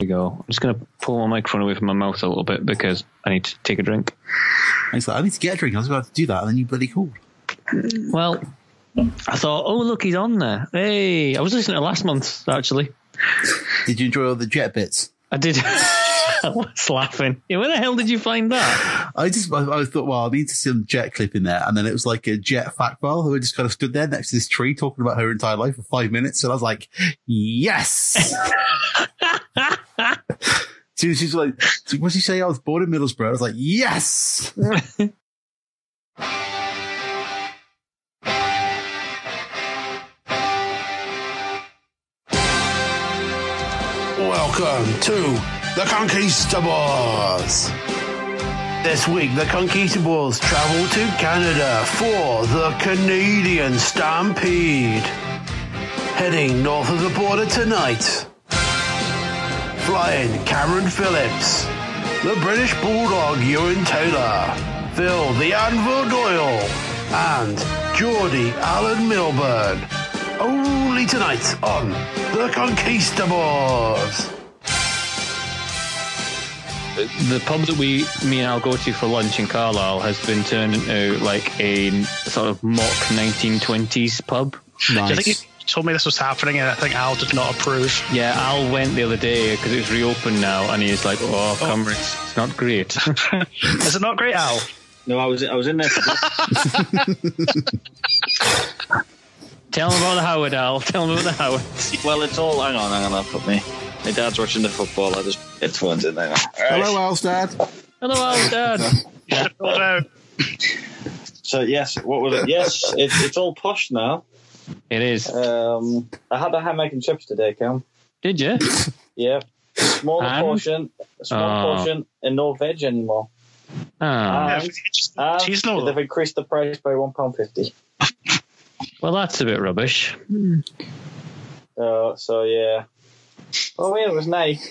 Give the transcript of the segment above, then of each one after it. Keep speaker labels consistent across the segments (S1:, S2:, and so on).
S1: we go. I'm just going to pull my microphone away from my mouth a little bit because I need to take a drink.
S2: And he's like, I need to get a drink. I was about to do that, and then you bloody called.
S1: Well, I thought, oh, look, he's on there. Hey, I was listening to last month, actually.
S2: Did you enjoy all the jet bits?
S1: I did. I was laughing. Yeah, where the hell did you find that?
S2: I just, I, I thought, well, I need to see some jet clip in there. And then it was like a jet fat girl who had just kind of stood there next to this tree talking about her entire life for five minutes. And I was like, yes. she, she's like, what did she say? I was born in Middlesbrough. I was like, yes.
S3: Welcome to the Conquistadors. This week, the Conquistadors travel to Canada for the Canadian Stampede. Heading north of the border tonight. Flying Cameron Phillips, the British Bulldog Ewan Taylor, Phil the Anvil Doyle, and Geordie Alan Milburn. Only tonight on The Conquistadors.
S1: The pub that we, me and Al, go to for lunch in Carlisle has been turned into like a sort of mock 1920s pub.
S4: I think you told me this was happening, and I think Al did not approve.
S1: Yeah, Al went the other day because it's reopened now, and he's like, "Oh, Cameron, it's, it's not great."
S4: Is it not great, Al?
S5: No, I was I was in there. For
S1: Tell him about the Howard, Al. Tell him about the Howard.
S5: well, it's all. Hang on, hang on. I'll put me. My dad's watching the football. I just it's phones in there. Now. All right.
S2: Hello, Al's dad.
S1: Hello, Al, Dad.
S5: So yes, what was it? Yes, it, it's all posh now.
S1: It is.
S5: Um, I had a ham egg and chips today, Cam.
S1: Did you?
S5: Yeah, smaller
S1: And?
S5: portion, small
S1: Oh.
S5: portion, and no veg anymore.
S1: Ah,
S2: Um,
S4: Yeah,
S5: And,
S4: just-
S5: and
S4: Cheese no.
S5: they've increased the price by one pound fifty.
S1: well, that's a bit rubbish.
S5: Uh, so yeah. Oh yeah, it was nice.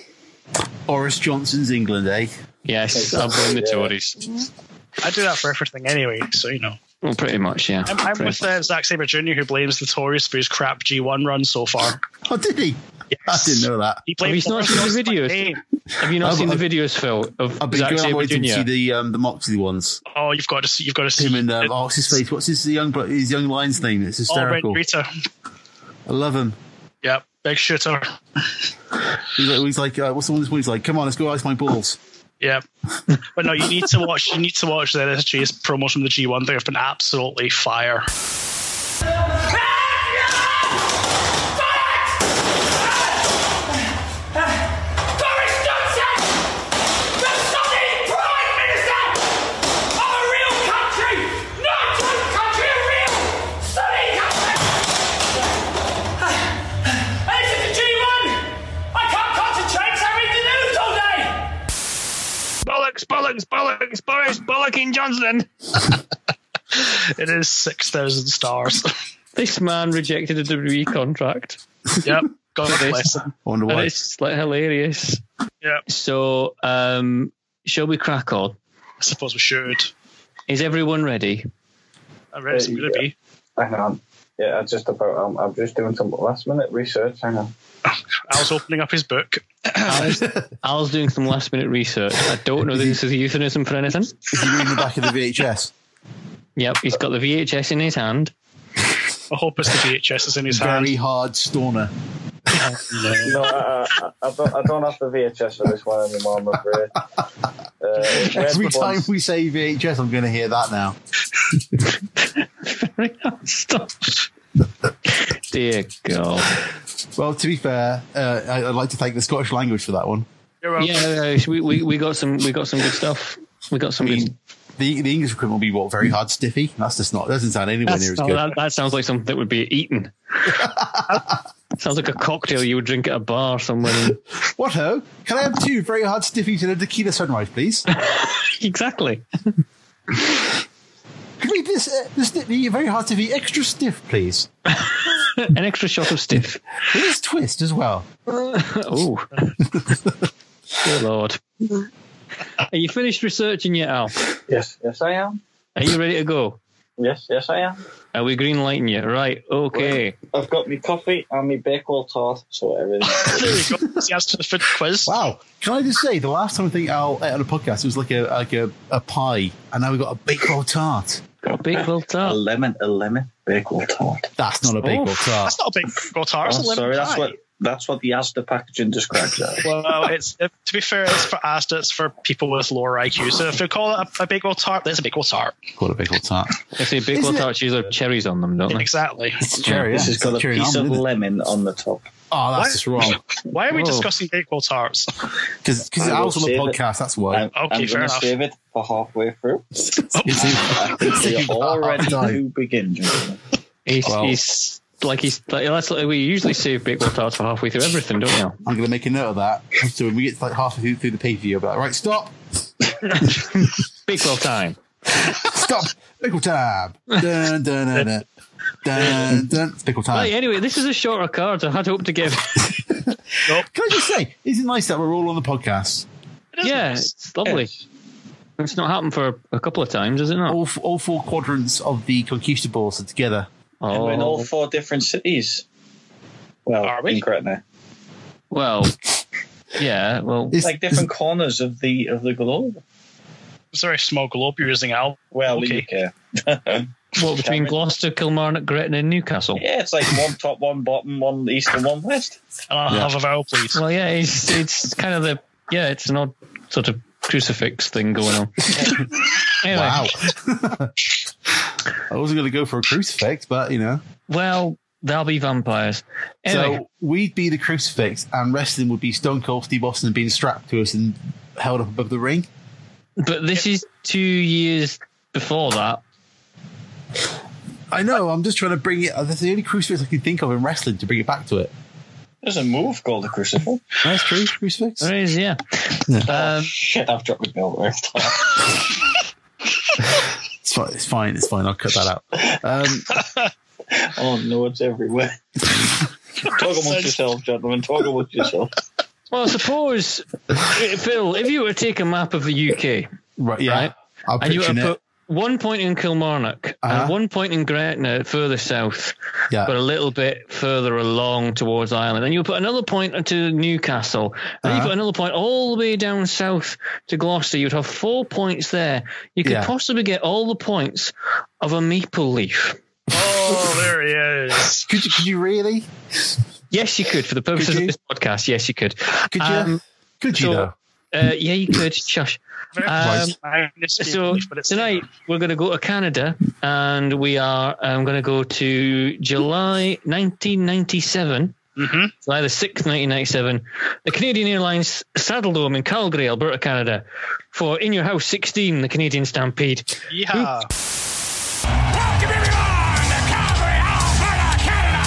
S2: Boris Johnson's England, eh?
S1: Yes, I blame the Tories.
S4: I do that for everything anyway, so you know.
S1: Well, pretty much, yeah.
S4: I'm, I'm
S1: Pretty
S4: with
S1: much.
S4: uh, Zack Sabre Jr., who blames the Tories for his crap G1 run so far.
S2: Oh, did he? I didn't know that.
S4: He blames
S1: Oh, he's not seen the videos. Have you not
S2: I've-
S1: seen the
S2: I've-
S1: videos, Phil,
S2: I've
S1: of
S2: been
S1: Zack
S2: going
S1: Sabre
S2: away to see
S1: Jr.?
S2: the um, the Moxley ones.
S4: Oh, you've got to see. You've got to see.
S2: Him and uh, oh, what's his face? What's his young bro- his young lion's name? It's
S4: oh, Red
S2: hysterical.
S4: Rita.
S2: I love him.
S4: Yep, big shooter.
S2: He's like, he's like uh, what's the one this one? He's like, come on, let's go ice my balls.
S4: Yep. but no, you need to watch. You need to watch the NSG's promos from the G1. They have been absolutely fire.
S6: Boris Johnson! The sunny Prime Minister of a real country! Not a country, a real sunny country! And this is the G1! I can't concentrate, so I read the news all day!
S4: Bollocks! Bollocks! Bollocks! Boris Bollocking Johnson. it is six thousand stars.
S1: This man rejected a WWE contract.
S4: yep. God
S1: It is.
S4: bless him.
S2: I wonder
S1: And
S2: why.
S1: it's like hilarious.
S4: Yeah.
S1: So, um, shall we crack on?
S4: I suppose we should.
S1: Is everyone ready?
S4: I
S7: Uh,
S4: reckon it's
S5: There you
S4: going to be.
S5: Hang on. Yeah, I just about. I'm, I'm just doing some last minute research. Hang on.
S4: Al's opening up his book.
S1: Al's doing some last minute research. I don't know that this is a euphemism for anything.
S2: Is he reading the back of the VHS?
S1: Yep, he's got the VHS in his hand.
S4: I hope it's the VHS is in his hand.
S2: Very hard stoner.
S5: No, I, I, I, don't, I don't have the VHS for this one anymore, I'm afraid. Uh, it's where
S2: Every
S5: the
S2: time
S5: ones-
S2: we say VHS, I'm going to hear that now.
S1: Stop. Dear God.
S2: Well, to be fair, uh, I- I'd like to thank the Scottish language for that one.
S4: You're welcome.
S1: Yeah, we, we, we got some we got some good stuff. We got some
S2: I
S1: good
S2: mean, the, the English equivalent will be what very hard stiffy. That's just not doesn't sound anywhere
S1: That's-
S2: near as
S1: oh,
S2: good.
S1: That, that sounds like something that would be eaten. sounds like a cocktail you would drink at a bar somewhere. in-
S2: What ho? Can I have two very hard stiffies and a tequila sunrise, please?
S1: exactly.
S2: Can we this uh, this the very hard stiffy extra stiff, please?
S1: An extra shot of stiff.
S2: Please twist as well.
S1: Oh. Dear Lord. Are you finished researching yet, Al?
S5: Yes, yes, I am.
S1: Are you ready to go?
S5: Yes, yes, I am.
S1: Are we green lighting you? Right. Okay.
S7: I've got my coffee and my Bakewell tart, so everything.
S4: There we go. See, that's for the food quiz.
S2: Wow. Can I just say, the last time I think Al ate on a podcast, it was like a like a, a pie, and now we've got a Bakewell tart.
S1: Got a big little
S7: a
S1: tart.
S7: lemon, a lemon Bakewell tart.
S2: That's not a Bakewell
S1: Oh.
S2: tart.
S4: That's not a big got
S7: I'm
S4: tart. it's a lemon
S7: Oh, sorry, that's
S4: pie.
S7: what that's what the Asda packaging describes it.
S4: Well, it's it, to be fair, it's for Asda, it's for people with lower IQ. So if we call it a, a big old tart, that's a big old tart.
S2: Call it a Bakewell tart.
S1: I say big
S2: Isn't
S1: little
S2: it-
S1: tarts usually have cherries on them, don't they?
S4: Exactly.
S2: It's cherry.
S7: this
S2: yeah.
S7: has got a
S2: cherry
S7: piece of
S2: almond, isn't it?
S7: lemon on the top.
S2: Oh, that's
S4: What?
S2: just wrong.
S4: Why are we
S1: Whoa.
S4: discussing big old tarts?
S2: Because
S7: I will
S2: Al's on the
S7: save it.
S2: podcast, that's why.
S7: I'm, I'm
S4: Okay, fair
S7: going to
S4: enough.
S7: save it for halfway through. I think
S2: Save
S7: You're
S2: it for
S7: already
S2: half time.
S7: to begin. gentlemen.
S1: He's,
S2: Well-
S1: he's like he's like, that's like we usually save big little tarts for halfway through everything, don't you?
S2: I'm going to make a note of that. So when we get to like halfway through- through the pay per view, I'll be like, right, stop,
S1: Big little time.
S2: stop, pickle time. Dun, dun, dun, dun. Dun, dun. It's pickle time.
S1: Right, anyway, this is a shorter card. I had hoped to give.
S2: Can I just say, isn't it nice that we're all on the podcast?
S4: It is
S1: yeah,
S4: nice.
S1: it's lovely. It's not happened for a couple of times, is it not?
S2: All, f- all four quadrants of the Conquistadors are together.
S7: And we're in all
S1: Oh,
S7: four different cities. Well,
S4: Are we?
S7: incorrectly.
S1: well, yeah, well,
S2: Is-
S7: Like different corners of the of the globe.
S4: It's a very small globe you're using, Al.
S7: Well,
S4: Okay.
S7: the UK.
S1: what between Gloucester, Kilmarnock, Gretna, and Newcastle?
S7: Yeah, it's like one top, one bottom, one east, and one west.
S4: And I'll have a vowel, please.
S1: Well, yeah, it's it's kind of the yeah, it's an odd sort of crucifix thing going on. anyway,
S2: Wow. I wasn't going to go for a crucifix, but you know.
S1: well, they'll be vampires. Anyway,
S2: So we'd be the crucifix, and wrestling would be Stone Cold Steve Austin being strapped to us and held up above the ring.
S1: but this is two years before that.
S2: I know. I'm just trying to bring it. That's the only crucifix I can think of in wrestling to bring it back to it.
S7: There's a move called the crucible.
S2: That's true. Crucifix.
S1: There is, yeah. Um,
S7: Shit, I've dropped my belt. right?
S2: It's fine. It's fine. It's fine. I'll cut that out. Um,
S7: Oh no, it's everywhere. Talk amongst yourselves, gentlemen. Talk amongst yourselves.
S1: well, suppose eh, Phil, if you were to take a map of the UK,
S2: right. Yeah.
S1: Right.
S2: I'll
S1: and you were
S2: picture
S1: to put
S2: it.
S1: one point in Kilmarnock
S2: Uh-huh.
S1: and one point in Gretna further south,
S2: Yeah.
S1: but a little bit further along towards Ireland. And you put another point to Newcastle. And you
S2: Uh-huh.
S1: put another point all the way down south to Gloucester. You'd have four points there. You could
S2: Yeah.
S1: possibly get all the points of a maple leaf.
S4: Oh, there he is.
S2: Could you? Could you really?
S1: Yes, you could. For the purposes
S2: you?
S1: of this podcast, yes, you could.
S2: Could you?
S1: Um,
S2: could you
S1: so-
S2: though?
S1: Uh, yeah, you could. Shush.
S4: Very
S1: Um,
S4: nice.
S1: So
S4: but it's
S1: tonight we're going to go to Canada, and we are. I'm going to go to July 1997,
S4: Mhm.
S1: July the sixth, 1997. The Canadian Airlines Saddledome in Calgary, Alberta, Canada, for In Your House 16, the Canadian Stampede.
S4: Yeehaw.
S8: Welcome everyone to Calgary, Alberta, Canada.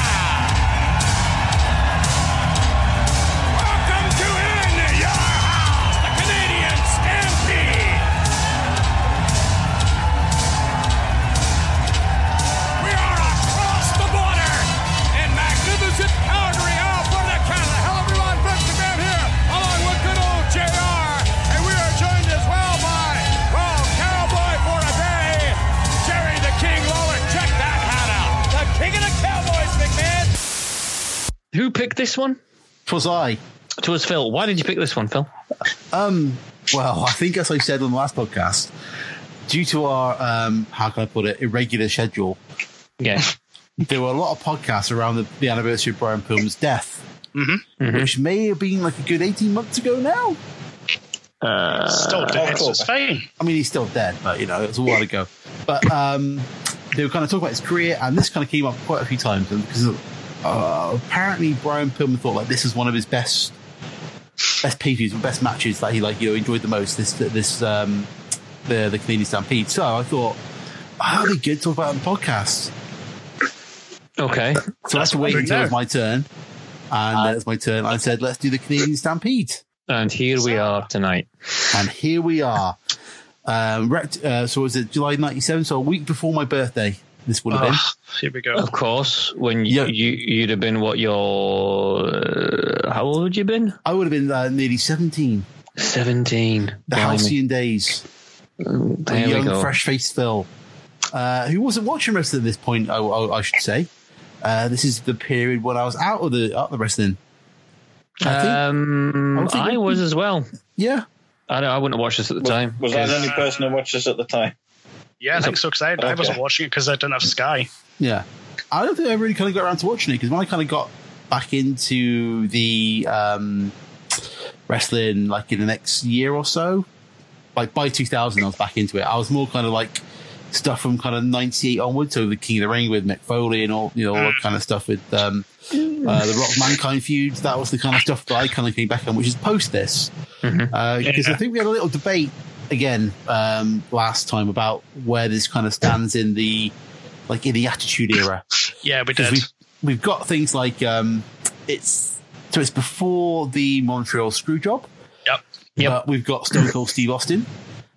S8: Welcome to In Your House, the Canadian Stampede. We are across the border in magnificent Calgary, Alberta, Canada. Hello everyone, Brent Graham here, along with good old JR. And we are joined as well by, well, Cowboy for a day, Jerry the King Lawler. Check that hat out. The King of the Cowboys, McMahon.
S1: Who picked this one?
S2: Twas I.
S1: It was Phil. Why did you pick this one, Phil?
S2: Um, well, I think as I said on the last podcast, due to our um, how can I put it, irregular schedule,
S1: Yeah.
S2: there were a lot of podcasts around the, the anniversary of Brian Pillman's death,
S4: Mhm.
S1: Mhm.
S2: which may have been like a good eighteen months ago now.
S4: Still
S7: Uh,
S4: dead,
S7: oh,
S4: so it's fine.
S2: I mean, he's still dead, but you know, it was a while ago. But um, they were kind of talking about his career, and this kind of came up quite a few times and because uh, apparently Brian Pillman thought like this is one of his best best pay views, best matches that he like you know enjoyed the most. This this um, the the Canadian Stampede. So I thought, how would be good to talk about it on the podcast.
S1: Okay.
S2: So that's
S4: what
S2: wait
S4: we're
S2: until it was
S4: doing.
S2: my turn,
S1: Uh,
S2: and then it's my turn. I said, let's do the Canadian Stampede.
S1: And here we are tonight.
S2: and here we are. Um, rect- uh, so was it July '97? So a week before my birthday, this would have been.
S4: Ugh, here we go.
S1: Of course, when you,
S2: Yeah.
S1: you you'd have been what your uh, how old would you been?
S2: I would have been uh, nearly 17.
S1: 17.
S2: The
S1: Blimey.
S2: halcyon days, the
S1: There we
S2: young,
S1: go.
S2: fresh-faced Phil. uh, who wasn't watching wrestling at this point. I, I, I should say uh, this is the period when I was out of the out of the wrestling. I think,
S1: Um,
S2: I
S1: I,
S2: would think-
S1: was as well.
S2: yeah,
S1: I know I wouldn't have watched this at the time.
S7: Was I the
S1: 'cause-
S7: only person who watched this at the time?
S4: Yeah, I think so because I, I wasn't
S7: Okay.
S4: watching it because I didn't have Sky.
S2: yeah. I don't think I really kind of got around to watching it because when I kind of got back into the um, wrestling, like in the next year or so, like by 2000, I was back into it. I was more kind of like stuff from kind of 98 onwards, so the King of the Ring with Mick Foley and all, you know, all that kind of stuff with um, uh, the Rock Mankind feud. That was the kind of stuff that I kind of came back on, which is post this. Because I think we had a little debate again um, last time about where this kind of stands in the like in the Attitude era
S4: Yeah, we did.
S2: because we've, we've got things like um, it's so it's before the Montreal Screwjob.
S4: Yep.
S1: Yep.
S2: But we've got Stone Cold Steve Austin.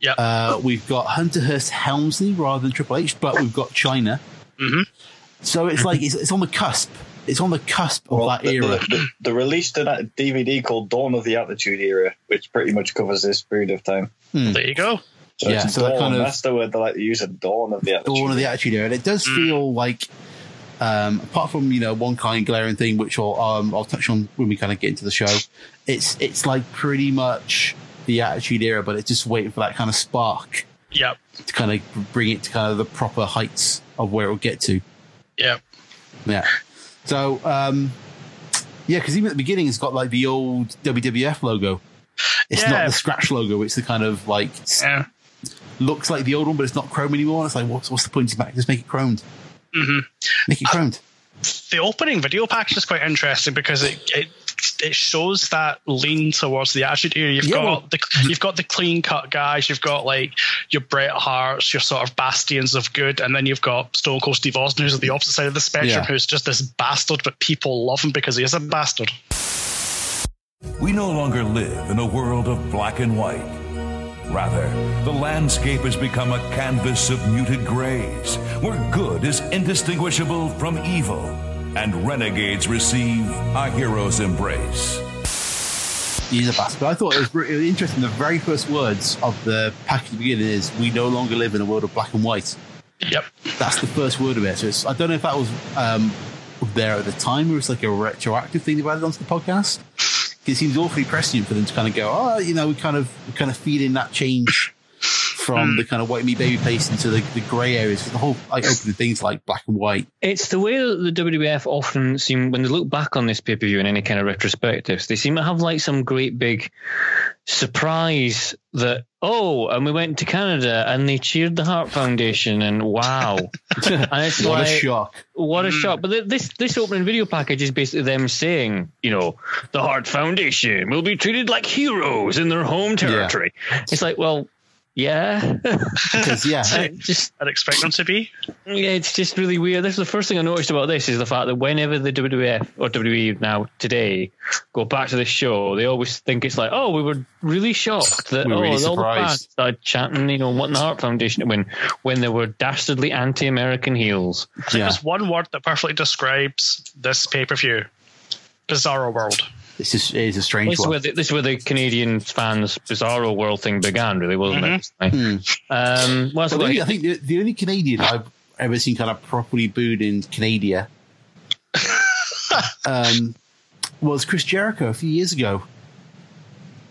S4: Yep.
S2: Uh, we've got Hunter Hearst Helmsley rather than Triple H, but we've got China.
S4: Mhm.
S2: So it's like it's, it's on the cusp. It's on the cusp of that
S7: the,
S2: era.
S7: The, the, the released a DVD called Dawn of the Attitude Era, which pretty much covers this period of time.
S4: there you go.
S7: So
S2: Yeah,
S7: it's
S2: so that
S7: dawn.
S2: kind of-
S7: That's the word they like to use. A dawn of the Attitude.
S2: dawn of the Attitude Era. And it does feel like, um, apart from you know one kind glaring thing, which I'll um, I'll touch on when we kind of get into the show, it's it's like pretty much the Attitude Era, but it's just waiting for that kind of spark
S4: Yep.
S2: to kind of bring it to kind of the proper heights of where it'll get to.
S4: Yep.
S2: Yeah. So um, yeah, because even at the beginning, it's got like the old WWF logo. It's not
S4: Yeah.
S2: the scratch logo. It's the kind of like s-
S4: Yeah.
S2: looks like the old one, but it's not chrome anymore. It's like what's what's the point of that? Just make it chromed. Make it chromed.
S4: the opening video package is quite interesting because it it, it shows that lean towards the attitude era. You've
S2: Yeah,
S4: got
S2: well-
S4: the you've got the clean cut guys. You've got like your Bret Harts, your sort of bastions of good, and then you've got Stone Cold Steve Austin, who's on the opposite side of the spectrum,
S2: Yeah.
S4: who's just this bastard, but people love him because he is a bastard.
S9: We no longer live in a world of black and white. Rather, the landscape has become a canvas of muted grays, where good is indistinguishable from evil, and renegades receive a hero's embrace.
S2: He's a bastard. But I thought it was really interesting. The very first words of the package at the beginning is "We no longer live in a world of black and white."
S4: Yep.
S2: That's the first word of it. So it's, I don't know if that was um, there at the time or it's like a retroactive thing they added onto the podcast. 'Cause It seems awfully prescient for them to kind of go, oh, you know, we kind of we kind of feeding that change from the kind of white meat baby face into the, the grey areas. 'Cause The whole like opening things like black and white.
S1: It's the way that the WWF often seem when they look back on this pay per view in any kind of retrospectives, they seem to have like some great big surprise that oh, and we went to Canada and they cheered the Heart Foundation and wow, and it's
S2: What a
S1: like
S2: shock!
S1: what
S2: Hmm.
S1: a shock! But th- this this opening video package is basically them saying, you know, the Heart Foundation will be treated like heroes in their home territory. It's like well. Yeah,
S2: Because yeah,
S1: just
S4: I'd expect them to be.
S1: yeah, it's just really weird. This is the first thing I noticed about this is the fact that whenever the WWF or WWE now today go back to this show, they always think it's like, oh, we were really shocked that
S2: We were
S1: oh,
S2: really
S1: all the
S2: surprised.
S1: fans started chanting, you know, wanting the Heart Foundation to win when there were dastardly anti-American heels.
S2: yeah,
S4: There's one word that perfectly describes this pay per view. Bizarro World.
S2: it's just it is a strange
S1: This is
S2: one.
S1: where the, this is where the Canadian fans bizarro world thing began, really, wasn't
S2: Mm-hmm.
S1: it?
S2: Hmm.
S1: Um, well, that's
S2: Well,
S1: what I-
S2: the only- I think the, the only Canadian I've ever seen kind of properly booed in Canada um, was Chris Jericho a few years ago.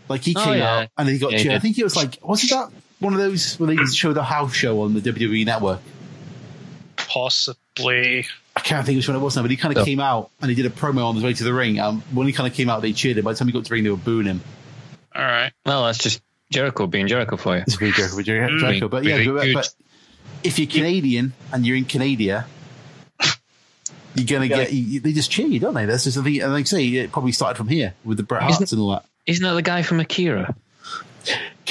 S2: Like he
S1: Oh,
S2: came
S1: yeah.
S2: out and he got.
S1: Yeah, he
S2: cheered. I
S1: did.
S2: think it was like wasn't that one of those where they showed a house show on the WWE network?
S4: Possibly.
S2: I can't think which one it was now, but he kind of
S1: No.
S2: came out and he did a promo on his way to the ring. And when he kind of came out, they cheered him. By the time he got to the ring, they were booing him.
S4: All right.
S1: well, that's just Jericho being Jericho for you.
S2: It's a good joke, but you're a joker. But yeah,
S1: Very
S2: but,
S1: good.
S2: but if you're Canadian and you're in Canada, you're gonna get. You, they just cheer you, don't they? That's just the thing. And like I say, it probably started from here with the Bret Harts and all that.
S1: Isn't that the guy from Akira?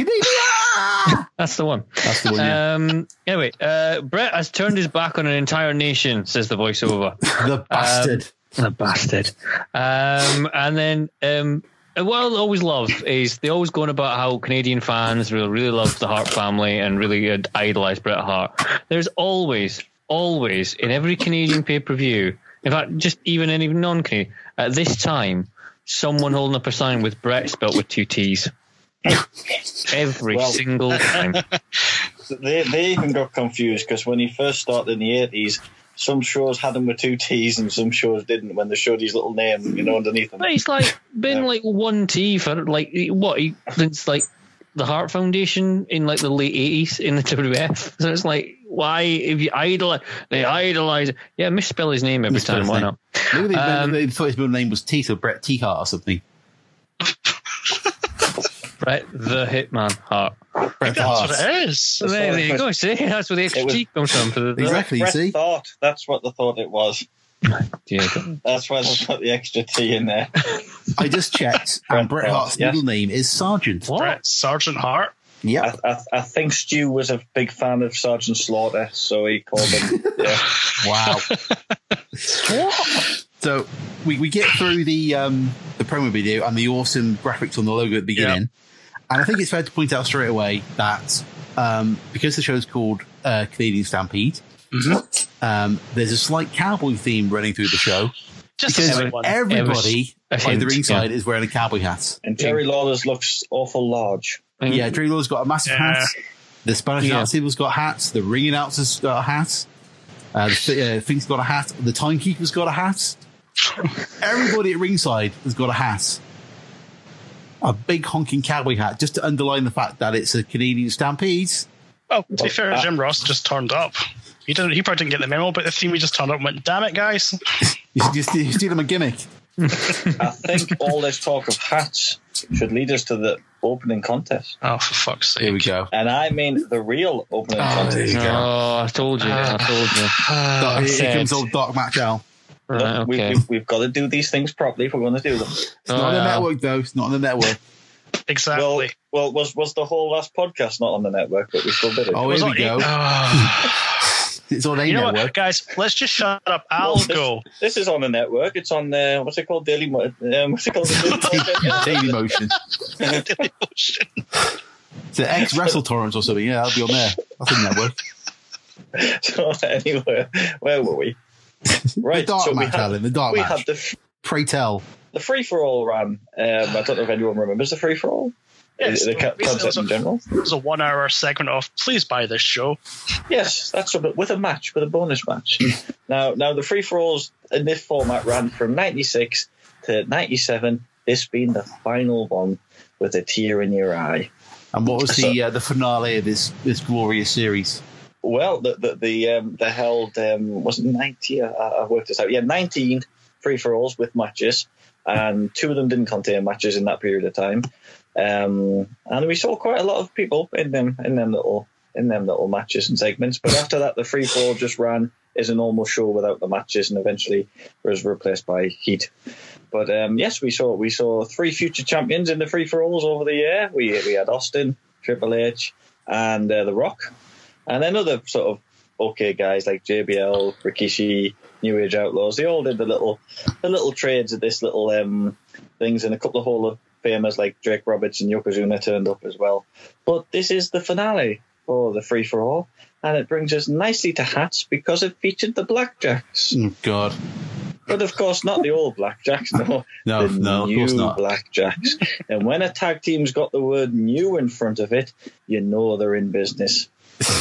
S2: Canada.
S1: That's the one.
S2: That's the one. Oh, Yeah.
S1: Um, anyway, uh, Brett has turned his back on an entire nation, says the voiceover.
S2: the bastard.
S1: the bastard. Um, and then, um, what I always love is they always going about how Canadian fans really, really love the Hart family and really uh, idolise Bret Hart. There's always, always in every Canadian pay per view, in fact, just even in even non Canadian, at this time, someone holding up a sign with Brett spelt with two T's. Every single time.
S7: they, they even got confused because when he first started in the 80s, some shows had him with two T's and some shows didn't when they showed his little name, you know, underneath him.
S1: But he's like been
S7: Yeah.
S1: like one T for like what he, since like the Heart Foundation in like the late eighties in the WF. So it's like why if you idolize they idolize yeah misspell his name every
S2: Misspell
S1: time
S2: his
S1: why
S2: name.
S1: not
S2: Maybe they,
S1: Um,
S2: they thought his middle name was T, so Brett Teahart or something.
S1: Brett the Hitman Hart.
S2: Brett
S4: That's
S2: Hart.
S4: what it is.
S7: That's
S1: There,
S7: all
S1: there you
S7: it
S1: go.
S7: was.
S1: See that's where the extra
S7: It was-
S1: T comes from for the, the
S2: Exactly,
S7: Brett
S2: see?
S7: Thought, that's what they thought it was.
S1: yeah.
S7: That's why they put the extra T in there.
S2: I just checked, and Bret
S7: Hart,
S2: Hart's
S7: yes.
S2: middle name is Sergeant.
S1: What?
S4: Brett Sergeant Hart.
S2: Yep.
S7: I, I, I think Stu was a big fan of Sergeant Slaughter, so he called him. yeah.
S2: Wow. so we, we get through the um, the promo video and the awesome graphics on the logo at the beginning. And I think it's fair to point out straight away that um, because the show's called uh, Canadian Stampede, um, there's a slight cowboy theme running through the show.
S4: Just
S2: Because
S4: everyone.
S2: everybody
S1: every-
S2: by
S1: every-
S2: the ringside is wearing a cowboy hat.
S7: And Jerry Lawler's looks awful large.
S2: Yeah, Drew Law's got a massive
S4: Yeah.
S2: hat. The Spanish
S1: Yeah.
S2: announcer has got hats. The ring announcer's got a hat. Uh, the fi- uh, thing's got a hat. The timekeeper's got a hat. Everybody at ringside has got a hat. A big honking cowboy hat, just to underline the fact that it's a Canadian stampede.
S4: Well, Oh, to be fair, Jim Ross just turned up. He didn't. He probably didn't get the memo, but the theme he just turned up and went, "Damn it, guys!"
S2: You should just you steal him a gimmick.
S7: I think all this talk of hats should lead us to the opening contest.
S4: Oh, for fuck's sake!
S2: Here we go.
S7: And I mean the real opening contest.
S1: Oh, I told you.
S2: Ah.
S1: I told you.
S4: Oh,
S2: Dark- here
S1: sad.
S2: comes old Dark Match Al.
S1: Right,
S7: we,
S1: okay. Oh,
S7: have got to do these things properly if we're going to do them.
S2: It's not on the
S4: Oh,
S1: yeah.
S2: network, though. It's not on the network.
S4: Exactly.
S7: Well, well, was was the whole last podcast not on the network, but we still did it.
S2: Oh,
S4: Was
S2: here we
S4: on
S2: go.
S4: eight- Ah.
S2: It's on a
S4: you know
S2: network.
S4: what, guys? Let's just shut up.
S7: Well,
S4: I'll
S7: this,
S4: go.
S7: This is on the network. It's on uh, what's it called? Daily. Mo- Um, what's it called?
S2: Daily Motion.
S4: Motion.
S2: It's an X Wrestle Torrents or something. Yeah, that'll be on there. That's a network.
S7: so anyway, where were we?
S2: The
S7: Right.
S2: dark
S7: so we
S2: match,
S7: had,
S2: Alan. The dark
S7: we
S2: match.
S7: had the f-
S2: Pray tell.
S7: the free for all ran. Um, I don't know if anyone remembers the free for all.
S4: Yes,
S7: the ca-
S4: basically
S7: concept
S4: it was
S7: in
S4: a-
S7: general.
S4: It was a one-hour segment of "Please buy this show."
S7: Yes, that's a bit with a match, with a bonus match. now, now the free for alls in this format ran from '96 to '97. This being the final one with a tear in your eye.
S2: And what was the uh, the finale of this this glorious series?
S7: Well, the the the, um, the held um, was it ninety. I, I I worked this out. Yeah, nineteen free for alls with matches, and two of them didn't contain matches in that period of time. Um, and we saw quite a lot of people in them in them little in them little matches and segments. But after that, the free for all just ran as a normal show without the matches, and eventually was replaced by Heat. But um, yes, we saw we saw three future champions in the free for alls over the year. We we had Austin, Triple H, and uh, The Rock. And then other sort of okay guys like JBL, Rikishi, New Age Outlaws, they all did the little the little trades of this little um things and a couple of Hall of Famers like Drake Roberts and Yokozuna turned up as well. But this is the finale for the free for all. And it brings us nicely to hats because it featured the blackjacks.
S2: Oh, God.
S7: But of course not the old blackjacks, no.
S2: No,
S7: the
S2: no, of
S7: new
S2: course not.
S7: blackjacks. and when a tag team's got the word new in front of it, you know they're in business.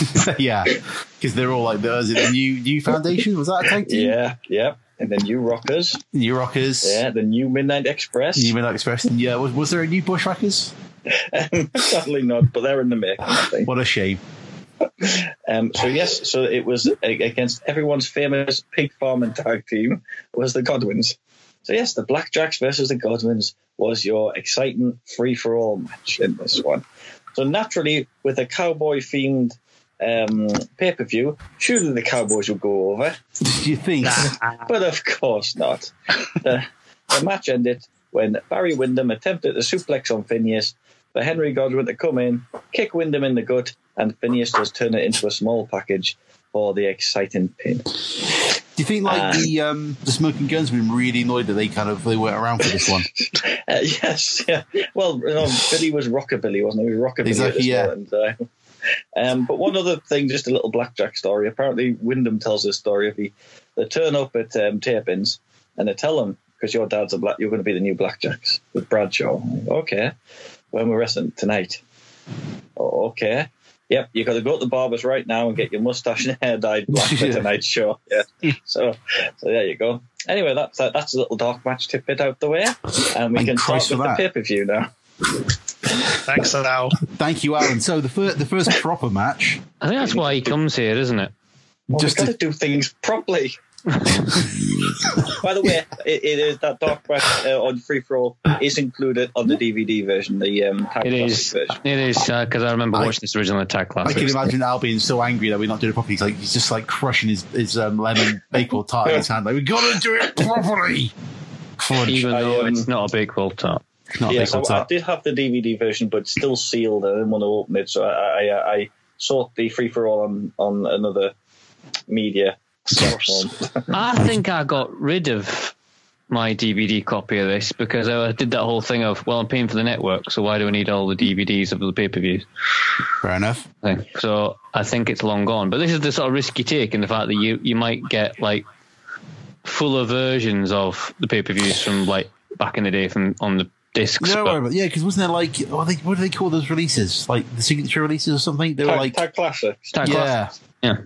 S2: yeah. Because they're all like, was it the new, new Foundation? Was that a tag team?
S7: Yeah, yeah. And the new Rockers.
S2: New Rockers.
S7: Yeah, the new Midnight Express.
S2: New Midnight Express. And Yeah. Was, was there a new Bushwhackers?
S7: Sadly not, but they're in the making, I think.
S2: What a shame.
S7: Um, so yes, so it was a- against everyone's famous pig farming tag team was the Godwins. So yes, the Blackjacks versus the Godwins was your exciting free for all match in this one. So naturally, with a cowboy themed um, pay per view, surely the Cowboys will go over.
S2: Do you think?
S7: But of course not. The, the match ended when Barry Windham attempted a suplex on Phineas, but Henry Godwin to come in, kick Windham in the gut, and Phineas does turn it into a small package for the exciting pin.
S2: Do you think like the um, the Smoking Guns have been really annoyed that they kind of they weren't around for this one?
S7: Uh, yes, yeah. Well, no, Billy was rockabilly, wasn't he? he was rockabilly
S2: Exactly, yeah.
S7: at this yeah. time. Um, but one other thing, just a little blackjack story. Apparently, Wyndham tells this story of he, they turn up at um, tapings and they tell him because your dad's a black, you're going to be the new blackjacks with Bradshaw. okay, when we're wrestling tonight. Oh, okay. Yep, you got to go to the barbers right now and get your mustache and hair dyed black for
S2: Yeah.
S7: tonight's show. Yeah. So, so there you go. Anyway, that's that, that's a little dark match tidbit out the way, and we
S2: Thank
S7: can
S2: Christ for
S7: start with
S2: that.
S7: the pay per view now.
S4: Thanks, Al.
S2: Thank you, Alan. So the first, the first proper match.
S1: I think that's why he comes here, isn't it?
S7: Well,
S2: Just
S7: we've
S2: to-
S7: got to do things properly. By the way, it, it is that dark match uh, on free for all is included on the DVD version, the um, Tag
S1: It
S7: Classic
S1: is.
S7: version.
S1: It is because I remember watching this original attack
S2: I
S1: classic.
S2: can imagine Al being so angry that we're not doing it properly. He's like he's just like crushing his his um, lemon bakewell tart in his hand. Like we gotta do it properly. Crunch.
S1: even
S7: I,
S1: though
S7: um,
S1: it's not a big world top.
S2: not
S7: yeah,
S2: bakewell
S7: so I
S2: tart.
S7: did have the DVD version, but it's still sealed. I didn't want to open it, so I, I, I- I sought the free for all on, on another media
S4: Source.
S7: platform.
S1: I think I got rid of my DVD copy of this because I did that whole thing of well, I'm paying for the network, so why do I need all the DVDs of the pay per views?
S2: Fair enough.
S1: thing. So I think it's long gone. But this is the sort of risky take in the fact that you you might get like fuller versions of the pay per views from like back in the day from on the discs.
S2: No,
S1: but-
S2: worry about yeah, because wasn't there like what, they, what do they call those releases? Like the signature releases or something? They were
S7: Tag,
S2: like
S7: Tag Classic.
S1: Tag
S2: yeah,
S1: Classic. yeah.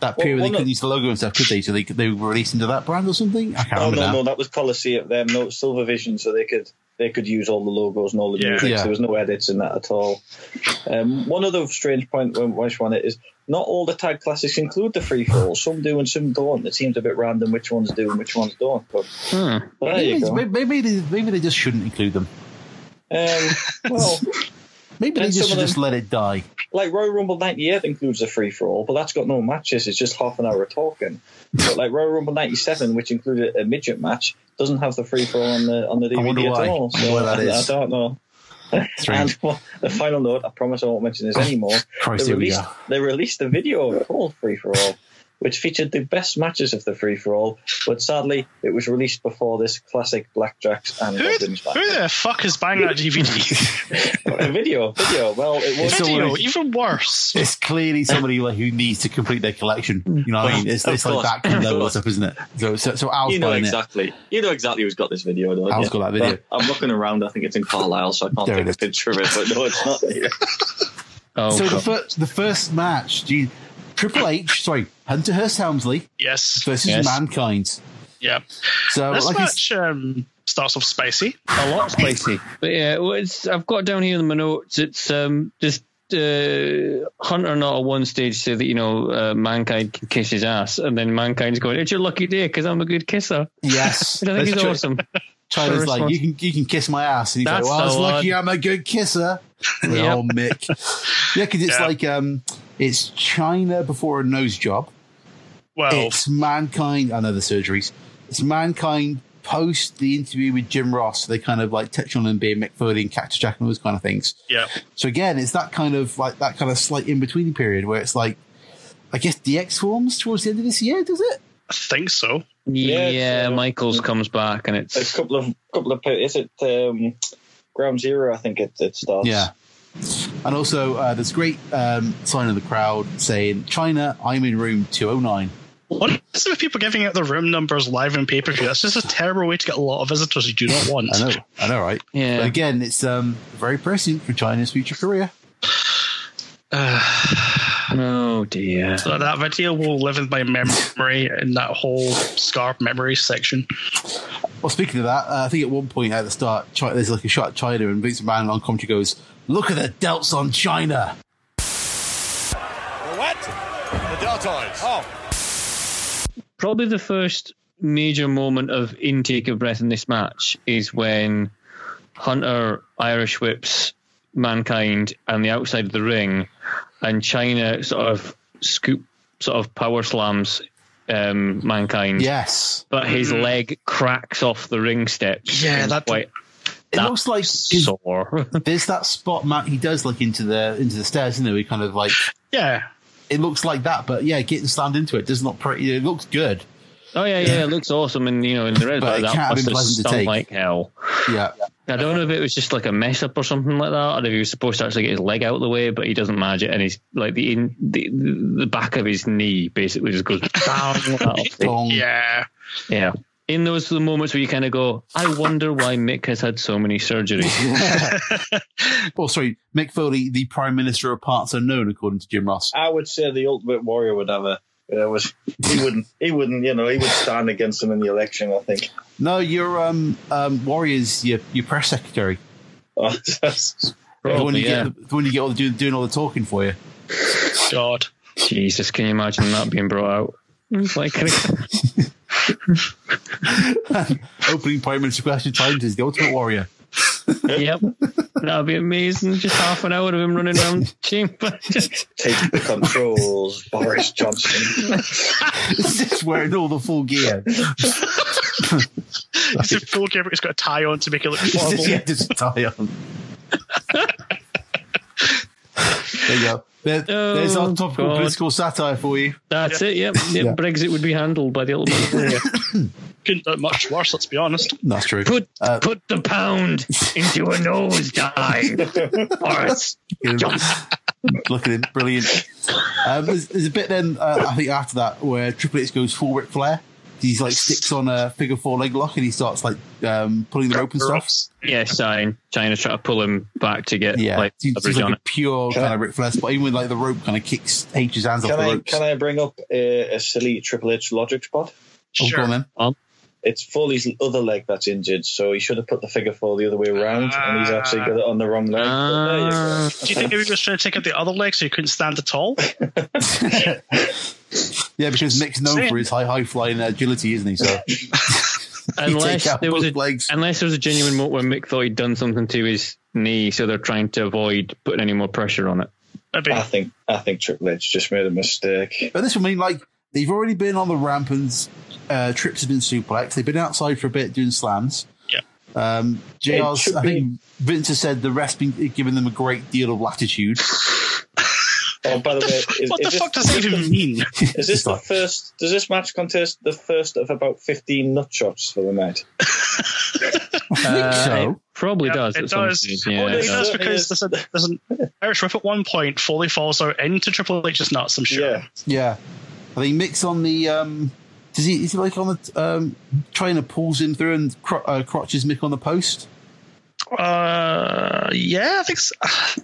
S2: that
S7: Well,
S2: period where
S7: one
S2: they couldn't
S7: of-
S2: use the logo and stuff, could they? So they they were released under that brand or something. I can't
S7: Oh
S2: remember
S7: no,
S2: now.
S7: no, that was Coliseum. Them, no, it was Silver Vision, so they could they could use all the logos and all the
S4: Yeah.
S7: music.
S2: Yeah.
S7: There was no edits in that at all. Um, one other strange point when which one it is not all the tag classics include the free for all. Some do and some don't. It seems a bit random which ones do and which ones don't. But
S1: Hmm.
S7: well, there you
S2: Maybe,
S7: go.
S2: maybe, maybe they, maybe they just shouldn't include them.
S7: Um, well,
S2: Maybe they
S7: And
S2: just should
S7: some of them-
S2: just let it die.
S7: like Royal Rumble '98 includes a free for all, but that's got no matches. It's just half an hour of talking. But like Royal Rumble '97, which included a midget match, doesn't have the free for all on the on the
S2: wonder
S7: DVD
S2: why.
S7: at all.
S2: I wonder
S7: So
S2: why that
S7: I-
S2: is.
S7: I don't know. And
S2: Strange.
S7: well, the final note, I promise I won't mention this anymore.
S2: Christ,
S7: they,
S2: here we
S7: released,
S2: go.
S7: they released a video called Free for All, which featured the best matches of the Free for All, but sadly, it was released before this classic Blackjacks and
S4: Who,
S7: Goblins match.
S4: who the fuck is banging that DVD?
S7: A video, video. Well, it was.
S2: It's all-
S4: Video,
S2: always-
S4: even worse.
S2: It's clearly somebody like, who needs to complete their collection. You know what I mean? It's,
S7: Of
S2: it's like
S7: course.
S2: that kind of
S7: Of
S2: level
S7: course.
S2: stuff, isn't it? So, so, so Al's buying
S7: exactly. You know exactly who's got this video. Don't
S2: Al's
S7: you?
S2: got that video.
S7: But I'm looking around. I think it's in Carlisle, so I can't
S2: There
S7: take
S2: it is.
S7: a picture of it. But no, it's not. here.
S1: Oh,
S2: it. So the,
S1: God.
S2: fir- the first match, gee, Triple H, sorry, Hunter Hearst Helmsley
S4: Yes.
S2: versus
S1: Yes.
S2: Mankind.
S4: Yeah.
S2: So
S4: This
S2: like it's-
S4: match um, starts off spicy.
S1: a lot spicy. But yeah, well, it's, I've got down here in my notes. It's um just uh, Hunter not at one stage said that you know uh, mankind can kiss his ass, and then mankind's going, "It's your lucky day because I'm a good kisser."
S2: yes,
S1: Which I think
S2: That's
S1: is
S2: true.
S1: awesome.
S2: China's
S1: First
S2: like
S1: one.
S2: you can you can kiss my ass, and he's
S1: That's
S2: like, well,
S1: the
S2: it's lucky
S1: one.
S2: I'm a good kisser.
S1: Yep.
S2: Oh, Mick. Yeah, because it's
S4: Yeah.
S2: like um, it's China before a nose job.
S4: Well,
S2: It's mankind. I know the surgeries. It's mankind post the interview with Jim Ross. They kind of like touch on him being Mick Foley and Cactus Jack and all those kind of things.
S4: yeah.
S2: So again, it's that kind of like that kind of slight in between period where it's like, I guess DX forms towards the end of this year, does it?
S4: I think so.
S1: Yeah,
S7: Yeah, it's, uh,
S1: Michaels comes back, and it's
S7: a couple of couple of. Is it um, Ground Zero? I think it, it starts.
S2: Yeah. And also, uh, there's great um, sign of the crowd saying, "China, I'm in room 209."
S4: What is it with people giving out the room numbers live in pay per view? That's just a terrible way to get a lot of visitors you do not want.
S2: I know, I know, right?
S1: Yeah.
S2: But again, it's um, very pressing for China's future career.
S1: oh dear.
S4: So that video will live in my memory in that whole scarred memory section.
S2: Well, speaking of that, uh, I think at one point at the start, China, there's like a shot at China, and Vince McMahon on commentary goes, "Look at the delts on China."
S6: What? The deltoids. Oh,
S1: Probably the first major moment of intake of breath in this match is when Hunter Irish whips mankind and the outside of the ring, and China sort of scoop sort of power slams um, mankind.
S2: Yes,
S1: But his leg cracks off the ring steps.
S4: Yeah,
S1: and
S4: that-
S1: quite
S2: it
S1: That-
S2: looks like 'cause
S1: sore.
S2: there's that spot Matt he does like into the into the stairs, isn't there? We kind of like
S4: Yeah.
S1: Hmm.
S2: it looks like that, but yeah, getting slammed into it does not pretty. It looks good.
S1: oh yeah, yeah, it looks awesome, and you know, in the red, but,
S2: But it can't
S1: that
S2: have
S1: must have
S2: been pleasant to
S1: stung
S2: take.
S1: like hell.
S2: Yeah,
S1: I don't know if it was just like a mess up or something like that, or if he was supposed to actually get his leg out of the way, but he doesn't manage it, and he's like the in, the, the back of his knee basically just goes bang. like that.
S2: Dong.
S4: Yeah.
S1: yeah, in those moments where you kind of go, I wonder why Mick has had so many surgeries.
S2: oh, sorry, Mick Foley, the Prime Minister of Parts Unknown, according to Jim Ross.
S7: I would say the Ultimate Warrior would have a. You know, was he wouldn't he wouldn't you know he would stand against him in the election. I think.
S2: No, your um, um, Warriors, your your press secretary,
S7: Oh, that's-
S2: the one
S1: Probably,
S2: you
S1: Oh, yeah.
S2: get, the one you get all the do, doing all the talking for you.
S4: God.
S1: Jesus, can you imagine that being brought out? It's like,
S2: Opening Prime Minister question times is the Ultimate Warrior.
S1: yep, that'd be amazing. Just half an hour of him running around the chamber. Just-
S7: take the controls, Boris Johnson.
S2: just wearing all the full gear.
S4: It's a full game, it's got a tie on to make it look horrible.
S2: yeah, just tie on. there you go. There-
S1: Oh,
S2: there's our topical
S1: God.
S2: political satire for you.
S1: That's it. Yep. yep.
S2: Yeah.
S1: Brexit would be handled by the ultimate warrior.
S4: Couldn't do it much worse, let's be honest.
S2: That's true.
S1: Put
S2: Uh,
S1: put the pound into a nose dive, Boris.
S2: Look at him, brilliant. Um, there's, there's a bit then uh, I think after that where Triple H goes full Ric Flair. He's like sticks on a figure four leg lock and he starts like um, pulling the rope and stuff.
S1: Yeah, sign. China's trying to pull him back to get
S2: Yeah,
S1: like
S2: it's it's
S1: leverage
S2: like
S1: on
S2: a
S1: it.
S2: pure
S7: Can
S2: kind
S7: I-
S2: of Ric Flair spot. Even with like the rope kind of kicks H's hands off
S7: Can
S2: the
S7: I
S2: ropes.
S7: can I bring up a, a silly Triple H logic spot?
S2: oh, go
S4: Sure.
S2: on then.
S7: It's Foley's other leg that's injured, so he should have put the figure four the other way around, and he's actually got it on the wrong leg. But there you go.
S1: Ah.
S4: Do you think he was just trying to take out the other leg so he couldn't stand at all?
S2: Yeah, because Mick's known
S4: saying.
S2: for his high high flying agility, isn't he? So take
S1: unless
S2: out
S1: there was
S2: both
S1: a
S2: legs.
S1: unless there was a genuine moment where Mick thought he'd done something to his knee, so they're trying to avoid putting any more pressure on it.
S4: I mean,
S7: I think I think Triple H just made a mistake.
S2: But this would mean like they've already been on the ramp and uh, Trips has been suplex. They've been outside for a bit doing slams.
S4: Yeah.
S2: Um,
S7: It
S2: JR's,
S7: should
S2: I think Vince has said the rest been giving them a great deal of latitude.
S7: Oh, by the way, is,
S4: what
S7: is
S4: the
S7: this,
S4: fuck does that even mean?
S7: is this the first? Does this match contest the first of about fifteen nut shots for the night?
S1: Uh,
S2: so.
S1: it probably
S4: Yeah,
S1: does. Oh,
S4: it
S1: at some
S4: does.
S1: stage,
S4: Well,
S1: Yeah,
S4: no,
S1: it
S4: he
S1: does.
S4: does because there's, a, there's an Irish whip at one point. Foley falls out into Triple H's nuts. I'm sure.
S7: Yeah,
S2: Yeah. I think Mick's on the. Um, does he? Is he like on the um, trainer pulls him through and cro- uh, crotches Mick on the post?
S4: Uh, yeah, I think so.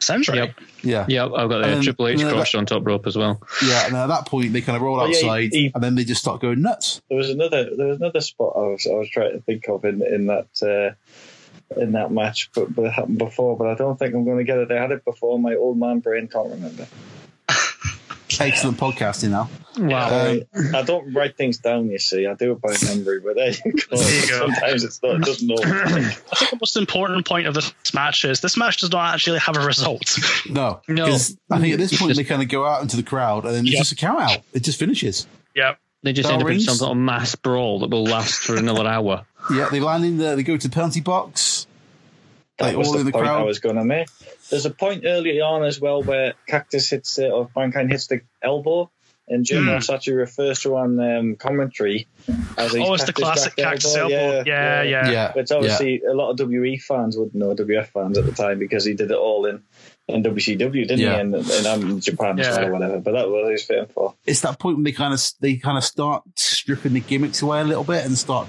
S4: sounds right.
S1: Yep.
S2: Yeah,
S1: Yep, I've got the
S2: Um,
S1: Triple H
S2: no, that-
S1: crotch on top rope as well.
S2: yeah. And at that point, they kind of roll
S7: Oh, yeah, he-
S2: outside,
S7: he-
S2: and then they just start going nuts.
S7: there was another there was another spot I was I was trying to think of in in that uh, in that match, but, but it happened before. But I don't think I'm going to get it. I had it before. My old man brain can't remember.
S2: Excellent podcasting now.
S1: Wow.
S2: Um,
S7: I don't write things down. You see, I do it by memory. But there you go.
S4: There you go.
S7: Sometimes it's not. It doesn't know.
S4: I think the most important point of this match is this match does not actually have a result.
S2: No,
S1: No.
S2: 'cause I think at this
S1: It's
S2: point
S1: just-
S2: they kind of go out into the crowd, and then it's
S4: Yeah.
S2: just a count out. It just finishes.
S4: yep.
S1: they just end up in
S2: Darwin's-
S1: some sort of mass brawl that will last for another hour.
S2: Yeah, they land in there. They go to the penalty box.
S7: That
S2: Like,
S7: was
S2: all
S7: the,
S2: in the
S7: point
S2: crowd.
S7: I was going to make. There's a point early on as well where Cactus hits uh, or Mankind hits the elbow, and Jim
S4: Hmm.
S7: Ross actually refers to on um, commentary as a
S4: Oh, it's the classic
S7: back
S4: cactus elbow. Yeah, yeah.
S2: Yeah,
S7: Which obviously a lot of WE fans wouldn't know, WF fans at the time, because he did it all in, in WCW, didn't
S2: Yeah.
S7: he? And, and I'm in Japan as well
S4: Yeah.
S7: or whatever. But that was his fame for.
S2: it's that point when they kind of they kind of start stripping the gimmicks away a little bit and start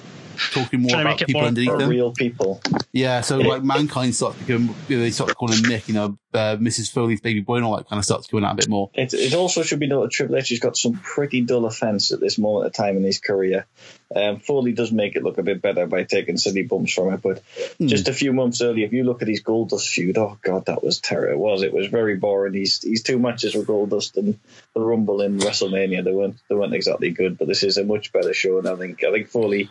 S2: talking more
S4: Trying to
S2: about
S4: make it
S2: people
S4: more
S2: underneath
S7: For
S2: them.
S7: real people.
S2: Yeah, so like mankind starts becoming, you know, they start calling Nick, you know, uh, Mrs. Foley's baby boy, and all that kind of starts going out a bit more.
S7: It, it also should be noted Triple H has got some pretty dull offense at this moment of time in his career. Um, Foley does make it look a bit better by taking silly bumps from it, but
S2: Hmm.
S7: just a few months earlier, if you look at his Goldust feud, oh god, that was terrible. It was it was very boring. He's he's two matches with Goldust and the Rumble in WrestleMania. They weren't they weren't exactly good, but this is a much better show, and I think I think Foley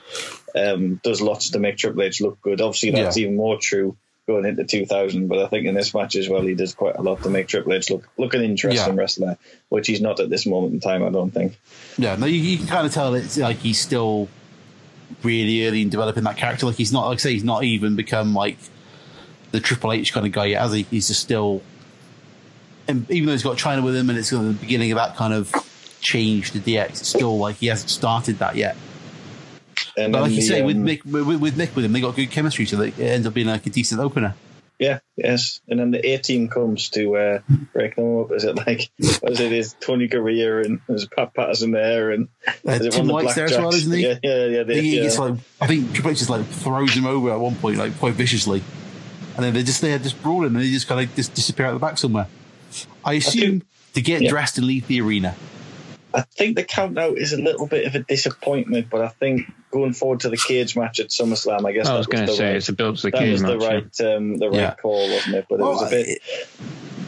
S7: um, does lots to make Triple H look good. Obviously, that's even more true. Going into 2000, but I think in this match as well, he does quite a lot to make Triple H look look an interesting
S2: Yeah.
S7: wrestler, which he's not at this moment in time. I don't think.
S2: Yeah, no, you, you can kind of tell it's like he's still really early in developing that character. Like he's not, like I say, he's not even become like the Triple H kind of guy yet, has he? He's just still, and even though he's got China with him and it's kind of the beginning of that kind of change to DX, it's still like he hasn't started that yet.
S7: And
S2: But
S7: then
S2: like you
S7: the,
S2: say, with
S7: um,
S2: Mick, with, with Nick with him, they got good chemistry, so that it ends up being like a decent opener.
S7: Yeah, yes. And then the A team comes to uh, break them up. Is it like, what is it? Is Tony Gurria and is Pat Patterson there? And
S2: Uh,
S7: is
S2: Tim
S7: it one of the
S2: White's there as well,
S7: Blackjacks?
S2: isn't he?
S7: Yeah, yeah, yeah.
S2: I
S7: They,
S2: think he
S7: yeah.
S2: gets like I think Triple H just like throws him over at one point, like quite viciously, and then they're just there, just brawling, and they just kind of just disappear out the back somewhere. I assume to get
S7: yeah.
S2: dressed and leave the arena.
S7: I think the count out is a little bit of a disappointment, but I think going forward to the cage match at SummerSlam, I guess
S1: I
S7: that
S1: was going to
S7: the
S1: say
S7: right,
S1: it's a build to the
S7: that
S1: cage
S7: was the
S1: match. yeah.
S7: right um, the right
S2: Yeah.
S7: call, wasn't it? But it was
S2: Well,
S7: a bit.
S2: it,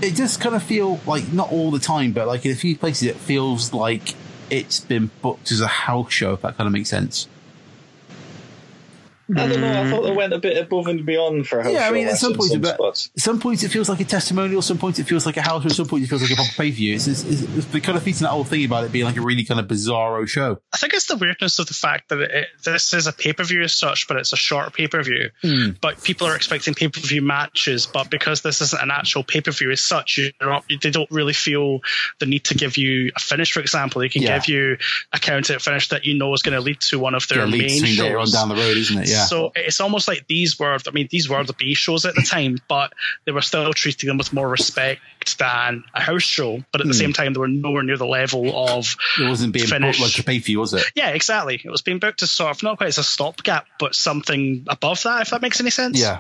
S2: it does kind of feel like not all the time, but like in a few places, it feels like it's been booked as a house show. If that kind of makes sense.
S7: I don't
S1: Mm.
S7: know. I thought they went a bit above and beyond for a house
S2: Yeah, I mean,
S7: show
S2: at some
S7: match in
S2: point,
S7: some
S2: but-
S7: spots.
S2: At some points it feels like a testimonial. Some points it feels like a house. show, At some points it feels like a proper pay per view. It's, it's, it's been kind of feeding that whole thing about it being like a really kind of bizarro show.
S4: I think it's the weirdness of the fact that it, this is a pay per view as such, but it's a short pay per view. But people are expecting pay per view matches, but because this isn't an actual pay per view as such, you're not, they don't really feel the need to give you a finish. For example, they can
S2: Yeah.
S4: give you a count out finish that you know is going to lead to one of their
S2: Yeah, leads
S4: main
S2: between
S4: shows.
S2: later on down the road, isn't it? Yeah.
S4: So it's almost like these were, I mean, these were the B shows at the time, but they were still treating them with more respect than a house show. But
S2: Hmm.
S4: at the same time, they were nowhere near the level of
S2: It wasn't being
S4: Finish.
S2: booked like a pay per view, was it?
S4: yeah, exactly. It was being booked as sort of not quite as a stopgap, but something above that, if that makes any sense.
S2: Yeah.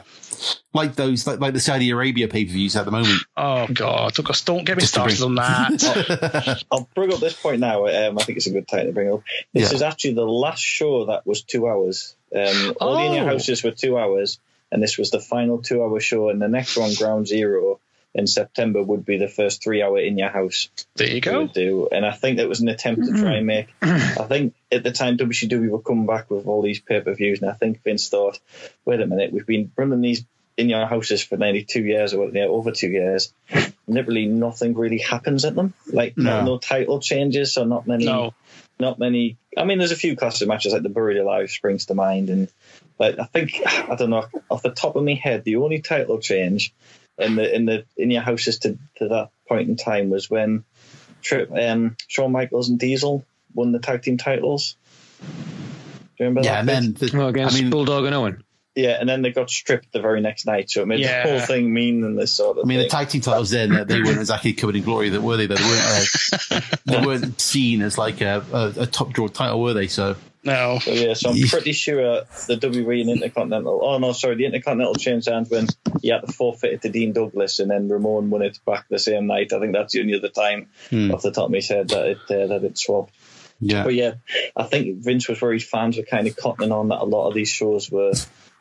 S2: Like those, like, like the Saudi Arabia pay per views at the moment.
S4: Oh god, don't, don't get me
S2: Just to
S4: started
S2: bring-
S4: on that. Oh,
S7: I'll bring up this point now. Um, I think it's a good time to bring up. This
S2: Yeah.
S7: is actually the last show that was two hours. Um, All the in your
S4: Oh.
S7: houses were two hours, and this was the final two-hour show. And the next one, Ground Zero, in September, would be the first three-hour in your house.
S4: there you
S7: they
S4: go.
S7: would do. And I think that was an attempt to try and make. I think at the time WCW were coming back with all these pay per views, and I think Vince thought, wait a minute, we've been running these in your houses for nearly two years or what, yeah, over two years. Literally nothing really happens at them. Like no,
S2: No.
S7: no title changes, so not many.
S4: No.
S7: Not many. I mean, there's a few classic matches like the Buried Alive springs to mind, and like I think I don't know off the top of my head, the only title change in the in the in your houses to, to that point in time was when Trip, um, Shawn Michaels and Diesel won the tag team titles. Do you remember
S2: yeah,
S7: that?
S2: and
S7: bit?
S2: then the,
S1: Well, against
S2: I mean,
S1: Bulldog and Owen.
S7: yeah, and then they got stripped the very next night, so it made
S4: Yeah.
S7: the whole thing meaningless. Sort of.
S2: I mean, the
S7: thing.
S2: tag team titles then uh, they weren't exactly covered in glory, that were they? They weren't. Uh, they weren't seen as like a, a, a top draw title, were they? So
S4: No.
S7: So yeah, so I'm pretty sure uh, the WWE and Intercontinental. Oh no, sorry, the Intercontinental changed hands when he had to forfeit it to Dean Douglas, and then Ramon won it back the same night. I think that's the only other time off the top of my head that it uh, that it swapped.
S2: yeah,
S7: But yeah, I think Vince was where his fans were kind of cottoning on that a lot of these shows were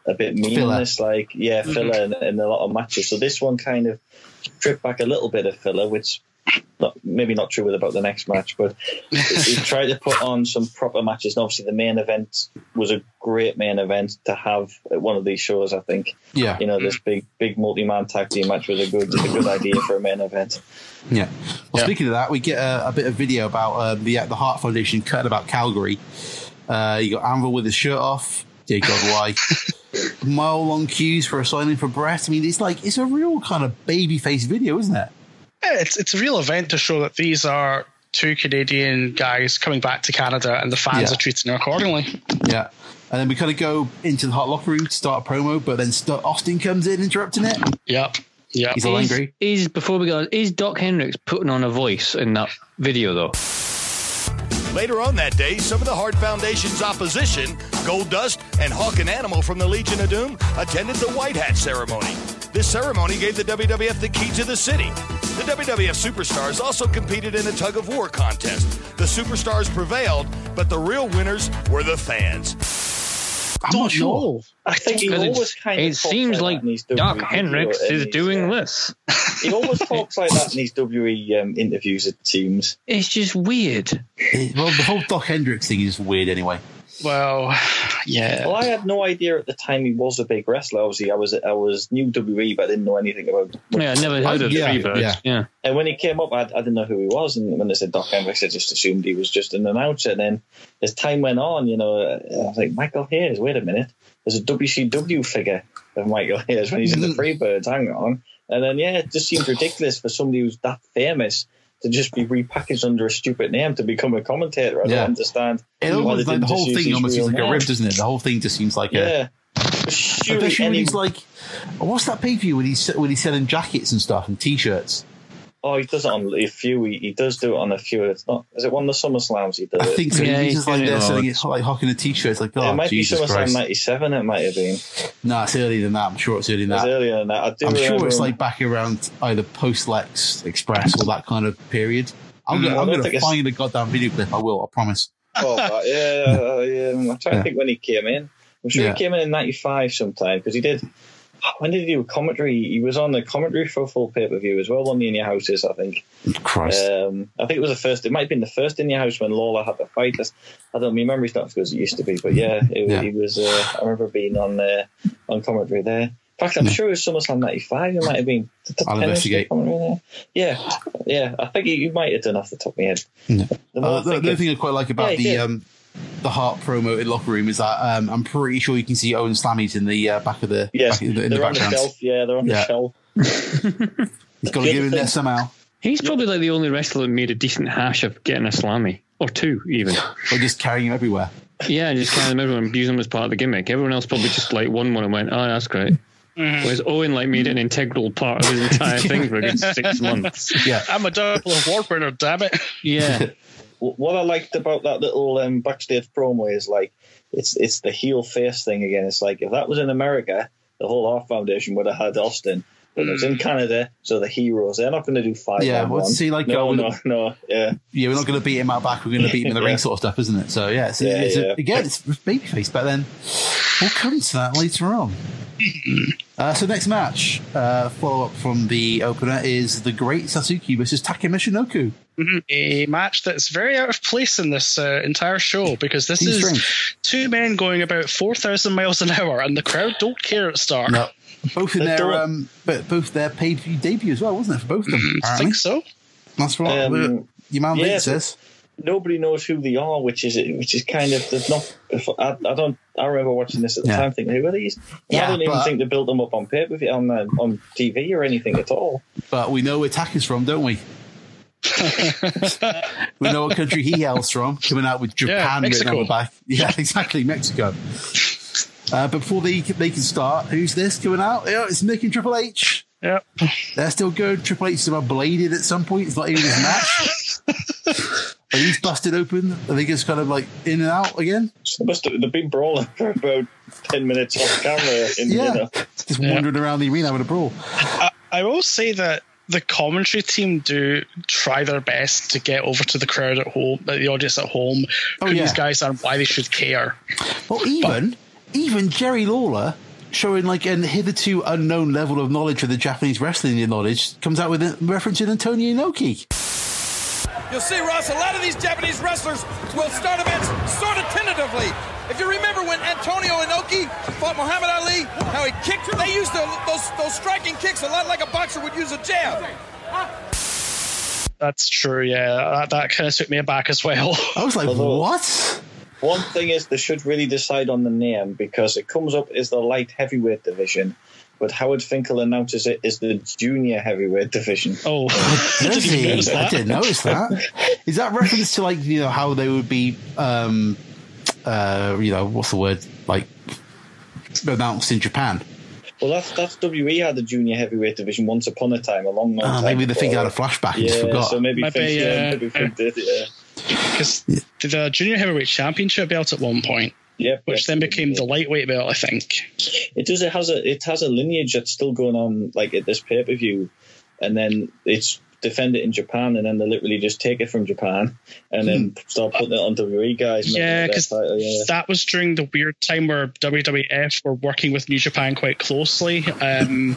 S7: a bit meaningless, like yeah, filler and, and a lot of matches. So this one kind of stripped back a little bit of filler, which not, maybe not true with about the next match, but he tried to put on some proper matches. And obviously, the main event was a great main event to have at one of these shows. I think
S2: yeah,
S7: you know this big big multi man tag team match was a good a good idea for a main event.
S2: yeah. Well, speaking of that, we get a, a bit of video about uh, the uh, the Heart Foundation cutting about Calgary. Uh, you got Anvil with his shirt off. Dear God, why? Mile long queues for a signing for Brett. I mean, it's like it's a real kind of baby face video, isn't it?
S4: Yeah, it's it's a real event to show that these are two Canadian guys coming back to Canada and the fans
S2: Yeah.
S4: are treating them accordingly.
S2: Yeah. And then we kind of go into the hot locker room to start a promo, but then St- Austin comes in interrupting it.
S4: Yep. Yep.
S2: He's all
S1: Is-
S2: angry.
S1: Is before we go, on, is Doc Hendricks putting on a voice in that video though?
S8: Later on that day, some of the Hart Foundation's opposition, Gold Dust and Hawk and Animal from the Legion of Doom, attended the White Hat ceremony. This ceremony gave the WWF the key to the city. The WWF superstars also competed in a tug of war contest. The superstars prevailed, but the real winners were the fans.
S2: I'm not sure.
S7: I think he
S1: Because
S7: always
S1: it's-
S7: kind of
S1: it seems like Doc Hendricks is doing
S7: this.
S1: this.
S7: he always talks like that in these WE um, interviews. It seems.
S1: It's just weird.
S2: Well, the whole Doc Hendricks thing is weird anyway.
S4: Well yeah.
S7: Well, I had no idea at the time he was a big wrestler. Obviously, I was I was new WWE, but I didn't know anything about.
S1: Yeah, I never heard of the
S2: yeah,
S1: Free Birds.
S2: yeah.
S1: yeah.
S7: And when he came up, I, I didn't know who he was. And when they said Doc Hendricks, I just assumed he was just an announcer. And then as time went on, you know, I was like, Michael Hayes. Wait a minute, there's a WCW figure of Michael Hayes when he's in the Freebirds. Hang on. And then yeah, it just seems ridiculous for somebody who's that famous. To just be repackaged under a stupid name to become a commentator, I
S2: Yeah.
S7: don't understand.
S2: It
S7: why
S2: almost
S7: they
S2: like the
S7: didn't just
S2: whole
S7: use
S2: thing
S7: his
S2: almost
S7: real
S2: seems like a
S7: name.
S2: rib, doesn't it? The whole thing just seems like
S7: Yeah.
S2: a
S7: Surely
S2: Especially when
S7: any-
S2: he's like, what's that pay per view when he's when he's selling jackets and stuff and t-shirts?
S7: oh, he does it on a few. He, he does do it on a few. It's not. Is it one of the Summer Slams he does?
S2: I
S7: it?
S2: think so.
S1: Yeah,
S2: he's
S1: he's
S2: just like
S1: doing
S2: there
S1: it
S2: selling it's like hocking a t-shirt. It's like,
S7: it
S2: oh
S7: might
S2: Jesus
S7: be SummerSlam
S2: Christ!
S7: '97. It might have been.
S2: No, it's earlier than that. I'm sure it's earlier than
S7: It was
S2: that.
S7: earlier than that. I do
S2: Uh, I'm
S7: remember
S2: sure it's
S7: him-
S2: like back around either post Lex Express or that kind of period. I'm
S7: Mm,
S2: gonna,
S7: I
S2: I'm
S7: don't
S2: gonna
S7: think it's-
S2: find a goddamn video clip. I will. I promise.
S7: Oh, but yeah, uh, yeah. I'm trying
S2: Yeah.
S7: to think when he came in. I'm sure
S2: Yeah.
S7: he came in in '95 sometime because he did. When did he do commentary? He was on the commentary for a full pay per view as well on the In Your Houses, I think.
S2: Christ.
S7: Um, I think it was the first. It might have been the first in your house when Lawler had the fight. That's- I don't. My memory's not as good as it used to be, but yeah, it,
S2: Yeah.
S7: it was. Uh, I remember being on uh, on commentary there. In fact, I'm sure it was SummerSlam '95. It might have been. did the
S2: I'll
S7: Penn
S2: investigate.
S7: commentary there? Yeah, yeah. I think you, you might have done off the top of my head.
S2: Yeah.
S7: The more
S2: Uh,
S7: I
S2: the,
S7: think
S2: the
S7: of-
S2: thing I quite like
S7: Yeah,
S2: about
S7: he
S2: the
S7: did.
S2: um, the Hart promo in locker room is that um, I'm pretty sure you can see Owen Slammies in the uh, back of the
S7: yes,
S2: back in the, in the
S7: they're on the
S2: background.
S7: shelf. Yeah, they're on
S2: Yeah.
S7: the shelf.
S2: He's got to
S7: The
S2: get
S7: other
S2: in there
S7: thing-
S2: somehow.
S1: He's probably like the only wrestler that made a decent hash of getting a slammy or two, even.
S2: Or just carrying him everywhere.
S1: Yeah, and just carrying them everyone and use them as part of the gimmick. Everyone else probably just like won one and went, "Oh, that's great." Whereas Owen like made it an integral part of his entire thing for a good six months.
S2: Yeah.
S4: I'm a double award winner, damn it.
S1: Yeah,
S7: Wh- What I liked about that little um, backstage promo is like it's it's the heel face thing again. It's like if that was in America, the whole Art Foundation would have had Austin. But it's in Canada, so the heroes they're not going to do five.
S2: Yeah,
S7: on
S2: well,
S7: one.
S2: see, like,
S7: no,
S2: uh,
S7: no, no, yeah,
S2: Yeah, we're not going to beat him out back. We're going to beat him in the ring,
S7: Yeah.
S2: sort of stuff, isn't it? So yeah, it's,
S7: Yeah,
S2: it's a-
S7: yeah.
S2: again, it's babyface. But then we'll come to that later on. Uh, so next match, uh, follow up from the opener is the Great Sasuke versus Takemishinoku.
S4: a match that's very out of place in this uh, entire show because this
S2: Seems
S4: is
S2: strange.
S4: two men going about 4,000 miles an hour and the crowd don't care at start.
S2: No, both in
S7: They
S2: their
S7: don't-
S2: um, but both their pay per view debut as well, wasn't it? For both of them,
S4: I
S2: apparently.
S4: think so.
S2: That's right.
S7: Hmm. Um,
S2: Your man
S7: yeah,
S2: Vince
S7: so-
S2: says.
S7: nobody knows who they are, which is which is kind of there's not. I, I don't. I remember watching this at the
S2: Yeah.
S7: time, thinking, "Who are these?" And
S2: Yeah,
S7: I don't even
S2: but-
S7: think they built them up on paper on uh, on TV or anything at all.
S2: But we know where Tack is from, don't we? we know what country he hails from, coming out with
S4: Yeah,
S2: Japan written on
S4: Mexico.
S2: the back. Yeah, exactly, Mexico. Uh, but before they, they can start, who's this coming out? Yeah, it's Nick and Triple H.
S4: Yep.
S2: They're still good. Triple H is about bladed at some point. It's not even his match. but he's busted open. I think it's kind of like in and out again.
S7: So they must have, they've been brawling for about ten minutes off camera. In,
S2: Yeah.
S7: you know,
S2: Just wandering around the arena with a brawl.
S4: I will say that the commentary team do try their best to get over to the crowd at home, uh, the audience at home,
S2: Oh,
S4: who
S2: yeah.
S4: these guys are and why they should care.
S2: Well, even even Jerry Lawler, showing like an hitherto unknown level of knowledge of the Japanese wrestling knowledge, comes out with a reference to Antonio Inoki.
S6: You'll see, Ross, a lot of these Japanese wrestlers will start events sort of tentatively. If you remember when Antonio Inoki fought Muhammad Ali, how he kicked, they used the, those, those striking kicks a lot like a boxer would use a jab.
S4: That's true, yeah. That, that kind of took me aback as well.
S2: I was like,
S7: Although-
S2: what?
S7: one thing is they should really decide on the name because it comes up as the light heavyweight division, but Howard Finkel announces it as the junior heavyweight division.
S4: Oh,
S2: Does
S4: even
S2: he?
S4: notice
S2: I
S4: that.
S2: didn't notice that. Is that reference to like you know how they would be, um, uh, you know, what's the word like announced in Japan?
S7: Well, that's that's WE had the junior heavyweight division once upon a time, a long, long
S2: Uh,
S7: time.
S2: maybe they
S7: ago.
S2: think out a flashback and just
S7: Oh, Yeah,
S2: forgot.
S7: so maybe,
S4: Maybe,
S7: think, yeah,
S4: uh,
S7: maybe think did, yeah.
S4: because the junior heavyweight championship belt at one point,
S7: Yep,
S4: which then
S7: yep.
S4: became the lightweight belt, I think.
S7: it does it has a it has a lineage that's still going on like at this pay per view, and then it's defend it in Japan, and then they literally just take it from Japan and then start putting it on WWE guys. and
S4: Hmm. Yeah, because
S7: that's their title, yeah.
S4: that was during the weird time where WWF were working with New Japan quite closely, um,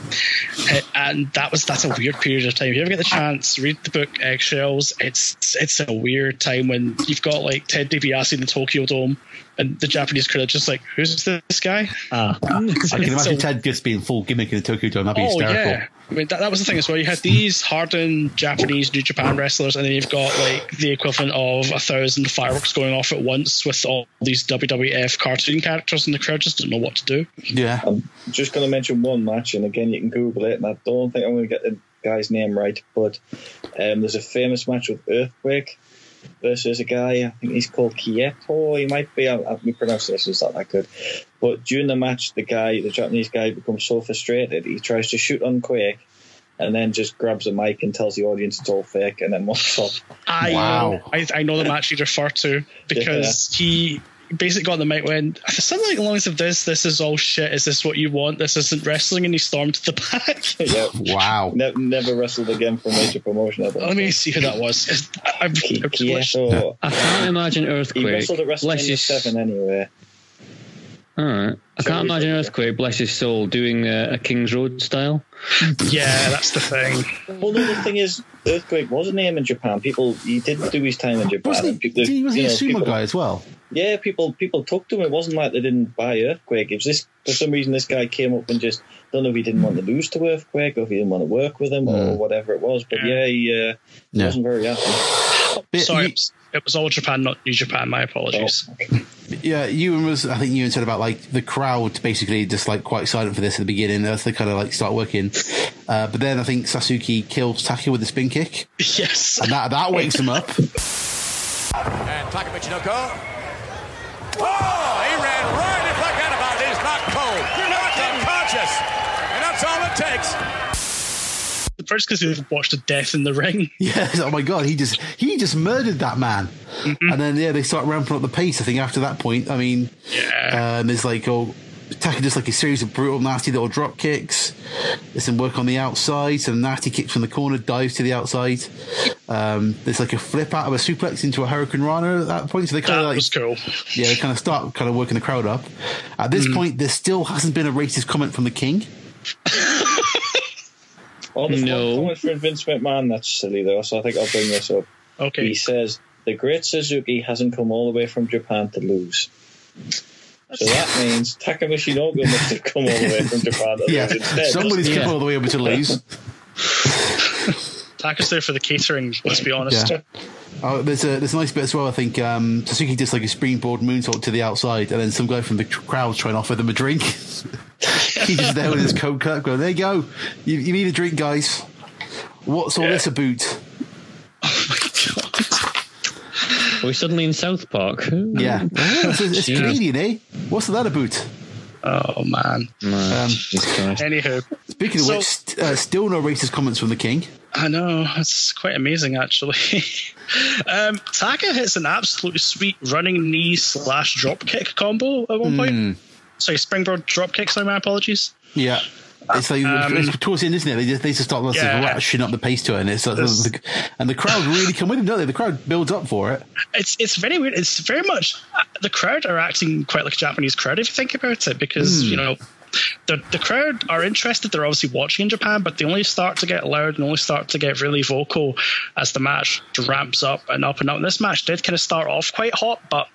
S4: eh, and that was that's a weird period of time. If you ever get the chance, read the book Eggshells. It's it's a weird time when you've got like Ted DiBiase in the Tokyo Dome, and the Japanese crowd are just like, "Who's this guy?"
S2: Ah. I can
S4: So-
S2: imagine Ted just being full gimmick in the Tokyo Dome. That'd be
S4: Oh
S2: hysterical.
S4: yeah, I mean that, that was the thing as well. You had these hardened Japanese New Japan wrestlers, and then you've got like the equivalent of a thousand fireworks going off at once with all these WWF cartoon characters in the crowd. Just didn't know what to do.
S2: Yeah.
S7: just going to mention one match, and again, you can Google it, and I don't think I'm going to get the guy's name right, but um, there's a famous match with Earthquake versus a guy, I think he's called Kieto, he might be, I, I, we pronounce this, is not that good, But during the match, the guy, the Japanese guy, becomes so frustrated he tries to shoot on Quake, and then just grabs a mic and tells the audience it's all fake, and then walks off.
S4: I
S2: Wow.
S4: know, I, I know the match you refer to because he basically got on the mic when something like lines of this, this is all shit. Is this what you want? This isn't wrestling, and he stormed to the back.
S7: yeah,
S2: Wow.
S7: ne- never wrestled again for a major promotion. I
S4: Let
S7: think.
S4: me see who that was. I, I'm, I'm just
S7: Yeah,
S4: glitched.
S7: so
S1: I can't imagine
S7: he
S1: Earthquake.
S7: wrestled at WrestleMania
S1: bless his,
S7: Seven eh? anyway.
S1: All right. I
S7: Sorry,
S1: can't imagine
S7: yeah.
S1: Earthquake, bless his soul, doing uh, a King's Road style.
S4: yeah, that's the thing.
S7: Well, no, the thing is, Earthquake was a name in Japan. People, he did do his time in Japan.
S2: Wasn't
S7: and
S2: he,
S7: people,
S2: he- wasn't he a
S7: you
S2: sumo
S7: know, people-
S2: guy as well?
S7: Yeah, people people talked to him. It wasn't like they didn't buy Earthquake. It was this for some reason this guy came up and just don't know if he didn't want to lose to Earthquake or if he didn't want to work with him or whatever it was. But yeah, he, uh, he
S2: Yeah.
S7: wasn't very happy.
S2: But
S4: Sorry,
S2: you- Oh.
S4: it was, it was all Japan, not New Japan. My apologies.
S2: yeah, Ewan was. I think Ewan said about like the crowd basically just like quite silent for this at the beginning. As they kind of like start working, uh, but then I think Sasuke kills Taki with a spin kick,
S4: Yes,
S2: and that that wakes him up.
S8: And Takamichinoku. Oh, he ran right and forgot about it. He's not cold. You're not unconscious. And that's all it takes.
S4: first because we've watched a death in the ring.
S2: Yes. Oh my god, he just he just murdered that man, and then yeah, they start ramping up the pace. I think after that point, I mean, yeah, um, there's like oh, Taka just like a series of brutal, nasty little drop kicks. There's some work on the outside, some nasty kicks from the corner, dives to the outside. Um, there's like a flip out of a suplex into a Hurricane Rana at that point. So they kind
S4: That
S2: of like
S4: was cool.
S2: yeah, they kind of start kind of working the crowd up. At this point, there still hasn't been a racist comment from the king.
S7: Oh, there's
S1: No.
S7: one comment from Vince McMahon that's silly though. So I think I'll bring this up.
S4: Okay,
S7: He says the great Suzuki hasn't come all the way from Japan to lose. So that means Takamishinoku must have come all the way from Japan to
S2: Yeah,
S7: lose instead.
S2: somebody's
S1: Yeah.
S2: come all the way over to lose.
S4: Taka's there for the catering. Let's be honest.
S2: Yeah. Oh, there's a there's a nice bit as well. I think um, Suzuki does like a springboard moonsault to the outside, and then some guy from the tr- crowd trying to offer them a drink. He's just there with his coat cut, going, "There you go, you, you need a drink, guys. What's all this about?"
S1: Are we suddenly in South Park?
S2: Yeah, it's, it's
S1: Yeah.
S2: Canadian, eh? What's that about?
S4: Oh man.
S1: No,
S2: Um,
S1: Jesus Christ.
S4: Anywho,
S2: Speaking of
S4: So-
S2: which, st- uh, still no racist comments from the king.
S4: I know. It's quite amazing, actually. um, Taka hits an absolute sweet running knee slash drop kick combo at one
S2: Hmm.
S4: point. Sorry, springboard drop kick. Sorry, my apologies.
S2: Yeah. It's like it's towards the end, isn't it? They just they just start like,
S4: Um, Yeah.
S2: ratcheting up the pace to it, and it's like,
S4: This-
S2: and the crowd really come with it, don't they? The crowd builds up for it.
S4: It's it's very weird. It's very much uh, the crowd are acting quite like a Japanese crowd if you think about it, because you know. The, the crowd are interested. They're obviously watching in Japan, but they only start to get loud and only start to get really vocal as the match ramps up and up and up. And this match did kind of start off quite hot, but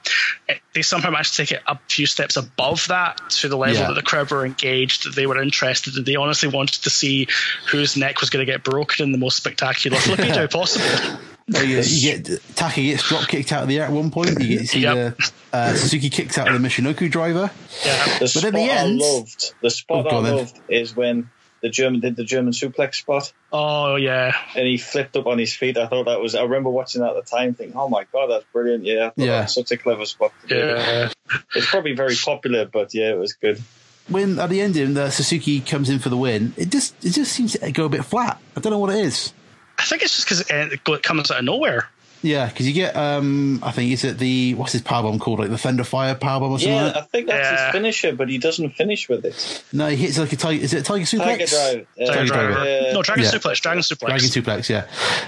S4: it, they somehow managed to take it a few steps above that to the level
S2: Yeah.
S4: that the crowd were engaged. They were interested. and They honestly wanted to see whose neck was going to get broken in the most spectacular flippy do possible.
S2: Oh, you, you get Taka gets drop kicked out of the air at one point. You get see
S4: Yep.
S2: the uh, Suzuki kicks out of the Michinoku driver.
S4: Yeah.
S7: The
S2: But
S7: spot
S2: at the end-
S7: I loved, the spot
S2: Oh, go
S7: I
S2: on then.
S7: loved is when the German did the German suplex spot
S4: Oh yeah.
S7: and he flipped up on his feet. I thought that was. I remember watching that at the time, thinking, "Oh my god, that's brilliant!" Yeah, I thought
S2: Yeah.
S7: that was such a clever spot. to do.
S4: Yeah.
S7: It's probably very popular, but yeah, it was good.
S2: When at the end, in the Suzuki comes in for the win. It just it just seems to go a bit flat. I don't know what it is.
S4: I think it's just because it comes out of nowhere.
S2: Yeah, because you get um, I think is it the what's his powerbomb called like the Thunder Fire powerbomb or something?
S7: Yeah, uh,
S2: like
S7: I
S2: that?
S7: think that's
S4: Yeah.
S7: his finisher, but he doesn't finish with it.
S2: No, he hits like a tiger. Is it a tiger suplex?
S7: Tiger drive, uh,
S4: Tiger
S2: Tiger
S4: Driver.
S7: uh,
S4: No, Dragon
S2: Yeah.
S4: Suplex. Dragon Suplex.
S2: Dragon suplex, yeah.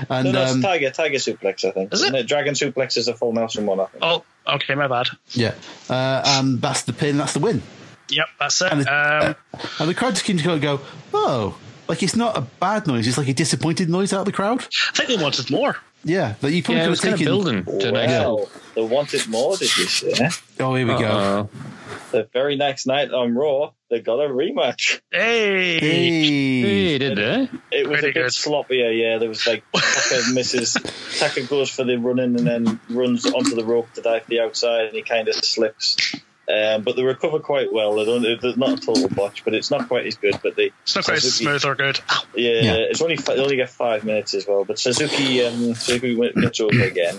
S7: no,
S2: And
S7: no, it's
S2: um,
S7: Tiger, Tiger suplex. I think.
S4: Is
S7: Isn't
S4: it?
S7: it? Dragon suplex is a full Nelson one. I think.
S4: oh, okay, my bad.
S2: yeah, uh, and that's the pin. That's the win.
S4: Yep, that's it.
S2: And it-
S4: um,
S2: And the crowd just seems to kind of go, oh, like it's not a bad noise. It's like a disappointed noise out of the crowd.
S4: I think they wanted more.
S2: Yeah, but you probably
S1: Yeah, it
S2: could
S1: was
S2: have
S1: kind of
S2: taken.
S1: building to an extent.
S7: Well, they wanted more. Did you say?
S2: Oh, here we go.
S1: Uh-oh.
S7: The very next night on Raw, they got a rematch.
S4: Hey.
S2: Hey.
S1: Hey, did eh? they?
S7: It was
S4: Pretty
S7: a bit
S4: good.
S7: sloppier, yeah. There was like Tucker misses. Tucker goes for the running and then runs onto the rope to dive to the outside, and he kind of slips. Um, but they recover quite well. They don't. There's not a total botch, but it's not quite as good. But they,
S4: It's not quite as
S7: Suzuki-
S4: smooth or good. Ow.
S7: Yeah,
S2: Yeah.
S7: it's only fi- they only get five minutes as well. But Suzuki, um, Suzuki went- gets over again,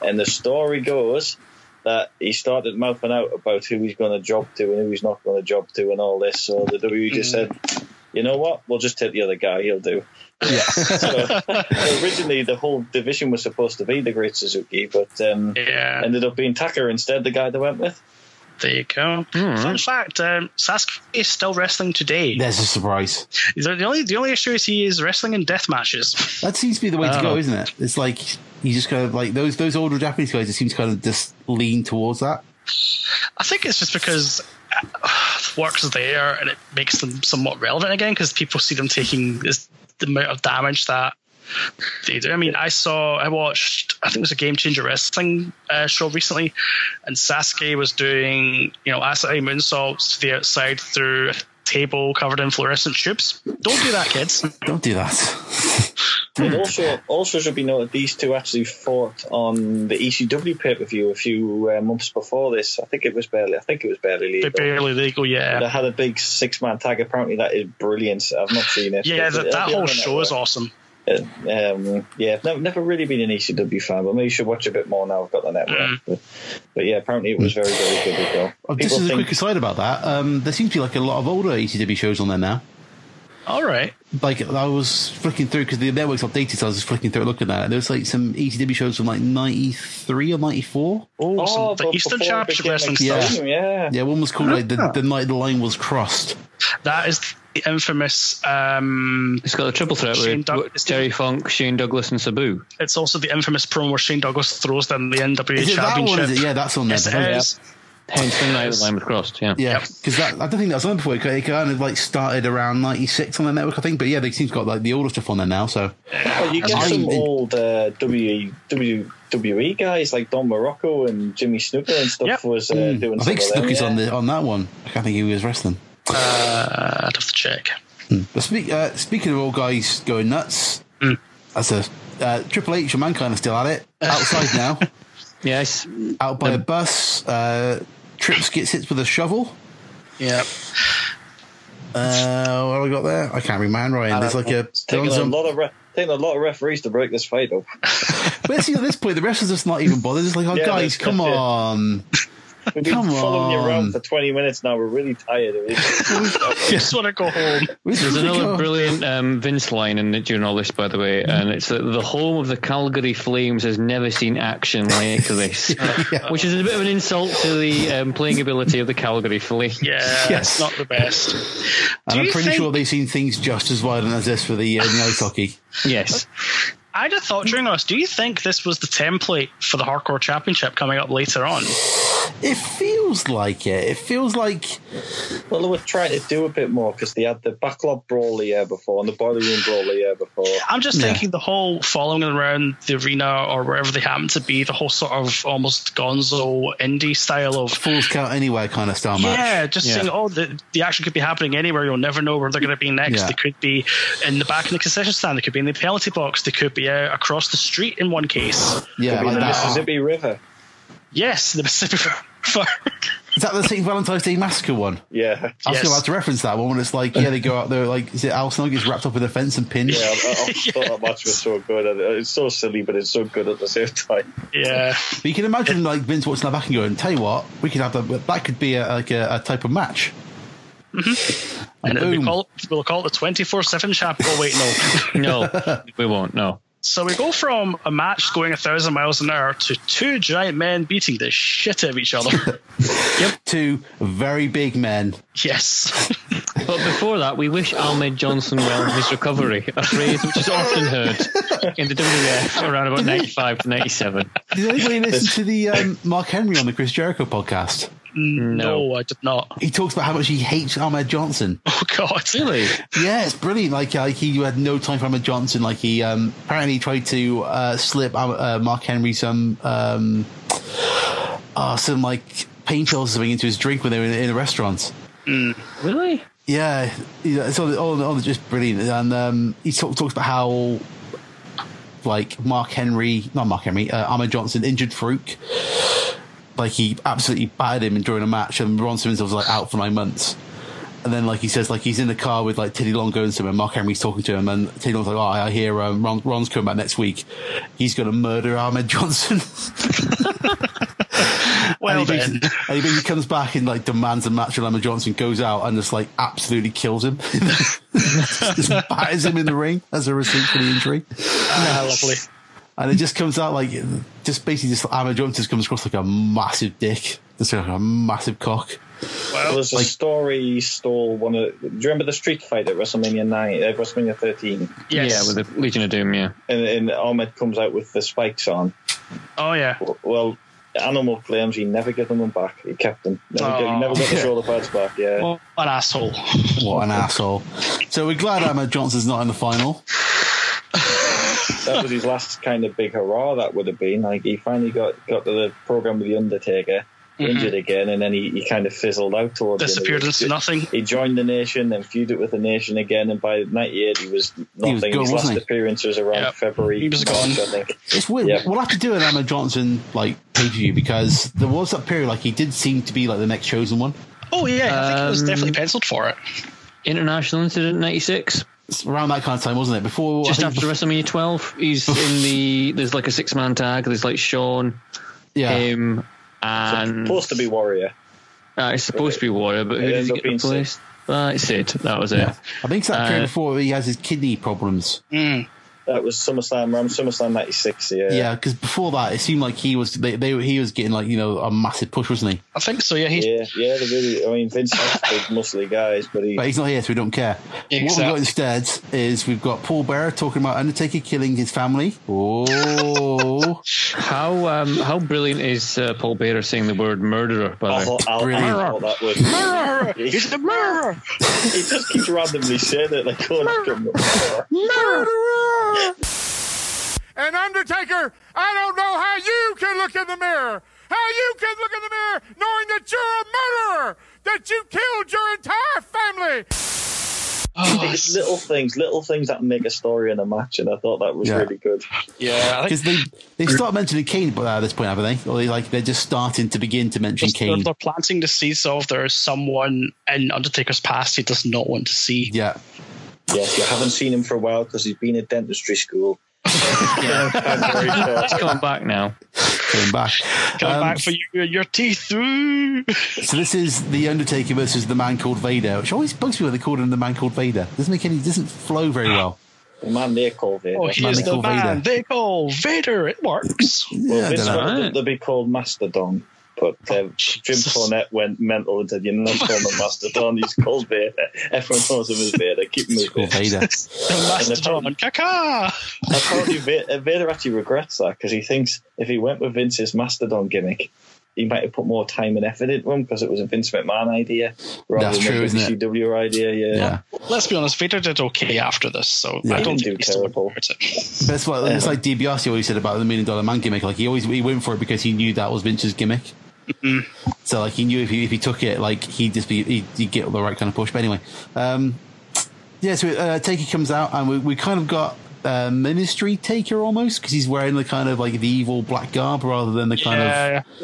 S7: and the story goes that he started mouthing out about who he's going to job to and who he's not going to job to and all this. So the WWE just said, you know what? We'll just take the other guy. He'll do. so, originally, the whole division was supposed to be the Great Suzuki, but um,
S4: Yeah,
S7: ended up being Tucker instead, the guy they went with.
S4: there you go.
S2: Hmm.
S4: Fun fact: um, Sasuke is still wrestling today.
S2: There's a surprise.
S4: The, the only the only issue is he is wrestling in death matches.
S2: That seems to be the way to go, isn't it? It's like you just kind of like those those older Japanese guys. It seems kind of just lean towards that.
S4: I think it's just because uh, work's there and it makes them somewhat relevant again because people see them taking this, the amount of damage that they do. I mean, I saw, I watched, I think it was a Game Changer Wrestling uh, show recently, and Sasuke was doing, you know, acid moonsaults to the outside through a table covered in fluorescent tubes. Don't do that, kids.
S2: Don't do that.
S7: And also, also should be noted these two actually fought on the E ECW pay per view a few uh, months before this. I think it was barely. I think it was barely
S4: They're
S7: legal.
S4: barely legal,
S7: They
S4: yeah.
S7: had a big six man tag. Apparently, that is brilliant. I've not seen it.
S4: Yeah,
S7: It's-
S4: that,
S7: it'll
S4: that
S7: be on
S4: whole
S7: the
S4: show is
S7: network.
S4: awesome.
S7: Uh, um, yeah, I've never, never really been an ECW fan, but maybe you should watch a bit more now. I've got the network.
S4: Mm.
S7: But, but yeah, apparently it was very, very good as well.
S2: Oh, just
S7: People
S2: as a
S7: think-
S2: quick aside about that, um, there seems to be like a lot of older ECW shows on there now.
S4: All right.
S2: Like I was flicking through because the network's updated, so I was just flicking through looking at it. There was like some ECW shows from like '93 or '94.
S4: Oh, some, the
S7: but
S4: Eastern
S7: before it
S4: Championship
S7: became
S4: Wrestling
S7: like-
S2: Yeah.
S4: stuff.
S7: Yeah.
S2: Yeah, one was called like the, the night the line was crossed.
S4: That is the infamous um,
S1: It's got a triple threat
S4: Shane
S1: with
S4: Doug-
S1: Terry Funk, Shane Douglas, and Sabu.
S4: It's also the infamous promo where Shane Douglas throws them the NWA
S2: Is it that
S4: championship.
S2: one? Is it? Yeah, that's on there.
S4: Yes, it
S2: Yeah.
S4: is.
S1: Hence the night the line was crossed. Yeah.
S2: Yeah, because that I don't think that was on before. It kind of like started around '96 on the network, I think. But yeah, they seem to got like the older stuff on there now. So
S7: Well, you get
S2: I-
S7: some old uh, W- WWE guys like Don Morocco and Jimmy Snooker and stuff
S4: Yep.
S7: was uh, doing
S2: Hmm. I think
S7: some of them,
S2: Snooker's
S7: yeah.
S2: on the on that one. I can't think who he was wrestling.
S4: Uh, I'd have to check.
S2: But speak, uh, speaking of all guys going nuts,
S7: Hmm.
S2: that's a uh, Triple H and Mankind are still at it outside now,
S1: Yes.
S2: out by a bus. Uh, Trips gets hit with a shovel.
S4: Yeah.
S2: Uh, what have I got there? I can't read my handwriting. There's like a.
S7: It's taking a lot of re- taking a lot of referees to break this fight up.
S2: But see, at this point, the rest of us not even bothered. It's like, oh,
S7: Yeah,
S2: guys,
S7: that's-
S2: come
S7: that's it.
S2: on.
S7: We've been
S2: Come
S7: following you
S2: on.
S7: around for twenty minutes now. We're really tired of it.
S4: I just want to go home.
S1: There's another brilliant um, Vince line in the, during all this, by the way, and it's that the home of the Calgary Flames has never seen action like this, which is a bit of an insult to the um, playing ability of the Calgary Flames.
S4: Yeah,
S2: Yes.
S4: it's not the best.
S2: And
S4: Do
S2: I'm
S4: you
S2: pretty
S4: think-
S2: sure they've seen things just as violent as this for the uh, the ice hockey.
S1: Yes.
S4: I had a thought during us. Do you think this was the template for the Hardcore Championship coming up later on?
S2: It feels like it. It feels like
S7: well, they were trying to do a bit more because they had the backlog brawl the year before and the boiler room brawl the year before.
S4: I'm just
S2: Yeah.
S4: thinking the whole following them around the arena or wherever they happen to be, the whole sort of almost gonzo indie style of
S2: falls count anywhere kind of style match.
S4: Yeah, just
S1: Yeah.
S4: saying, oh, the, the action could be happening anywhere. You'll never know where they're going to be next.
S2: Yeah.
S4: They could be in the back in the concession stand. They could be in the penalty box. They could be out across the street in one case.
S2: Yeah,
S7: Maybe
S2: like
S7: the
S2: that.
S7: Mississippi River.
S4: Yes, the Mississippi River.
S2: Is that the St. Valentine's Day Massacre one?
S7: Yeah.
S2: I was
S4: Yes.
S2: about to reference that one when it's like, yeah, they go out there, like, is it Al Snog gets wrapped up with a fence and pinned?
S7: Yeah, I, I thought that match was so good. It's so silly, but it's so good at the same time.
S4: yeah,
S2: But you can imagine, like, Vince watching that back and going, tell you what, we could have that, that could be a, like a, a type of match.
S4: and it'll be
S2: Boom.
S4: call, we'll call it the twenty four seven chap. Oh wait, no.
S1: No, we won't. No.
S4: so we go from a match going a thousand miles an hour to two giant men beating the shit out of each other.
S2: Two very big men.
S4: yes.
S1: But before that, we wish Ahmed Johnson well in his recovery, a phrase which is often heard in the WWF around about 95 to 97.
S2: Did anybody listen to the um, Mark Henry on the Chris Jericho podcast?
S1: No.
S4: no, Oh, I did not.
S2: He talks about how much he hates Ahmed Johnson.
S4: Oh God, really?
S2: Yeah, it's brilliant. Like, uh, like he had no time for Emma Johnson. Like he um, apparently tried to uh, slip um, uh, Mark Henry some um, uh, some like paint pills or something into his drink when they were in, in a restaurant.
S1: Really?
S2: Yeah, yeah, it's all, all, all just brilliant. And um, he talk, talks about how like Mark Henry, not Mark Henry, uh, Ahmed Johnson injured Farouk. Like he absolutely battered him during a match, and Ron Simmons was like out for nine months. And then, like he says, like he's in the car with like Teddy Longo and somewhere. Mark Henry's talking to him, and Teddy Longo's like, "Oh, I hear um, Ron, Ron's coming back next week. He's going to murder Ahmed Johnson."
S4: Well
S2: and he,
S4: then,
S2: basically- and he basically comes back and like demands a match with Ahmed Johnson, goes out and just like absolutely kills him, just batters him in the ring as a receipt for the injury.
S4: ah, lovely.
S2: And it just comes out like, just basically, just Ahmed Johnson just comes across like a massive dick, just like a massive cock.
S7: Well,
S4: Well,
S7: there's a story stole one of. Do you remember the street fight at WrestleMania nine, uh, WrestleMania thirteen,
S4: yes.
S1: Yeah, with the Legion of Doom, yeah.
S7: and, and Ahmed comes out with the spikes on.
S4: oh yeah.
S7: Well, Animal claims he never gave them them back. He kept them. Never,
S4: Oh.
S7: got, he never got the shoulder pads back. Yeah.
S4: What an asshole.
S2: What an asshole. So we're glad Ahmed Johnson's not in the final.
S7: that was his last kind of big hurrah. That would have been like he finally got got to the program with the Undertaker, injured again, and then he, he kind of fizzled out towards the end of
S4: Mm-hmm. Disappeared
S7: it.
S4: into nothing.
S7: He joined the Nation, then feuded with the Nation again, and by '98 he was nothing.
S2: gone,
S7: his
S2: wasn't
S7: last
S2: he?
S7: appearance was around
S4: Yep.
S7: February.
S4: He was
S7: March,
S4: gone.
S7: I think.
S2: It's weird.
S7: Yeah.
S2: We'll have to do an Ahmed Johnson like pay per view because there was that period like he did seem to be like the next chosen one.
S4: Oh yeah, I think it was
S1: Um,
S4: definitely penciled for it.
S1: International Incident 96.
S2: It's around that kind of time, wasn't it? Before
S1: Just
S2: I think-
S1: after WrestleMania 12, he's in the. There's like a six man tag. There's like Sean,
S2: yeah.
S1: um, him, and.
S7: Supposed to be Warrior.
S1: Uh, it's supposed to be Warrior, but who
S7: It
S1: did
S7: ends
S1: he
S7: up
S1: get
S7: being Sid.
S1: replaced? Uh, it's Sid. That was it.
S2: yeah. I think it's that period
S1: Uh,
S2: before he has his kidney problems.
S7: That was SummerSlam. Around SummerSlam '96. Yeah.
S2: Yeah, because before that it seemed like he was they, they he was getting like you know a massive push, wasn't he?
S4: I think so. Yeah, he,
S7: Yeah, yeah, they really. I mean, Vince has big, muscly guys, but he
S2: But he's not here, so we don't care. What we've
S4: Exactly.
S2: got instead is we've got Paul Bearer talking about Undertaker killing his family. Oh,
S1: How um, how brilliant is uh, Paul Bearer saying the word murderer? By the way,
S7: I'll, I'll,
S2: brilliant.
S7: I'll, that was. He's a murderer. he just keeps randomly saying it like, oh, look, I'm a murderer.
S6: And Undertaker, I don't know how you can look in the mirror. How you can look in the mirror knowing that you're a murderer, that you killed your entire family.
S7: It's little things, little things that make a story in a match, and I thought that was
S2: Yeah.
S7: really good.
S4: yeah. I think
S2: because they they start mentioning Kane by- at this point, haven't they? Or they like they're just starting to begin to mention
S4: just- they're,
S2: Kane.
S4: they're planting the seeds of there is someone in Undertaker's past he does not want to see.
S2: Yeah,
S7: Yes, you haven't seen him for a while because he's been at dentistry school. Oh,
S1: he's coming back now.
S2: coming back.
S4: Coming
S2: Um,
S4: back for you and your teeth. Ooh. Oh,
S2: So this is the Undertaker versus the man called Vader, which always bugs me when they call him the man called Vader. Doesn't make any doesn't flow very
S4: Ah.
S2: well.
S7: The man they call Vader.
S4: Oh, he is
S2: they
S4: the
S2: call
S4: man
S2: Vader.
S4: they call Vader. It works.
S2: Yeah, I
S7: Vince
S2: don't know.
S7: wanted
S1: know.
S7: them to be called Mastodon, but uh, Jim
S4: Jesus.
S7: Cornette went mental and said, "You're not calling him Mastodon. He's called Vader. Everyone knows him as Vader. Keep him as
S2: Called
S7: Vader."
S2: Vader.
S4: the Mastodon. Kaka.
S7: Apparently, Va- uh, Vader actually regrets that because he thinks if he went with Vince's Mastodon gimmick, he might have put more time and effort into him because it was a Vince McMahon idea rather
S2: That's
S7: than
S2: true,
S7: a
S2: isn't it?
S7: WCW idea. Yeah.
S2: Yeah,
S4: Let's be honest. Vader did okay after this, so
S2: Yeah.
S4: I
S7: He
S4: don't think
S7: didn't do
S4: he's still
S7: terrible.
S4: regrets it.
S2: But it's like it's like DiBiase always said about the million dollar man gimmick. Like he always he went for it because he knew that was Vince's gimmick. So like he knew if he if he took it, like he'd just be he'd, he'd get the right kind of push. But anyway, um, yeah. So uh, Taker comes out and we we kind of got. Uh, ministry taker almost because he's wearing the kind of like the evil black garb rather than the kind of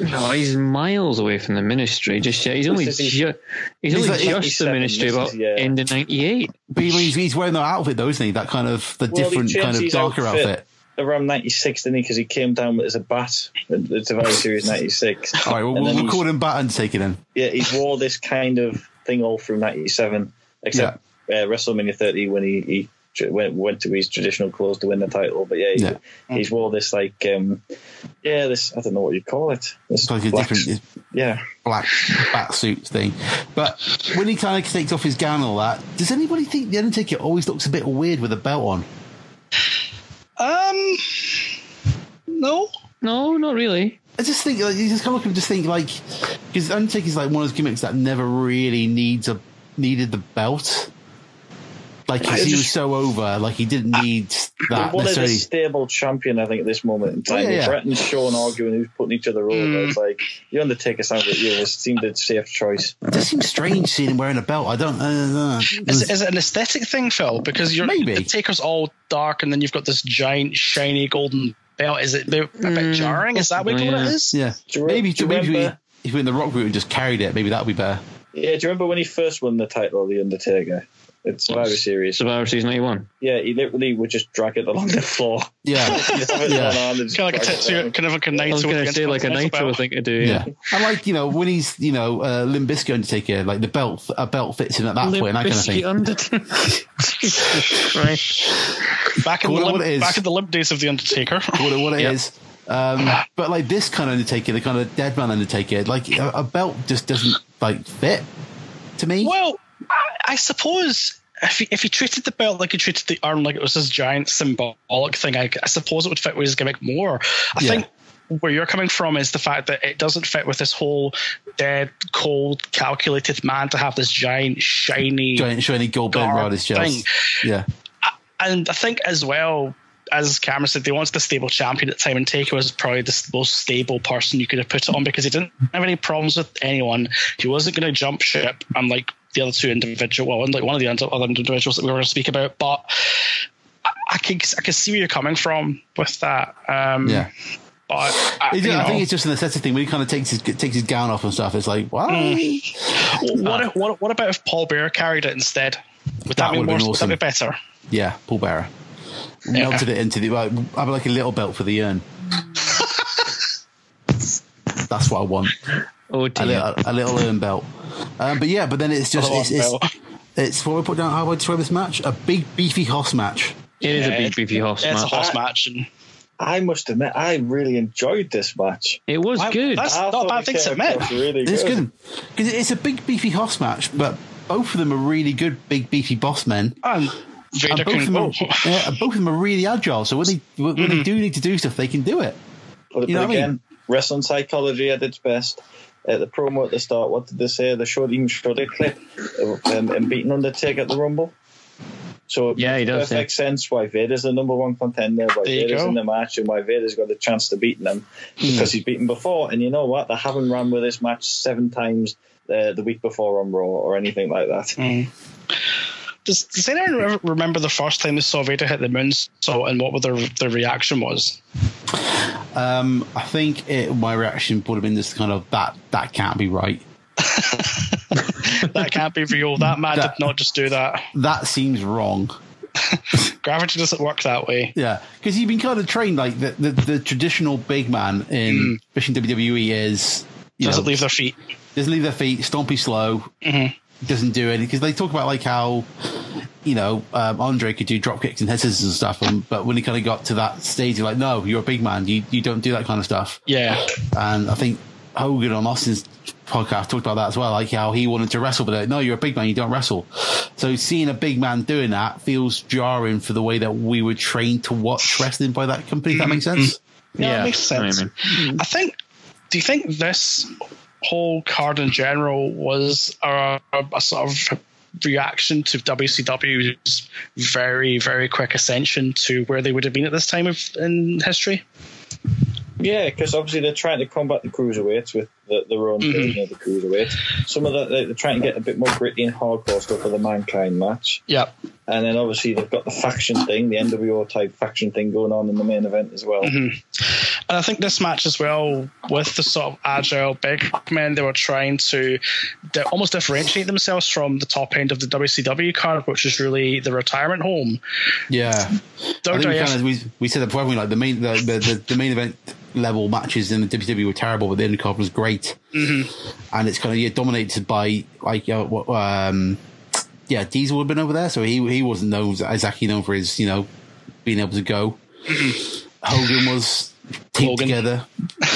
S4: Yeah,
S1: No, Oh, he's miles away from the ministry. Just yet. he's only
S7: This is-
S1: ju- he's only
S2: like
S1: just the
S7: 87,
S1: ministry
S7: this
S1: about
S7: is- yeah.
S1: end of '98.
S2: But he- he's, he's wearing that outfit though, isn't he? That kind of the
S7: Well, he
S2: different
S7: changed
S2: kind of
S7: his
S2: darker outfit.
S7: outfit. Around 96, didn't he? Because he came down with as a bat at the Survivor Series 96.
S2: All right, well,
S7: And then
S2: we'll, we'll
S7: he's-
S2: call him Bat Undertaker then.
S7: yeah, he wore this kind of thing all through '97, except uh, WrestleMania 30 when he, he tr- went went to his traditional clothes to win the title. But yeah, he,
S2: Yeah.
S7: he's wore this like um, yeah, this I don't know what you call it. This
S2: It's like a
S7: black-
S2: different
S7: yeah.
S2: black bat suit thing. But when he kind of takes off his gown and all that, does anybody think the Undertaker always looks a bit weird with a belt on?
S4: Um. No.
S1: No, not really.
S2: I just think like, you just kind of look and just think like because Undertaker's like one of those gimmicks that never really needs a needed the belt. Like 'cause he
S7: just-
S2: was so over, like he didn't need that
S7: They wanted a
S2: necessarily.
S7: stable champion, I think, at this moment in
S2: Oh,
S7: time.
S2: yeah, yeah.
S7: Brett and Sean arguing who's putting each other over. It's like the Undertaker sounds like you was seemed a safe choice.
S2: It just seems strange seeing him wearing a belt. I don't. Uh,
S4: Is it, is it an aesthetic thing, Phil? Because you're
S2: Maybe.
S4: the taker's all dark, and then you've got this giant, shiny golden belt. Is it a bit
S1: Mm.
S4: jarring? Is that what
S1: Yeah.
S4: it is?
S2: Yeah,
S7: Do you re-
S2: maybe
S7: do you
S2: maybe
S7: remember-
S2: if we in the rock route and just carried it, maybe that'd be better.
S7: Yeah, do you remember when he first won the title of The Undertaker? It's Survivor Series.
S1: Survivor Series '91.
S7: Yeah, he literally would just drag it along the floor.
S2: Yeah.
S7: He'd have it
S2: Yeah.
S7: on and just
S4: Kind of like a
S7: drag it
S4: Tetsuya,
S7: along.
S4: kind of like a Naito.
S1: I was going to
S4: against
S1: say like a
S4: Continental
S1: Naito
S4: belt.
S1: thing to do.
S2: Yeah. And like, you know, when he's, you know, uh, Limbisco Undertaker, like the belt, a belt fits him at that point, that kind of
S1: Limbisky
S2: thing.
S1: Undertaker. Jesus Christ.
S4: Back in,
S2: Call
S4: the
S2: it what it is.
S4: limp, back in the limp days of The Undertaker.
S2: What it, what it
S1: Yeah.
S2: is. Um, but like this kind of Undertaker, the kind of dead man Undertaker, like a, a belt just doesn't like fit to me.
S4: Well, I, I suppose if he, if he treated the belt like he treated the arm, like it was this giant symbolic thing, I, I suppose it would fit with his gimmick more. I
S2: Yeah.
S4: think where you're coming from is the fact that it doesn't fit with this whole dead, cold, calculated man to have this giant, shiny
S2: Giant shiny gold band
S4: Dark
S2: around his chest. Yeah.
S4: and I think as well, as Cameron said, they wanted the stable champion at the time, and Taker was probably the most stable person you could have put it on because he didn't have any problems with anyone. He wasn't going to jump ship, unlike the other two individual, well, unlike one of the under- other individuals that we were going to speak about. But I, I can I can see where you're coming from with that. Um,
S2: Yeah.
S4: But I,
S2: It's-
S4: you
S2: I
S4: know.
S2: think it's just an aesthetic thing. When he kind of takes his takes his gown off and stuff, it's like, why?
S4: what, if- what what about if Paul Bear carried it instead? Would
S2: Ah. That
S4: that, be
S2: would've
S4: more?
S2: been
S4: Would that
S2: awesome.
S4: be better?
S2: Yeah, Paul Bearer melted it into the. Like, I'd like a little belt for the urn. That's what I want.
S1: Oh
S2: A
S1: dear.
S2: little, a little urn belt. Um, but yeah, but then it's just
S4: Other
S2: it's, it's,
S4: belt.
S2: it's what we put down. How I describe this match: a big beefy hoss match.
S1: it is
S4: Yeah,
S1: a big beefy horse
S4: It's a
S1: match.
S4: horse match, and
S7: I must admit, I really enjoyed this match.
S1: It was
S4: I-
S1: good.
S4: that's- It's
S7: I
S4: not
S7: thought
S4: a bad
S7: it
S4: thing to
S7: came
S4: admit.
S7: across Really
S2: It's good because it's a big beefy hoss match, but both of them are really good big beefy boss men.
S4: and Vader
S2: and both,
S4: can oh.
S2: of them are,
S4: go.
S2: yeah, and both of them are really agile. So when they when they do need to do stuff, they can do it.
S7: But,
S2: You know
S7: but
S2: what I
S7: again,
S2: mean?
S7: wrestling psychology at its best. At the promo at the start, what did they say? They showed even showed a clip of um, him beating Undertaker at the Rumble. So it
S1: Yeah, he
S7: makes
S1: does,
S7: perfect sense why Vader's the number one contender, why
S4: There you
S7: Vader's
S4: go.
S7: in the match, and why Vader's got a chance to beat him because he's beaten before. And you know what? They haven't ran with this match seven times uh, the week before on Raw or anything like that.
S4: Does, does anyone re- remember the first time they saw Vader hit the moon so and what their their reaction was?
S2: Um, I think it, my reaction would have been just kind of that that can't be right.
S4: That can't be real. That man
S2: That-
S4: did not just do that.
S2: That seems wrong.
S4: Gravity doesn't work that way.
S2: Yeah, because you've been kind of trained like the the, the traditional big man in especially in WWE E is you
S4: Doesn't
S2: know,
S4: leave their feet.
S2: doesn't leave their feet, stompy slow, doesn't do anything. Because they talk about like how you know um, Andre could do drop kicks and head scissors and stuff, and, but when he kind of got to that stage, you're like, no, you're a big man, you you don't do that kind of stuff.
S4: Yeah.
S2: and I think Hogan on Austin's podcast talked about that as well, like how he wanted to wrestle, but like, no, you're a big man, you don't wrestle. So seeing a big man doing that feels jarring for the way that we were trained to watch wrestling by that company. If that makes sense.
S4: No,
S1: Yeah,
S4: it makes
S1: I know what
S4: sense.
S1: you
S4: I think. Do you think this whole card in general was a, a sort of reaction to WCW's very very quick ascension to where they would have been at this time of in history?
S7: Yeah, because obviously they're trying to combat the cruiserweights with the, their own
S1: Mm-hmm.
S7: version of the cruiserweights. Some of that they- they're trying to get a bit more gritty and hardcore stuff for the mankind match,
S4: Yep.
S7: and then obviously they've got the faction thing, the NWO type faction thing going on in the main event as well.
S1: Mm-hmm.
S4: And I think this match as well, with the sort of agile big men, they were trying to di- almost differentiate themselves from the top end of the WCW card, which is really the retirement home.
S2: Yeah, I
S4: Don't
S2: think we,
S4: I-
S2: kind of, we we said that before. haven't We like the main the, the, the, the main event level matches in the WWE were terrible, but the undercard was great, and it's kind of yeah, dominated by like uh, what, um, yeah, Diesel would have been over there, so he he wasn't known exactly known for his you know being able to go. Hogan was taped
S4: Hogan.
S2: together by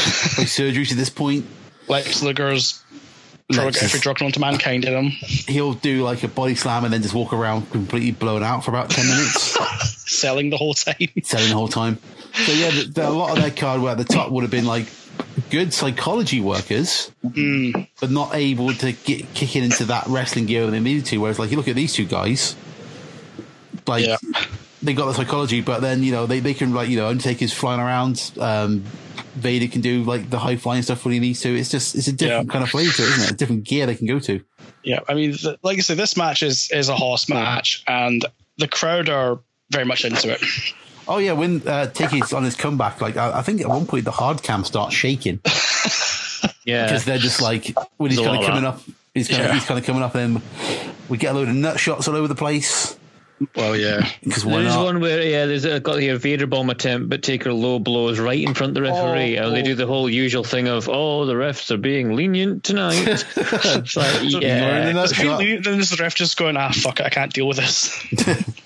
S2: surgery to this point.
S4: Lex Luger's drug,
S2: Lex is-
S4: every drug known to mankind in him.
S2: He'll do like a body slam and then just walk around completely blown out for about ten minutes.
S4: selling the whole time.
S2: selling the whole time. So yeah, the, the, a lot of their card were at the top would have been like good psychology workers,
S4: Mm-hmm.
S2: but not able to get kicking into that wrestling gear when they needed to. Whereas like you look at these two guys, like
S4: Yeah.
S2: they got the psychology, but then you know they, they can like you know Undertaker's flying around. Um, Vader can do like the high flying stuff when he needs to. It's just it's a different
S4: Yeah.
S2: kind of flavor, to it, isn't it? A different gear they can go to.
S4: Yeah, I mean, th like I said, this match is is a horse match, and the crowd are very much into it.
S2: Oh yeah, when uh, Taker's on his comeback, like I, I think at one point the hard cam starts shaking.
S1: Yeah.
S2: because they're just like when he's
S1: There's a
S2: kind of
S1: lot
S2: coming
S1: of
S2: up He's kind, of, he's kind of coming up, and then we get a load of nut shots all over the place.
S4: Well, yeah.
S2: Because why
S1: There's
S2: not?
S1: one where yeah, there's a, got here Vader bomb attempt, but Taker low blows right in front of the
S4: Oh,
S1: referee, and they do the whole usual thing of oh the refs are being lenient tonight. it's like
S2: Ignoring the
S1: yeah,
S2: nut
S4: If
S2: shot.
S4: you- Then there's the ref just going, ah, fuck it, I can't deal with this.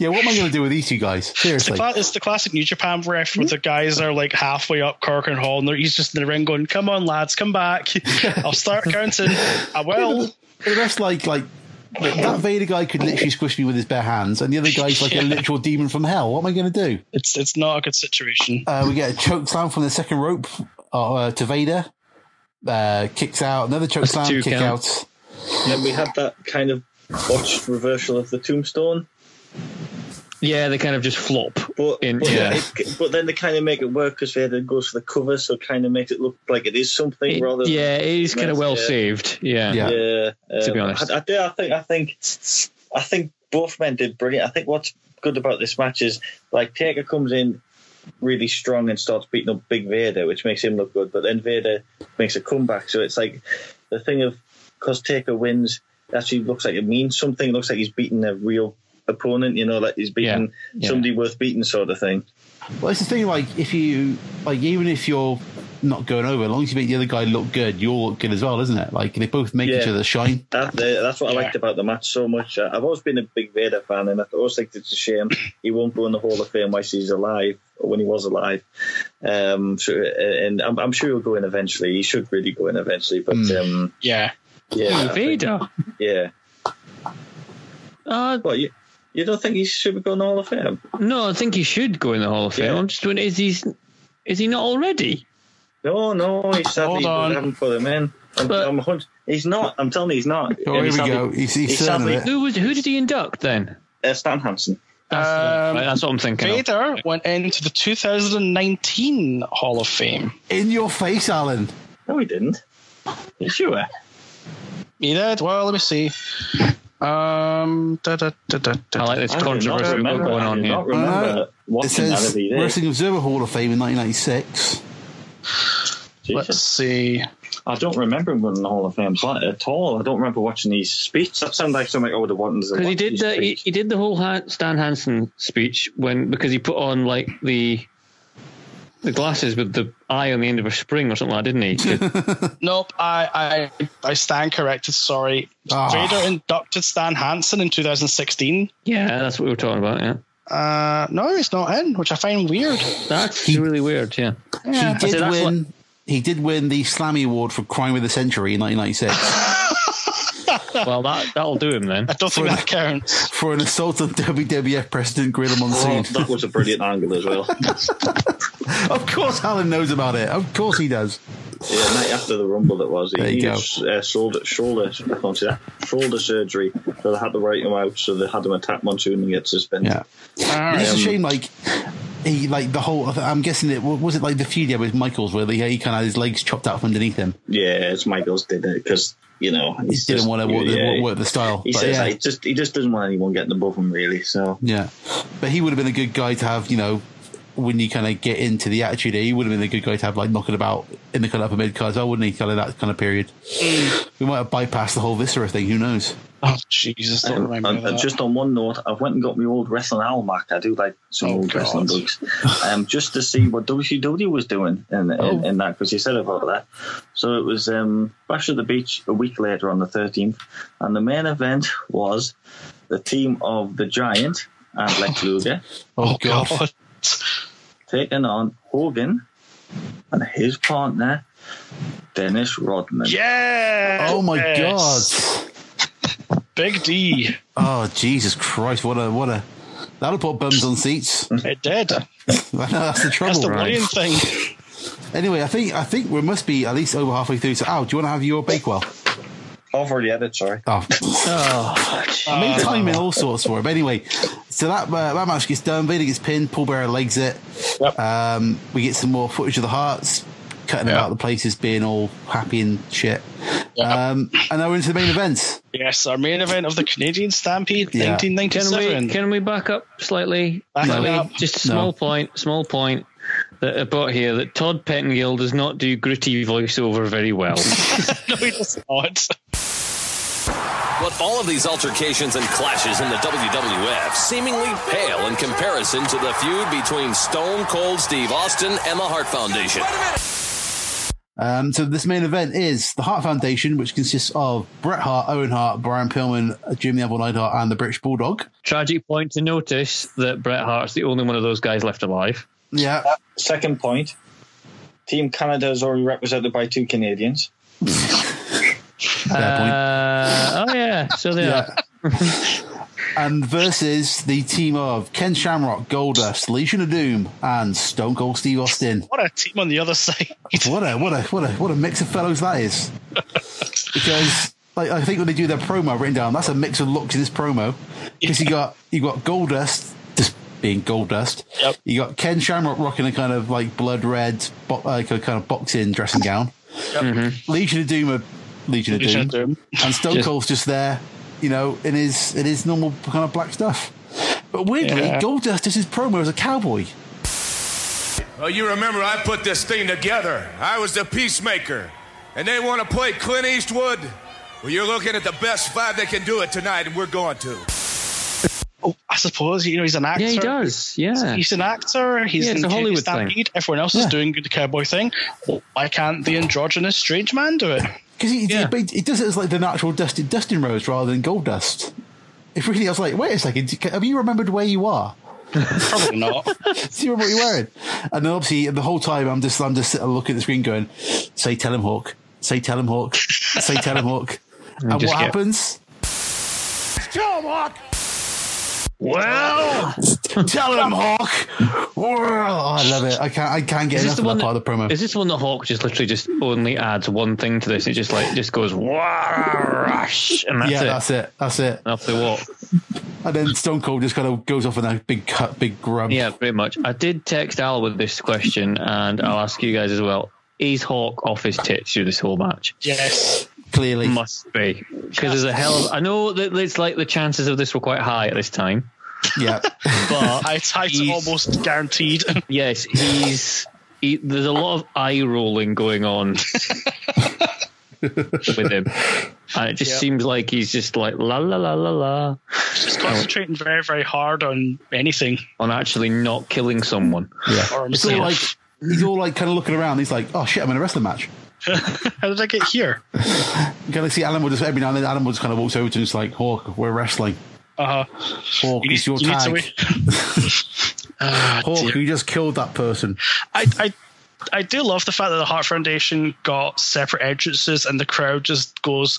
S2: Yeah, what am I going to do with these two guys?
S4: The
S2: Seriously.
S4: cla- it's the classic New Japan ref where the guys are like halfway up Corcoran Hall and they're- he's just in the ring going, Come on, lads, come back. I'll start counting. I will.
S2: The rest, like, like that Vader guy could literally squish me with his bare hands, and the other guy's like a literal demon from hell. What am I going to do?
S4: It's it's not a good situation.
S2: Uh, we get a choke slam from the second rope uh, to Vader. Uh, kicks out another choke
S1: That's
S2: slam,
S1: two
S2: kick
S1: counts.
S7: And then we had that kind of botched reversal of the tombstone.
S1: yeah, they kind of just flop.
S7: But,
S1: In-
S7: but,
S1: yeah.
S7: it, but then they kind of make it work because Vader goes for the cover, so it kind of makes it look like it is something
S1: It-
S7: rather.
S1: yeah, it is kind of well
S7: Yeah.
S1: saved. Yeah,
S2: Yeah.
S1: yeah,
S7: Yeah,
S1: To
S7: um,
S1: be honest.
S7: I, I, do- I think I think I think both men did brilliant. I think what's good about this match is like Taker comes in really strong and starts beating up Big Vader, which makes him look good. But then Vader makes a comeback, so it's like the thing of because Taker wins, it actually looks like it means something. It looks like he's beating a real opponent, you know, like he's beating
S1: Yeah.
S7: somebody worth beating, sort of thing.
S2: Well, it's the thing, like, if you, like, even if you're not going over, as long as you make the other guy look good, you'll look good as well, isn't it? Like, they both make each
S7: Yeah.
S2: other shine.
S7: That, uh, that's what
S4: Yeah.
S7: I liked about the match so much. Uh, I've always been a big Vader fan, and I always think it's a shame he won't go in the Hall of Fame whilst he's alive, or when he was alive. Um, so, uh, and I'm, I'm sure he'll go in eventually. He should really go in eventually, but um,
S4: Yeah.
S7: yeah, I think-
S1: Vader.
S7: yeah.
S1: Uh,
S7: Well, you, you don't think he should go in the Hall of Fame?
S1: no, I think he should go in the Hall of Fame.
S7: Yeah.
S1: I'm just wondering, is he is he not already?
S7: No, no, he's sadly
S4: Hold
S7: they
S4: on.
S7: haven't put him in. I'm,
S1: But-
S7: I'm a hun- he's not. I'm telling you, he's not.
S2: Oh,
S7: And
S2: here
S7: he's
S2: we
S7: sadly-
S2: go. He's, he's,
S7: he's
S2: certain of
S7: sadly-
S2: it.
S1: Who was who did he induct then?
S7: Uh, Stan Hansen.
S1: That's,
S4: Um,
S1: right, that's what I'm thinking. of.
S4: Vader went into the 2019 Hall of Fame.
S2: In your face, Alan.
S7: No, he didn't. You sure?
S4: He did. Well, let me see. Um, da, da, da, da, da.
S1: I like this
S7: I do not
S1: controversy we've got
S7: remember-
S1: going
S7: I
S1: on
S7: do
S1: here.
S7: not remember
S2: It
S7: watching that
S2: says
S7: if he did.
S2: Wrestling Observer Hall of Fame in 1996.
S4: Let's
S7: Jesus.
S4: see.
S7: I don't remember him winning the Hall of Fame slot at all. I don't remember watching his speech. That sounds like something I would have wanted to
S1: Because he
S7: watch
S1: did
S7: his
S1: the he,
S7: speech.
S1: he did the whole Han, Stan Hansen speech when because he put on like the the glasses with the eye on the end of a spring or something like that, didn't he? To-
S4: Nope, I, I I stand corrected. Sorry,
S2: Ah.
S4: Vader inducted Stan Hansen in 2016.
S1: yeah, that's what we were talking about. Yeah,
S4: Uh, no, he's not in, which I find weird.
S1: that's really weird. Yeah,
S2: He did
S1: that's
S2: win. He did win the Slammy Award for Crime of the Century in 1996
S1: well that that'll do him then.
S4: I don't think that counts.
S2: for an assault on WWF President Gorilla
S7: Oh,
S2: Monsoon.
S7: that was a brilliant angle as well. Yeah,
S2: Of course, Alan knows about it. Of course, he does.
S7: night after the rumble that was.
S2: There you
S7: he
S2: go.
S7: was uh, shoulder shoulder I can't say that shoulder surgery. So they had to write him out. So they had him attack Monsoon and get suspended.
S2: Yeah,
S4: All right.
S2: it's
S7: Um,
S2: a shame. Like he, like the whole. I'm guessing it was it like the feud he had with Michaels, where he, he kind of had his legs chopped out from underneath him.
S7: yeah, it's Michaels did it because you know
S2: He
S7: he's
S2: didn't
S7: just-
S2: want to work,
S7: yeah,
S2: the, work the style.
S7: He
S2: but
S7: says
S2: yeah.
S7: that he just he just doesn't want anyone getting above him really. So
S2: Yeah, but he would have been a good guy to have. You know, when you kind of get into the attitude, he would have been a good guy to have like knocking about in the kind of upper mid card as well, wouldn't he? Kind of that kind of period. we might have bypassed the whole viscera thing. Who knows?
S4: Oh Jesus, don't
S7: And,
S4: remind me
S7: and-
S4: of
S7: and
S4: that.
S7: just on one note, I went and got my old wrestling almanac. I do like some
S4: Oh,
S7: old
S4: God.
S7: wrestling books, um, just to see what WCW was doing in, in,
S2: Oh.
S7: in that because you said about that. So it was um, Bash at the Beach a week later on the 13th, and the main event was the team of the Giant and Lex Luger
S2: Oh, god.
S7: taking on Hogan and his partner Dennis Rodman.
S4: Yeah.
S2: Oh my
S4: Yes.
S2: god.
S4: Big D.
S2: Oh Jesus Christ! What a what a. That'll put bums on seats. I
S4: It did.
S2: know, that's the trouble.
S4: That's the
S2: right?
S4: worrying thing.
S2: Anyway, I think I think we must be at least over halfway through. So, Al, do you want to have your Bakewell?
S7: I've already had it. Sorry.
S2: Oh,
S1: Oh,
S2: I made time in all sorts for it. But anyway, so that uh, that match gets done. Vader gets pinned. Paul Bearer legs it.
S4: Yep.
S2: Um, we get some more footage of the hearts cutting
S4: Yeah.
S2: about the places, being all happy and shit.
S4: Yeah.
S2: Um, and now we're into the main events.
S4: yes, our main event of the Canadian Stampede,
S2: Yeah.
S1: Can
S4: 1997.
S1: we can we back up slightly?
S4: Back
S1: Can
S4: it
S1: we-
S4: up.
S1: Just a small
S2: No.
S1: point. Small point that I brought here that Todd Pettengill does not do gritty voiceover very well.
S4: no, he does not.
S10: But all of these altercations and clashes in the WWF seemingly pale in comparison to the feud between Stone Cold Steve Austin and the Hart Foundation.
S2: Um, so this main event is the Hart Foundation, which consists of Bret Hart, Owen Hart, Brian Pillman, Jimmy Neville Neidhart, and the British Bulldog.
S1: Tragic point to notice that Bret Hart's the only one of those guys left alive.
S2: Yeah,
S7: Second point Team Canada is already represented by two Canadians.
S2: fair point.
S1: Uh, oh yeah, so they are.
S2: Yeah. and versus the team of Ken Shamrock, Goldust, Legion of Doom, and Stone Cold Steve Austin.
S4: What a team on the other side.
S2: What a what a what a what a mix of fellows that is. Because like, I think when they do their promo written down, that's a mix of looks in this promo. Because you got you got Goldust just being Goldust.
S4: Yep.
S2: You got Ken Shamrock rocking a kind of like blood red, bo- like a kind of boxing dressing gown. Legion of Doom, are Legion of Doom,
S4: Legion of Doom.
S2: and Stone
S1: Just-
S2: Cold's just there, you know, in his in his normal kind of black stuff. But weirdly,
S4: Yeah.
S2: Goldust does his promo as a cowboy.
S11: Well, you remember I put this thing together. I was the peacemaker. And they want to play Clint Eastwood? Well, you're looking at the best five that can do it tonight, and we're going to.
S4: Oh, I suppose you know he's an actor.
S1: Yeah, he does. Yeah,
S4: He's an actor. He's
S1: Yeah,
S4: in
S1: it's a
S4: Katie
S1: Hollywood thing.
S4: Stampede. Everyone else
S2: Yeah.
S4: is doing the cowboy thing. Why can't the androgynous strange man do it?
S2: Because he, he-
S1: Yeah.
S2: but he does it as like the natural Dustin Dustin Rose rather than Gold Dust. If really, I was like, wait a second, have you remembered where you are?
S4: Probably not.
S2: See what you're wearing. And then obviously the whole time I'm just I'm just sitting looking at the screen going, say tell him Hawk, say tell him Hawk, say tell him Hawk. and what
S1: just get-
S2: happens?
S4: well,
S2: tell him Hawk. Oh, I love it. I can't I can't get
S1: Is this
S2: enough of
S1: the
S2: that
S1: one
S2: part
S1: that-
S2: of the promo.
S1: Is this the one that Hawk just literally just only adds one thing to this? It just like just goes rush and that's
S2: yeah,
S1: it.
S2: that's it. That's it.
S1: and off they walk.
S2: And then Stone Cold just kind of goes off on a big cut, big grub.
S1: Yeah, pretty much. I did text Al with this question, and I'll ask you guys as well. Is Hawk off his tits through this whole match?
S4: yes.
S2: Clearly.
S1: Must be because there's a hell. Of, I know that it's like the chances of this were quite high at this time,
S2: Yeah.
S1: but
S4: I tight
S1: He's-
S4: almost guaranteed.
S1: yes, he's he, there's a lot of eye rolling going on with him, and it just
S4: Yep.
S1: seems like he's just like la la la la la
S4: Just concentrating very, very hard on anything.
S1: on actually not killing someone.
S4: Or
S2: It's all
S4: himself.
S2: like he's all like kind of looking around. He's like, oh shit, I'm in a wrestling match.
S4: How did I get here?
S2: You kind of see Alan Wood just every now and then. Alan Wood just kind of walks over to him. It's like, Hawk, we're wrestling.
S1: Uh-huh.
S4: Uh huh.
S2: Hawk, it's your tag. Hawk, you just killed that person.
S4: Ah, I, I, I do love the fact that the Heart Foundation got separate entrances and the crowd just goes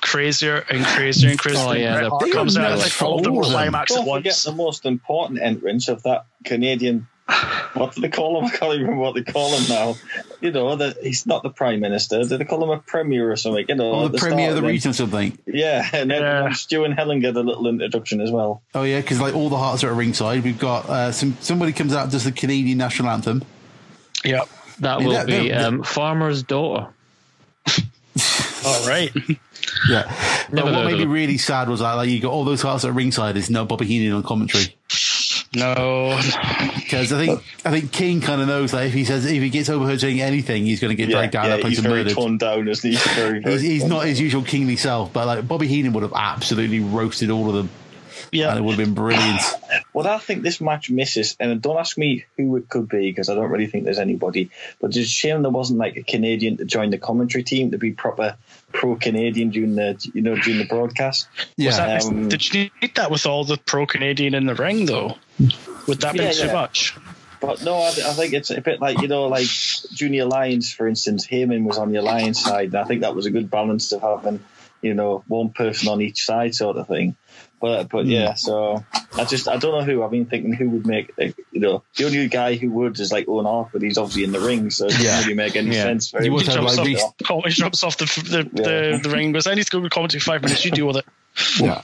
S4: crazier and crazier and crazier.
S1: Oh, yeah,
S4: Bret
S1: the-
S4: Hart
S2: They
S4: comes
S2: were
S4: out and
S2: nuts
S4: they
S2: for
S4: all of them
S2: all of them.
S4: climax
S7: Don't
S4: at
S7: forget
S4: once.
S7: the most important entrance of that Canadian. What do they call him? I can't even remember what they call him now. You know, the, he's not the prime minister. Did they call him a premier or something? You know,
S2: Or
S7: at
S2: Oh, the
S7: Oh, start,
S2: premier of the
S7: and then-
S2: region or something.
S7: Yeah, and then
S4: Yeah.
S7: um, Stu and Helen get a little introduction as well.
S2: Oh yeah, because like all the hearts are at ringside. We've got uh, some somebody comes out and does the Canadian national anthem.
S4: Yep.
S1: That
S2: Yeah,
S1: will
S2: that-
S1: be
S2: that-
S1: um, farmer's daughter.
S4: All right.
S2: Yeah. But
S1: Never
S2: what
S1: heard
S2: made
S1: of
S2: me
S1: them.
S2: really sad was that like you got all those hearts at ringside. There's no Bobby Heenan on commentary
S4: No.
S2: because I think I think King kind of knows that if he says if he gets overheard saying anything, he's going to get
S7: Yeah,
S2: dragged down
S7: yeah,
S2: that place
S7: he's
S2: and
S7: very
S2: murdered.
S7: torn down, isn't he? He's, very, very
S2: He's, he's
S7: torn
S2: not his usual kingly self, but like Bobby Heenan would have absolutely roasted all of them, and it
S4: Yeah.
S2: would have been brilliant.
S7: What I think this match misses, and don't ask me who it could be because I don't really think there's anybody, but it's a shame there wasn't like a Canadian to join the commentary team to be proper pro Canadian during the you know during the broadcast.
S2: Yeah,
S4: That-
S7: Um,
S4: did you need that with all the pro Canadian in the ring, though? Would that be
S7: Yeah,
S4: too
S7: yeah.
S4: much?
S7: But no, I, I think it's a bit like you know, like Junior Lions, for instance. Heyman was on the Alliance side, and I think that was a good balance of having you know one person on each side, sort of thing. But but yeah, so I just I don't know who I've been thinking who would make like, you know the only guy who would is like Owen Hart, but he's obviously in the ring, so it doesn't
S2: Yeah.
S7: really make any
S1: Yeah.
S7: sense. For
S2: You
S7: him.
S2: would
S4: He
S2: have,
S4: jumps,
S2: like,
S4: off,
S2: reached-
S4: oh, he jumps off the, the,
S7: Yeah.
S4: the, the ring and goes, I need to go to commentary for five minutes. You deal with it.
S2: yeah.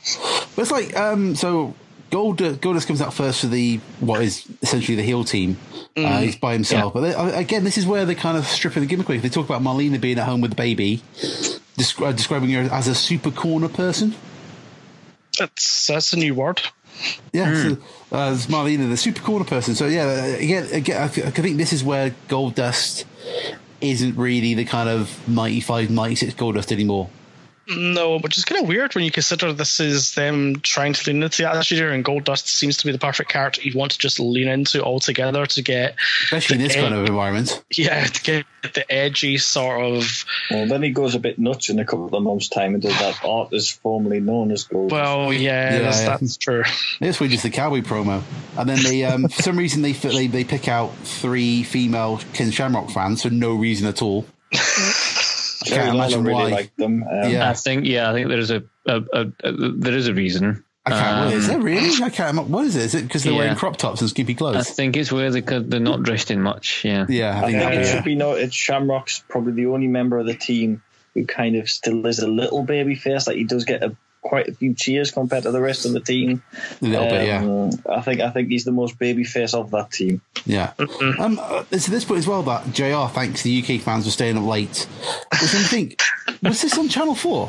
S2: But it's like um, so Gold uh, Goldust comes out first for the what is essentially the heel team. Uh, he's by himself, but they, uh, again, this is where they're kind of stripping the gimmick away. They talk about Marlena being at home with the baby, descri- uh, describing her as a super corner person.
S4: That's, that's a new word.
S2: Yeah, so,
S1: Hmm.
S2: uh, it's Marlena, the super corner person. So yeah, again, again I, th- I think this is where Goldust isn't really the kind of 95, 96 Goldust anymore.
S4: No, which is kind of weird when you consider this is them trying to lean into the Attitude Era, and Goldust seems to be the perfect character you want to just lean into altogether to get.
S2: Especially in
S4: the
S2: this kind
S4: ed-
S2: of environment.
S4: Yeah, to get the edgy sort of.
S7: Well, then he goes a bit nuts in a couple of months' time and does that art that's formerly known as Gold.
S4: Well, yeah, that's, that's true.
S2: This was just the cowboy promo, and then they, um, for some reason, they fi- they they pick out three female Ken Shamrock fans for no reason at all. I
S7: Jerry
S2: can't
S7: Lawler
S2: imagine
S7: really
S2: why.
S7: liked them. Um,
S2: Yeah.
S1: I think yeah, I think there's a, a, a, a there is a reason.
S2: I can't. what is
S1: Um,
S2: it really? I can't. What is it? Is it because they're
S1: Yeah.
S2: wearing crop tops and skimpy
S1: I
S2: clothes?
S1: think it's where they could, they're not dressed in much. Yeah.
S2: Yeah,
S7: I think
S2: that-
S7: it
S2: yeah.
S7: should be noted Shamrock's probably the only member of the team who kind of still is a little baby face. Like he does get a, quite a few cheers compared to the rest of the team. Um,
S2: A little bit, yeah.
S7: I think I think he's the most baby face of that team.
S2: Yeah.
S1: Mm-hmm.
S2: Um, uh, it's at this point as well that JR thanks the UK fans for staying up late. Which I think, was this on Channel 4?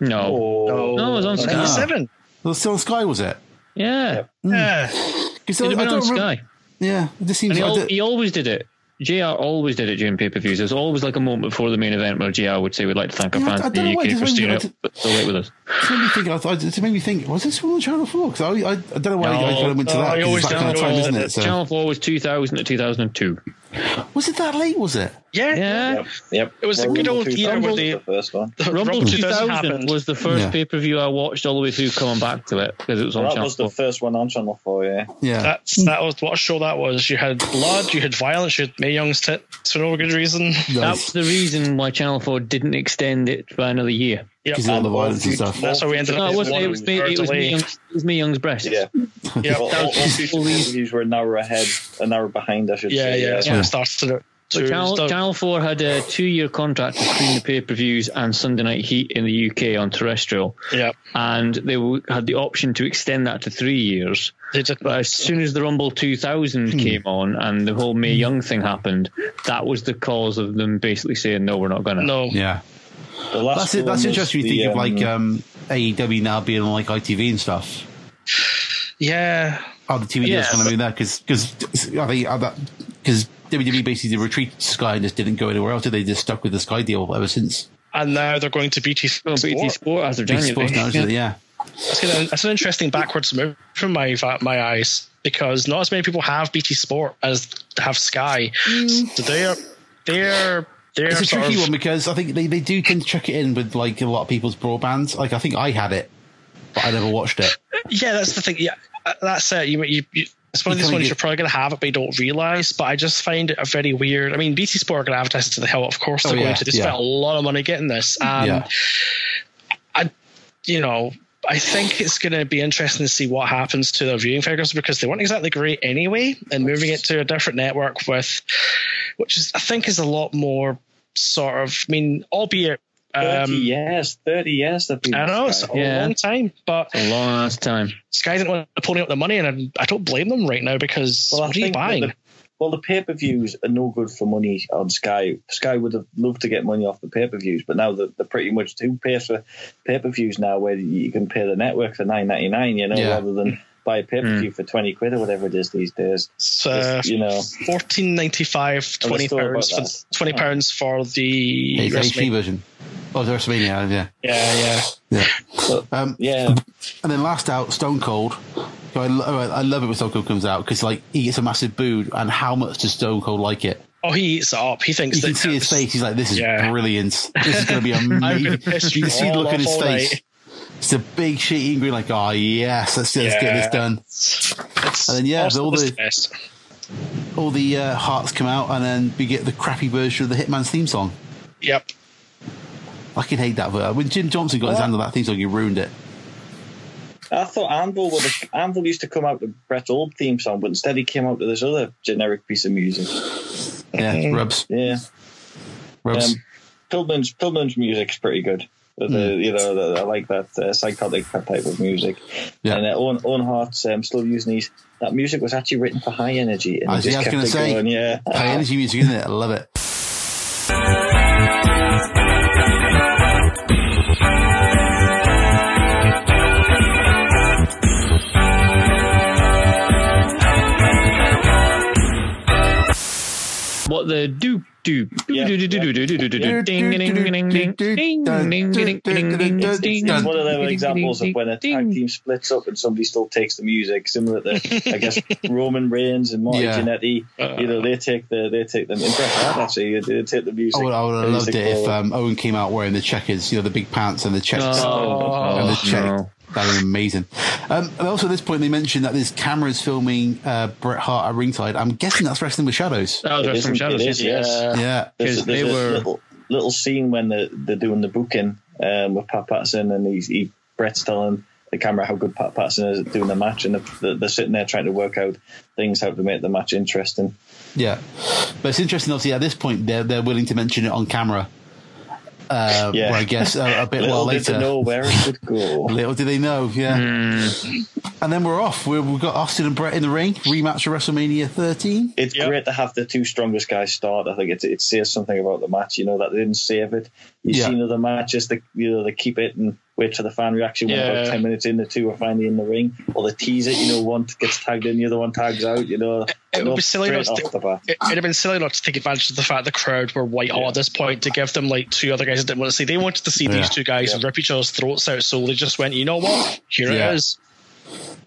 S1: No.
S7: Oh,
S1: No, it was on Sky.
S4: Seven.
S2: It was still on Sky, was it?
S1: Yeah.
S4: Yeah.
S2: 'Cause
S1: It'd have been on
S2: remem-
S1: Sky.
S2: Yeah, it just seems
S1: And he,
S2: like
S1: al-
S2: that-
S1: he always did it. JR always did it during pay per views. There's always like a moment before the main event where JR would say, We'd like to thank our
S2: Yeah, I-
S1: fans
S2: I
S1: in
S2: don't know
S1: the
S2: why it
S1: UK for
S2: doesn't-
S1: staying
S2: I
S1: up
S2: don't-
S1: so late with us.
S2: It's made me think. I, I, it made me think. Was this one on Channel Four? Because I, I, I don't know why I
S1: No,
S2: kind of went to
S4: no,
S2: that.
S4: I
S2: 'cause
S4: always
S2: it's that kind of
S4: don't
S2: time,
S4: know.
S2: isn't it? So,
S1: Channel 4 was 2000 to 2002.
S2: was it that late? Was it?
S4: Yeah.
S1: Yeah.
S7: Yep, yep.
S4: It was the
S7: Rumble
S4: good old
S7: 2000
S4: era where
S7: was
S4: they-
S7: the first one.
S4: The
S1: Rumble 2000
S4: happened.
S1: was the first
S2: Yeah.
S1: pay per view I watched all the way through coming back to it because it was on
S7: That
S1: Channel
S7: was the
S1: 4.
S7: first one on Channel Four. Yeah,
S2: Yeah.
S4: That's that was what a show that was. You had blood, you had violence, you had Mae Young's tits for no good reason.
S1: That was
S2: Nice.
S1: the reason why Channel 4 didn't extend it by another year.
S4: Yep.
S2: Because of all the
S4: And
S2: violence and
S7: all
S2: stuff.
S7: future-
S4: That's how we ended
S1: No,
S4: up.
S1: it
S4: with
S1: wasn't.
S4: one
S1: It was me,
S4: third
S1: it was me,
S4: delay.
S1: Young's, it was me Young's breast.
S7: yeah.
S4: Yep.
S7: Well, all, all future interviews were an hour ahead, an hour behind, I should
S4: Yeah,
S7: say.
S4: yeah. That's when
S2: Yeah.
S4: it started. It.
S1: So
S4: to-
S1: Channel,
S4: so-
S1: Channel 4 had a two year contract to screen the pay per views and Sunday Night Heat in the UK on terrestrial.
S4: yeah,
S1: And they w- had the option to extend that to three years.
S4: they did.
S1: But as soon as the Rumble 2000 came on and the whole May Young thing happened, that was the cause of them basically saying, no, we're not going to.
S4: No,
S2: Yeah.
S7: The last
S2: That's it. That's
S7: one was
S2: interesting. You think
S7: the,
S2: of like um, AEW now being on like ITV and stuff.
S4: yeah,
S2: Oh, the TV
S1: Yeah.
S2: deals kind of move there because I think uh, that because WWE E basically retreated to Sky and just didn't go anywhere else. Did They just stuck with the Sky deal ever since.
S4: and now they're going to BT
S1: Well,
S4: Sport.
S1: BT Sport as of
S2: Big
S1: January.
S2: sports now, isn't it? yeah.
S4: That's, kind of, that's an interesting backwards move from my my eyes because not as many people have BT Sport as have Sky. So they're they're they're
S2: It's a
S4: sort
S2: tricky
S4: of-
S2: one because I think they, they do tend to chuck it in with like a lot of people's broadbands. Like I think I had it, but I never watched it.
S4: Yeah, that's the thing. Yeah, uh, that's it. You, you, you it's one of
S2: You
S4: these
S2: kinda
S4: ones
S2: get-
S4: you're probably going to have it, but you don't realize. But I just find it a very weird. I mean, BT Sport are going to advertise to the hell. Of course,
S2: Oh,
S4: they're
S2: yeah,
S4: going to. They spent
S2: yeah.
S4: a lot of money getting this. Um,
S2: yeah,
S4: You know, I think it's going to be interesting to see what happens to their viewing figures because they weren't exactly great anyway. And moving it to a different network with, which is I think is a lot more sort of. I mean, albeit.
S2: uh,
S7: 30
S4: Um,
S7: years, 30 years. They've been
S4: I know it's a
S1: Yeah.
S4: long time, but
S1: A long ass time.
S4: Sky didn't want to pony up the money, and I, I don't blame them right now because
S7: Well, I
S4: what are you
S7: think that
S4: buying?
S7: the- well, the pay per views are no good for money on Sky. Sky would have loved to get money off the pay per views, but now they're, they're pretty much who pays for pay per views now, where you can pay the network for nine ninety nine, you know,
S2: Yeah.
S7: rather than buy a pay per view for twenty quid or whatever it is these days.
S4: It's, uh,
S7: you know,
S4: fourteen ninety five,
S7: Oh,
S4: twenty
S7: that's still
S4: pounds for
S7: about that.
S4: twenty pounds for the
S2: it's the
S4: WrestleMania.
S2: HD version. Oh, the WrestleMania, yeah,
S4: Yeah, yeah.
S2: yeah. Um,
S7: yeah,
S2: And then last out, Stone Cold. So I, lo- oh, I love it when Stone Cold comes out because like he gets a massive boo, and how much does Stone Cold like it?
S4: Oh, he eats it up. He thinks
S2: You
S4: that
S2: can see his face. He's like, "This is
S4: Yeah.
S2: brilliant. This is going to be amazing."
S4: gonna
S2: you can
S4: piss you
S2: see the
S4: all
S2: look in his
S4: off all
S2: face.
S4: night.
S2: It's a big shit eating green. Like, oh yes, let's, let's get this
S4: Yeah.
S2: done.
S4: It's
S2: And then, yeah,
S4: also
S2: all the-
S4: best.
S2: All the uh, hearts come out, and then we get the crappy version of the Hitman's theme song.
S4: Yep.
S2: I can hate that. But when Jim Johnson got his hand on that theme song, he ruined it.
S7: I thought Anvil would have, Anvil used to come out with Brett Old theme song, but instead he came out with this other generic piece of music.
S2: Yeah, rubs,
S7: Yeah.
S2: rubs.
S7: Um, Pillman's Pillman's music's pretty good. The,
S2: Hmm.
S7: You know, the, I like that uh, psychotic type of music.
S2: Yeah.
S7: And uh, Owen, Owen Hart's um, Slow Using These. That music was actually written for high energy, and
S2: I
S7: I
S2: see,
S7: just
S2: I was
S7: kept
S2: gonna
S7: it
S2: say.
S7: going. Yeah.
S2: High energy music, isn't it? I love it.
S1: what the do do do do do do do do do do do ding ding ding ding ding ding ding ding ding ding ding.
S7: It's one of those examples of when a tag team splits up and somebody still takes the music, similar to I guess Roman Reigns and Marty
S2: Yeah.
S7: Jannetty. You know, they take the they take the impression. Actually, they take the music.
S2: I would, I would have
S7: the
S2: loved
S7: music
S2: it if
S7: forward.
S2: um, Owen came out wearing the checkers, you know, the big pants and the checks.
S1: No.
S2: and the check.
S1: Oh, No.
S2: That would be amazing. Um, and also, at this point, they mentioned that there's cameras filming uh, Bret Hart at ringside. I'm guessing that's Wrestling with Shadows.
S1: That was
S7: It
S1: Wrestling
S7: isn't-
S1: Shadows.
S7: it is, yes.
S2: yeah.
S7: There's,
S1: Because they
S7: there's
S1: were-
S7: a little, little scene when they're, they're doing the booking um, with Pat Patterson and he's, he Brett's telling the camera how good Pat Patterson is at doing the match and they're, they're sitting there trying to work out things how to make the match interesting.
S2: Yeah, but it's interesting. Obviously, at this point, they're they're willing to mention it on camera. Uh,
S7: Yeah.
S2: where I guess a, a bit while
S7: little did
S2: later.
S7: they know where it would go.
S2: Little did they know, yeah.
S7: Hmm.
S2: And then we're off. we we've got Austin and Brett in the ring rematch of WrestleMania 13.
S7: It's
S4: Yep.
S7: great to have the two strongest guys start. I think it, it says something about the match, you know, that they didn't save it. You've
S2: Yeah.
S7: seen other matches that you know they keep it and wait for the fan reaction when about
S4: Yeah.
S7: ten minutes in the two are finally in the ring. Or they tease it, you know, one gets tagged in, the other one tags out, you know.
S4: It would
S7: Not
S4: be silly not
S7: straight
S4: to,
S7: off the bat.
S4: it, it'd have been silly not to take advantage of the fact the crowd were white hot at this point to give them like two other guys that didn't want to see. They wanted to see
S2: Yeah.
S4: these two guys rip each other's throats out, so they just went, you know what? Here
S2: Yeah.
S4: it is.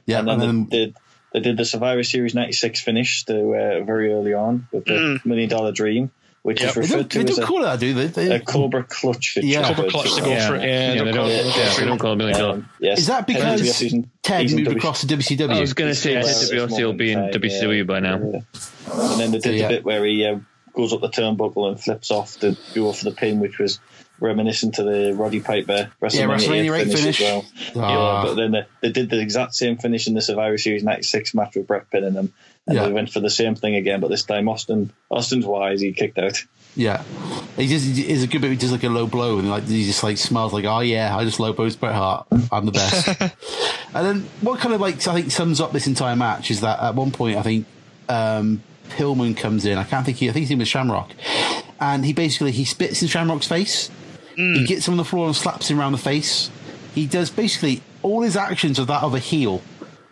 S2: Yeah,
S7: And then, they did they did the Survivor Series '96 finish to, uh, very early on with the Million Dollar Dream, which
S4: Mm. Yep.
S7: is
S2: they
S7: referred
S2: don't, they
S7: to as
S2: don't
S7: a,
S2: call it that, do they? They-
S7: a Cobra Clutch. which
S2: Yeah.
S7: is
S4: Cobra
S7: referred
S4: clutch to
S7: as.
S4: go
S1: Yeah.
S4: for it. Yeah,
S1: Yeah,
S4: they're
S1: they
S4: called-
S1: don't. Yeah, they don't call it Billy Joel.
S7: Um, yes.
S2: Is that
S7: And then
S2: because
S7: season-
S2: Ted
S7: season
S2: moved
S7: WC
S2: across to WCW?
S1: I was going to say
S7: Yeah,
S1: WCW
S7: it's
S1: will be in
S7: more than time,
S1: WCW by now.
S7: yeah. And then they did
S2: So, yeah.
S7: the bit where he uh, goes up the turnbuckle and flips off to go for the pin, which was reminiscent to the Roddy Piper WrestleMania,
S2: WrestleMania eight finish.
S7: as well.
S2: Ah.
S7: Yeah, but then they, they did the exact same finish in the Survivor Series '96 match with Brett pinning him, and
S2: Yeah.
S7: they went for the same thing again, but this time Austin Austin's wise, he kicked out.
S2: Yeah, he just he is a good bit. He does like a low blow, and like he just like smiles like, "Oh yeah, I just low blows Bret Hart. I'm the best." and then what kind of like I think sums up this entire match is that at one point I think um, Pillman comes in. I can't think. He, I think he's in with Shamrock, and he basically he spits in Shamrock's face. He gets him on the floor and slaps him around the face. He does basically all his actions are that of a heel,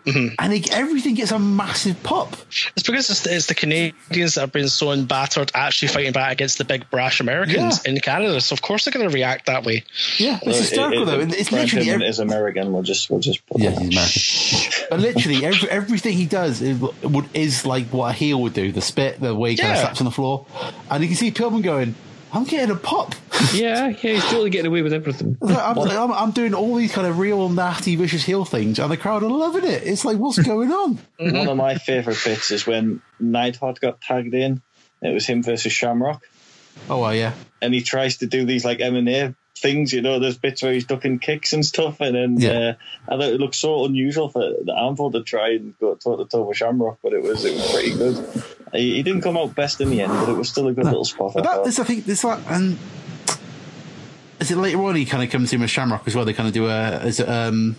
S2: and he, everything gets a massive pop.
S4: It's because it's, it's the Canadians that have been so battered actually fighting back against the big brash Americans
S2: Yeah.
S4: in Canada. So of course they're going to react that way.
S2: Yeah, it's hysterical though. and it's
S7: Brett
S2: literally
S7: Heenan
S2: every-
S7: is American. We'll just we'll just put
S2: Yeah,
S7: that.
S2: he's American. but literally, every, everything he does is, would, is like what a heel would do the spit, the way he kind of
S4: Yeah.
S2: slaps on the floor. And you can see Pillman going, I'm getting a pop.
S1: Yeah, yeah, he's totally getting away with everything.
S2: I'm, I'm, I'm doing all these kind of real nasty, vicious heel things, and the crowd are loving it. It's like, what's going on?
S7: One of my favourite bits is when Neidhart got tagged in. It was him versus Shamrock,
S2: oh, well, yeah.
S7: and he tries to do these like M and A things. You know, there's bits where he's ducking kicks and stuff, and then
S2: Yeah.
S7: uh, I thought it looked so unusual for the Anvil to try and go toe to toe with Shamrock, but it was it was pretty good. He, he didn't come out best in the end, but it was still a good little spot. I
S2: But that
S7: thought.
S2: is, I think, this that, and is it later on he kind of comes in with Shamrock as well? They kind of do a, is it, um,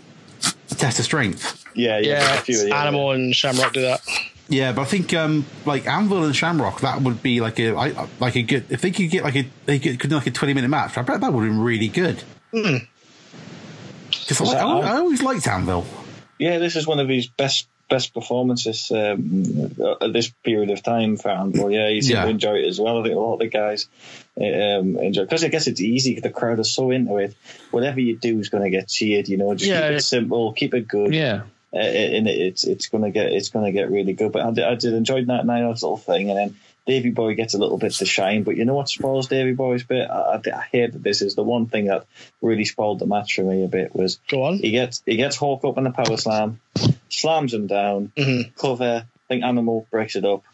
S2: a test of strength.
S7: yeah, yeah,
S4: Yeah,
S7: a few of the-
S4: Animal and Shamrock do that.
S2: Yeah, but I think um, like Anvil and Shamrock, that would be like a I- I- like a good if they could get like a they could, could do like a twenty minute match. I bet that would have been really good. Because I,
S7: Hmm. that
S2: I,
S7: Anvil?
S2: I always liked Anvil.
S7: Yeah, this is one of his best best performances um, at this period of time for Anvil. Yeah, he seemed
S2: Yeah.
S7: to enjoy it as well. I think a lot of the guys um, enjoy because I guess it's easy. The crowd are so into it. Whatever you do is going to get cheered. You know, just
S4: Yeah.
S7: keep it simple, keep it good.
S1: Yeah.
S7: uh, and it, it's it's going to get it's going to get really good. But I did, I did enjoy that nine odd little thing, and then Davy Boy gets a little bit to shine. But you know what spoils Davy Boy's bit? I, I, I hear that this is the one thing that really spoiled the match for me a bit was
S4: Go on.
S7: he gets he gets Hawk up in the power slam, slams him down,
S2: Mm-hmm.
S7: cover. I think Animal breaks it up,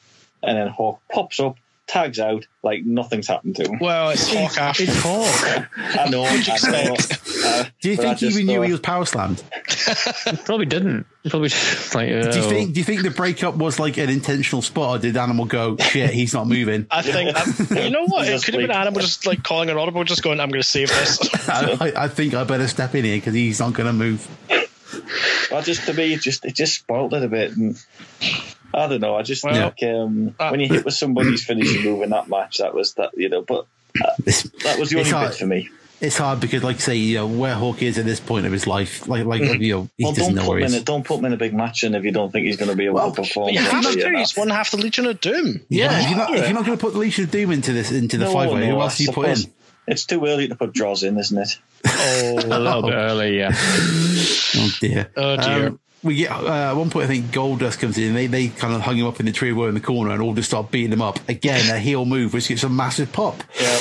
S7: and then Hawk pops up, tags out like nothing's happened to him.
S4: Well, it's Hawk after. It's Hawk.
S7: I know. I know. Uh,
S2: Do you
S7: but I
S2: think he
S7: just
S2: even knew
S7: thought-
S2: he was power slammed?
S1: Probably didn't. Probably just like.
S2: Do you
S1: oh.
S2: think Do you think the breakup was like an intentional spot, or did Animal go shit? He's not moving.
S4: I think you know what? It
S7: Just
S4: could have been
S7: like-
S4: Animal just like calling an audible, just going, "I'm going to save this."
S2: I, I, I think I better step in here because he's not going to move.
S7: I just to me, it just it just spoilt it a bit, and I don't know. I just
S4: Well,
S7: think um,
S4: uh,
S7: when you hit with somebody's finishing move in that match, that was that you know. But
S2: It's-
S7: that was the only
S2: it's
S7: bit
S2: hard-
S7: for me.
S2: it's hard because, like you say, you know where Hawk is at this point of his life. Like, like you know, he
S7: Hmm. well,
S2: doesn't
S7: don't
S2: know
S7: put,
S2: where
S7: him
S2: he
S7: in
S2: is.
S7: a, don't put him in a big match in if you don't think he's going to be able to perform.
S4: You have
S7: properly
S4: to.
S7: enough.
S4: He's one half the Legion of Doom.
S2: Yeah, if you're not, if you're not going to put the Legion of Doom into this into the
S7: No,
S2: five way,
S7: no,
S2: who
S7: I
S2: else do you put in?
S7: suppose It's too early to put draws in, isn't it?
S1: Oh, a little bit early, yeah.
S2: Oh dear.
S1: Oh, dear.
S2: Um, we get uh, at one point. I think Goldust comes in. They they kind of hung him up in the tree, were in the corner, and all just start beating him up again. A heel move, which gets a massive pop.
S7: Yeah.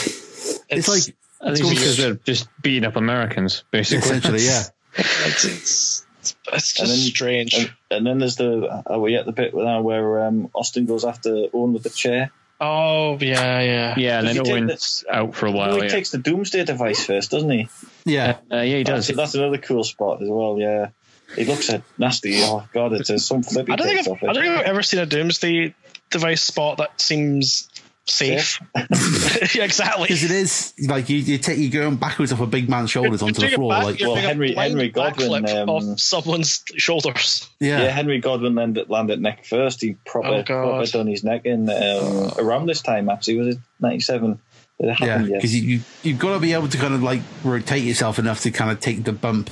S2: It's, like
S1: I think
S2: it's
S1: because
S2: almost-
S1: they're just beating up Americans, basically.
S2: essentially, yeah.
S4: It's, it's, it's
S7: And
S4: just
S7: then-
S4: strange.
S7: And, and then there's the are we at the bit now where um, Austin goes after Owen with the chair?
S4: oh yeah, yeah.
S1: Yeah, and then
S7: Does he take
S1: Owen's
S7: this-
S1: out for a
S7: No,
S1: while.
S7: he
S1: Yeah.
S7: takes the Doomsday device first, doesn't he?
S2: Yeah,
S1: Uh, yeah, he does.
S7: That's, that's another cool spot as well. Yeah, he looks a nasty. Oh god, it's a, some flippy
S4: I don't think
S7: takes
S4: I've,
S7: off
S4: I don't
S7: it.
S4: think I've ever seen a Doomsday device spot that seems safe. yeah, exactly.
S2: because it is like you, you take you going backwards off a big man's shoulders onto the
S4: Doing a
S2: floor,
S4: back-
S2: like
S4: you're
S7: Well,
S4: doing a
S7: Henry-
S4: blind
S7: Henry Godwin,
S4: backflip
S7: um,
S4: off someone's shoulders.
S7: Yeah.
S2: yeah,
S7: Henry Godwin landed, landed neck first. He proper,
S4: Oh, God. Oh.
S7: proper done his neck in um, around this time. Actually, was it ninety seven? Did it
S2: yeah,
S7: happen yet?
S2: because you, you you've got to be able to kind of like rotate yourself enough to kind of take the bump,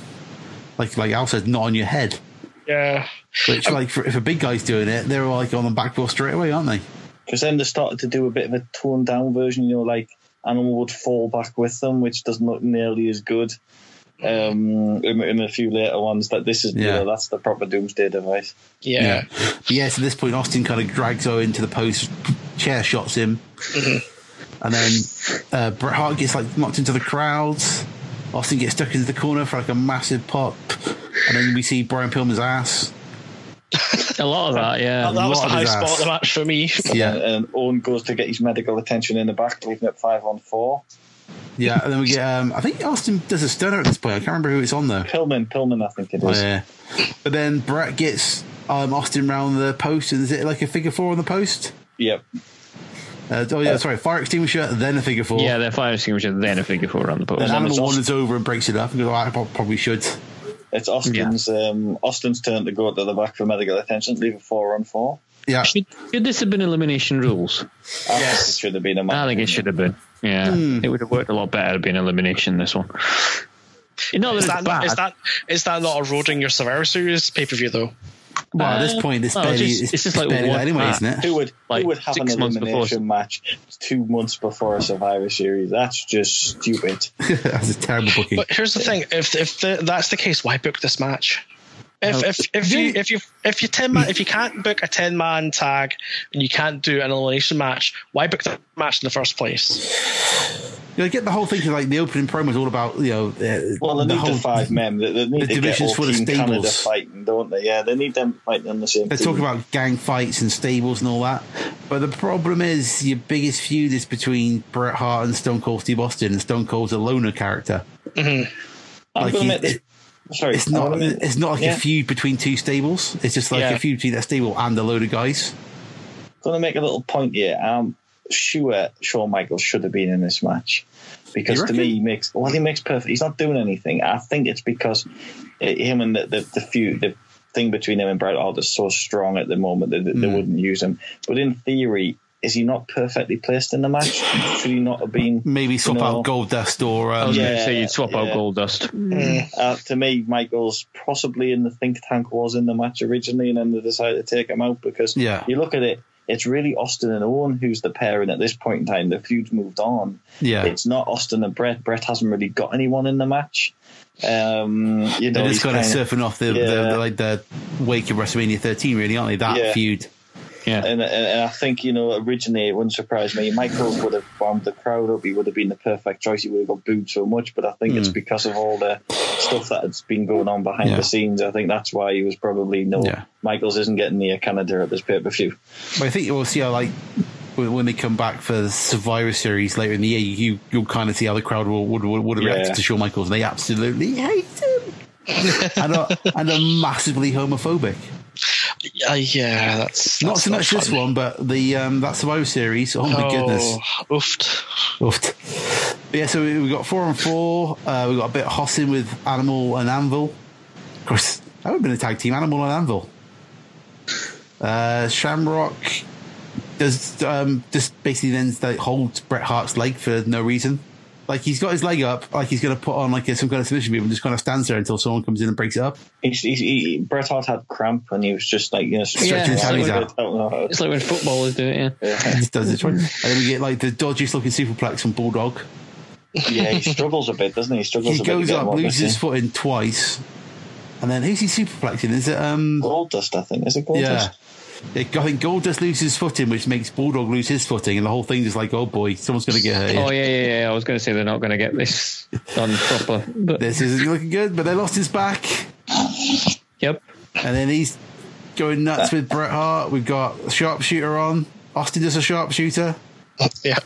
S2: like like Al said, not on your head.
S4: Yeah.
S2: Which like for, if a big guy's doing it, they're like on the back wall straight away, aren't they?
S7: Because then they started to do a bit of a toned down version, you know, like Animal would fall back with them, which doesn't look nearly as good. Um, in, in a few later ones, that this is, you
S2: Yeah.
S7: know, that's the proper Doomsday device.
S4: Yeah.
S2: But yes, at this point, Austin kind of drags Owen to the post, chair shots him,
S4: Mm-hmm.
S2: and then uh, Bret Hart gets like knocked into the crowds. Austin gets stuck into the corner for like a massive pop, and then we see Brian Pillman's ass.
S1: A lot of that, yeah.
S4: That, that was
S2: lot
S4: the
S2: of
S4: high
S2: his
S4: spot
S2: ass.
S4: of the match for me.
S2: Yeah,
S7: And Owen goes to get his medical attention in the back, leaving it five on four.
S2: yeah, and then we get. Um, I think Austin does a stunner at this point. I can't remember who it's on though.
S7: Pillman, Pillman, I think it
S1: Oh,
S7: is.
S2: Yeah, but then Brett gets um, Austin round the post, and is it like a figure four on the post?
S7: Yep.
S2: Uh, oh yeah, sorry, fire extinguisher, then a figure four.
S1: Yeah, they're fire extinguisher, then a figure four around the post.
S2: Then
S7: it's
S2: Animal
S7: Austin.
S2: One is over and breaks it up and goes, "Oh, I prob- probably should.
S7: It's Austin's um, Austin's turn to go to the back for medical attention, leave it four on four.
S2: Yeah.
S1: Should, should this have been elimination rules?
S7: I yes. think it should have been a match.
S1: I think it should have been. Yeah, it would have worked a lot better to be an elimination. This one. Not that
S4: Is
S1: it's
S4: that,
S1: bad.
S4: is that is that not eroding your Survivor Series pay per view though?
S2: Well, at this point, it's
S1: no,
S2: barely,
S1: uh, it's
S2: it's
S1: just- it's just like
S2: barely that
S1: one
S2: anyway,
S1: match.
S2: isn't it?
S7: Who would
S1: Like
S7: who would have an
S1: six months before.
S7: elimination match two months before a Survivor Series? That's just stupid.
S2: That's a terrible booking.
S4: But here's the thing: if if the, that's the case, why book this match? If if if you if you if you ten man, if you can't book a ten man tag and you can't do an elimination match, why book the match in the first place?
S2: you know, I get the whole thing 'cause, like the opening promo is all about you know uh,
S7: Well, they
S2: the
S7: need
S2: whole
S7: the five men. They, they need
S2: the
S7: to get
S2: division's
S7: all
S2: full of
S7: Team Canada
S2: stables.
S7: fighting, don't they? Yeah, they need them fighting on the same.
S2: They
S7: team.
S2: talk about gang fights and stables and all that, but the problem is your biggest feud is between Bret Hart and Stone Cold Steve Austin, and Stone Cold's a loner character.
S7: I'm
S2: like,
S7: gonna
S2: you-
S7: make this-
S2: it-
S7: sorry,
S2: It's not.
S7: I'm gonna-
S2: It's not like
S7: Oh, yeah,
S2: a feud between two stables. It's just like
S4: Yeah.
S2: a feud between that stable and a load of guys.
S7: going to make a little point here. I'm sure Shawn Michaels should have been in this match because
S2: You
S7: to me he makes well he makes perfect. He's not doing anything. I think it's because uh, him and the the, the feud the thing between him and Bret Hart is so strong at the moment that, that
S2: Hmm.
S7: they wouldn't use him. But in theory, is he not perfectly placed in the match? should he not have been?
S2: Maybe swap
S7: No.
S2: out Gold Dust or
S1: I
S2: um,
S1: was
S7: Oh, Yeah.
S1: going to say you'd swap out
S7: yeah.
S1: gold dust.
S7: Uh, to me, Michaels possibly in the think tank was in the match originally, and then they decided to take him out because
S2: Yeah.
S7: you look at it, it's really Austin and Owen who's the pairing at this point in time. The feud's moved on.
S2: yeah.
S7: It's not Austin and Brett. Brett hasn't really got anyone in the match. Um, you know,
S2: They're
S7: he's
S2: just kind of
S7: kinda-
S2: surfing off the, the,
S7: Yeah.
S2: the like the wake of WrestleMania 13, really, aren't they? That
S7: Yeah.
S2: feud.
S1: Yeah,
S7: and, and, and I think you know originally it wouldn't surprise me. Michaels would have bombed the crowd up. He would have been the perfect choice. He would have got booed so much, but I think it's because of all the stuff that's been going on
S2: Hmm.
S7: behind
S2: Yeah.
S7: the scenes. I think that's why he was probably no.
S2: Yeah.
S7: Michaels isn't getting near Canada at this pay per view.
S2: But I think we'll see how like when when they come back for the Survivor Series later in the year, you you'll kind of see how the crowd will, would would, would have reacted
S7: Yeah.
S2: to Shawn Michaels. They absolutely hate him and are, and are massively homophobic.
S4: Uh, yeah, that's,
S2: Not
S4: that's
S2: so much
S4: fun.
S2: this one, but the um, that Survivor Series. Oh my goodness.
S4: Oofed.
S2: Oofed. But yeah, so we- we've got four and four. Uh, we've got a bit of hossing with Animal and Anvil. Of course, that would have been a tag team, Animal and Anvil. Uh, Shamrock does um, just basically then like, holds Bret Hart's leg for no reason. Like he's got his leg up, like he's going to put on like a, some kind of submission move, and just kind of stands there until someone comes in and breaks it up.
S7: He's, he's, he, Bret Hart had cramp and he was just like, you know,
S2: Stretching his
S7: like,
S2: hammies
S7: I
S2: out.
S7: don't know. how-
S1: It's like when footballers do it. Yeah.
S2: He just does it. And then we get like the dodgiest looking superplex from Bulldog.
S7: yeah, he struggles a bit, doesn't he? He struggles
S2: He
S7: a bit. to
S2: goes
S7: get
S2: up,
S7: one,
S2: loses
S7: doesn't
S2: his foot in twice, and then who's he superplexing? Is it um?
S7: he? Gold dust, I think. Is it gold
S2: Yeah.
S7: dust?
S2: Yeah, I think Goldust loses his footing, which makes Bulldog lose his footing, and the whole thing is like, oh boy, someone's going to get hurt. here.
S1: Oh yeah, yeah, yeah. I was going to say they're not going to get this done proper, but
S2: This isn't looking good, but they lost his back,
S1: yep.
S2: and then he's going nuts with Bret Hart. We've got a sharpshooter on. Austin does a sharpshooter.
S4: Yeah.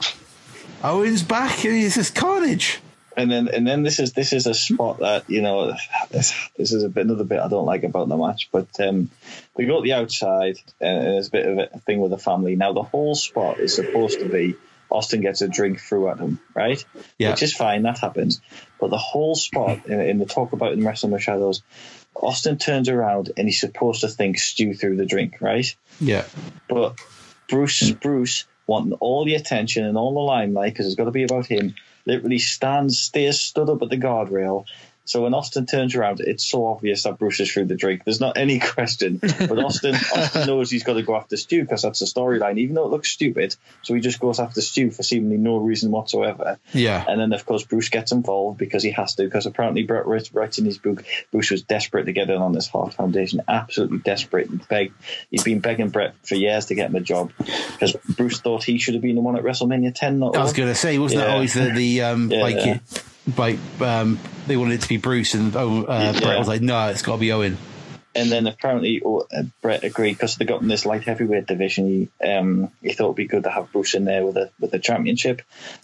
S2: Owen's back, and it's just carnage.
S7: And then and then this is this is a spot that you know this, this is a bit another bit I don't like about the match, but um, they go to the outside and there's a bit of a thing with the family. Now the whole spot is supposed to be Austin gets a drink through at him, right?
S2: Yeah.
S7: Which is fine, that happens. But the whole spot in, in the talk about in Wrestling with Shadows, Austin turns around and he's supposed to think stew through the drink, right?
S2: Yeah.
S7: but Bruce Bruce wanting all the attention and all the limelight because it's got to be about him. Literally stands, stays stood up at the guardrail. So when Austin turns around, it's so obvious that Bruce is through the drink. There's not any question. But Austin, Austin knows he's got to go after Stu because that's the storyline, even though it looks stupid. So he just goes after Stu for seemingly no reason whatsoever.
S2: Yeah.
S7: And then, of course, Bruce gets involved because he has to, because apparently Brett writes, writes in his book, Bruce was desperate to get in on this Heart Foundation, absolutely desperate. He begged, he'd been begging Brett for years to get him a job because Bruce thought he should have been the one at WrestleMania 10. Not
S2: I was
S7: Owen.
S2: going to say, wasn't that
S7: Yeah.
S2: always the, the um,
S7: Yeah.
S2: like, it, like um, they wanted it to be Bruce, and oh, uh,
S7: Yeah.
S2: Bret was like, no, it's got to be Owen.
S7: and then apparently oh, uh, Brett agreed because they got in this light heavyweight division. He, um, he thought it'd be good to have Bruce in there with a with a championship,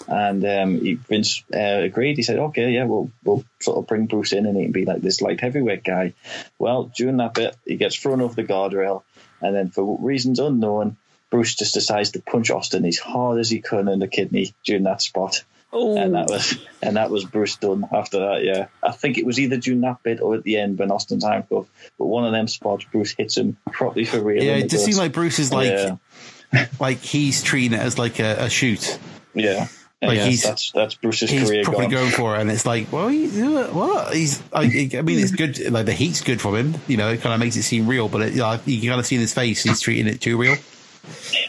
S7: and um, he, Vince uh, agreed. He said, "Okay, yeah, we'll we'll sort of bring Bruce in, and he can be like this light heavyweight guy." Well, during that bit, he gets thrown over the guardrail, and then for reasons unknown, Bruce just decides to punch Austin as hard as he could in the kidney during that spot. And that was and that was Bruce Dunn after that, yeah. I think it was either during that bit or at the end when Austin's handcuffed. But one of them spots Bruce hits him properly for real.
S2: Yeah,
S7: in the
S2: it just
S7: guts.
S2: seemed like Bruce is like,
S7: Yeah.
S2: like he's treating it as like a, a shoot.
S7: Yeah.
S2: Like,
S7: yeah,
S2: he's-
S7: that's that's Bruce's
S2: he's
S7: career
S2: probably
S7: gone.
S2: going for it, and it's like, well, he, what? He's, I, I mean, it's good. Like the heat's good for him, you know. It kind of makes it seem real, but it, you, know, you can kind of see in his face he's treating it too real.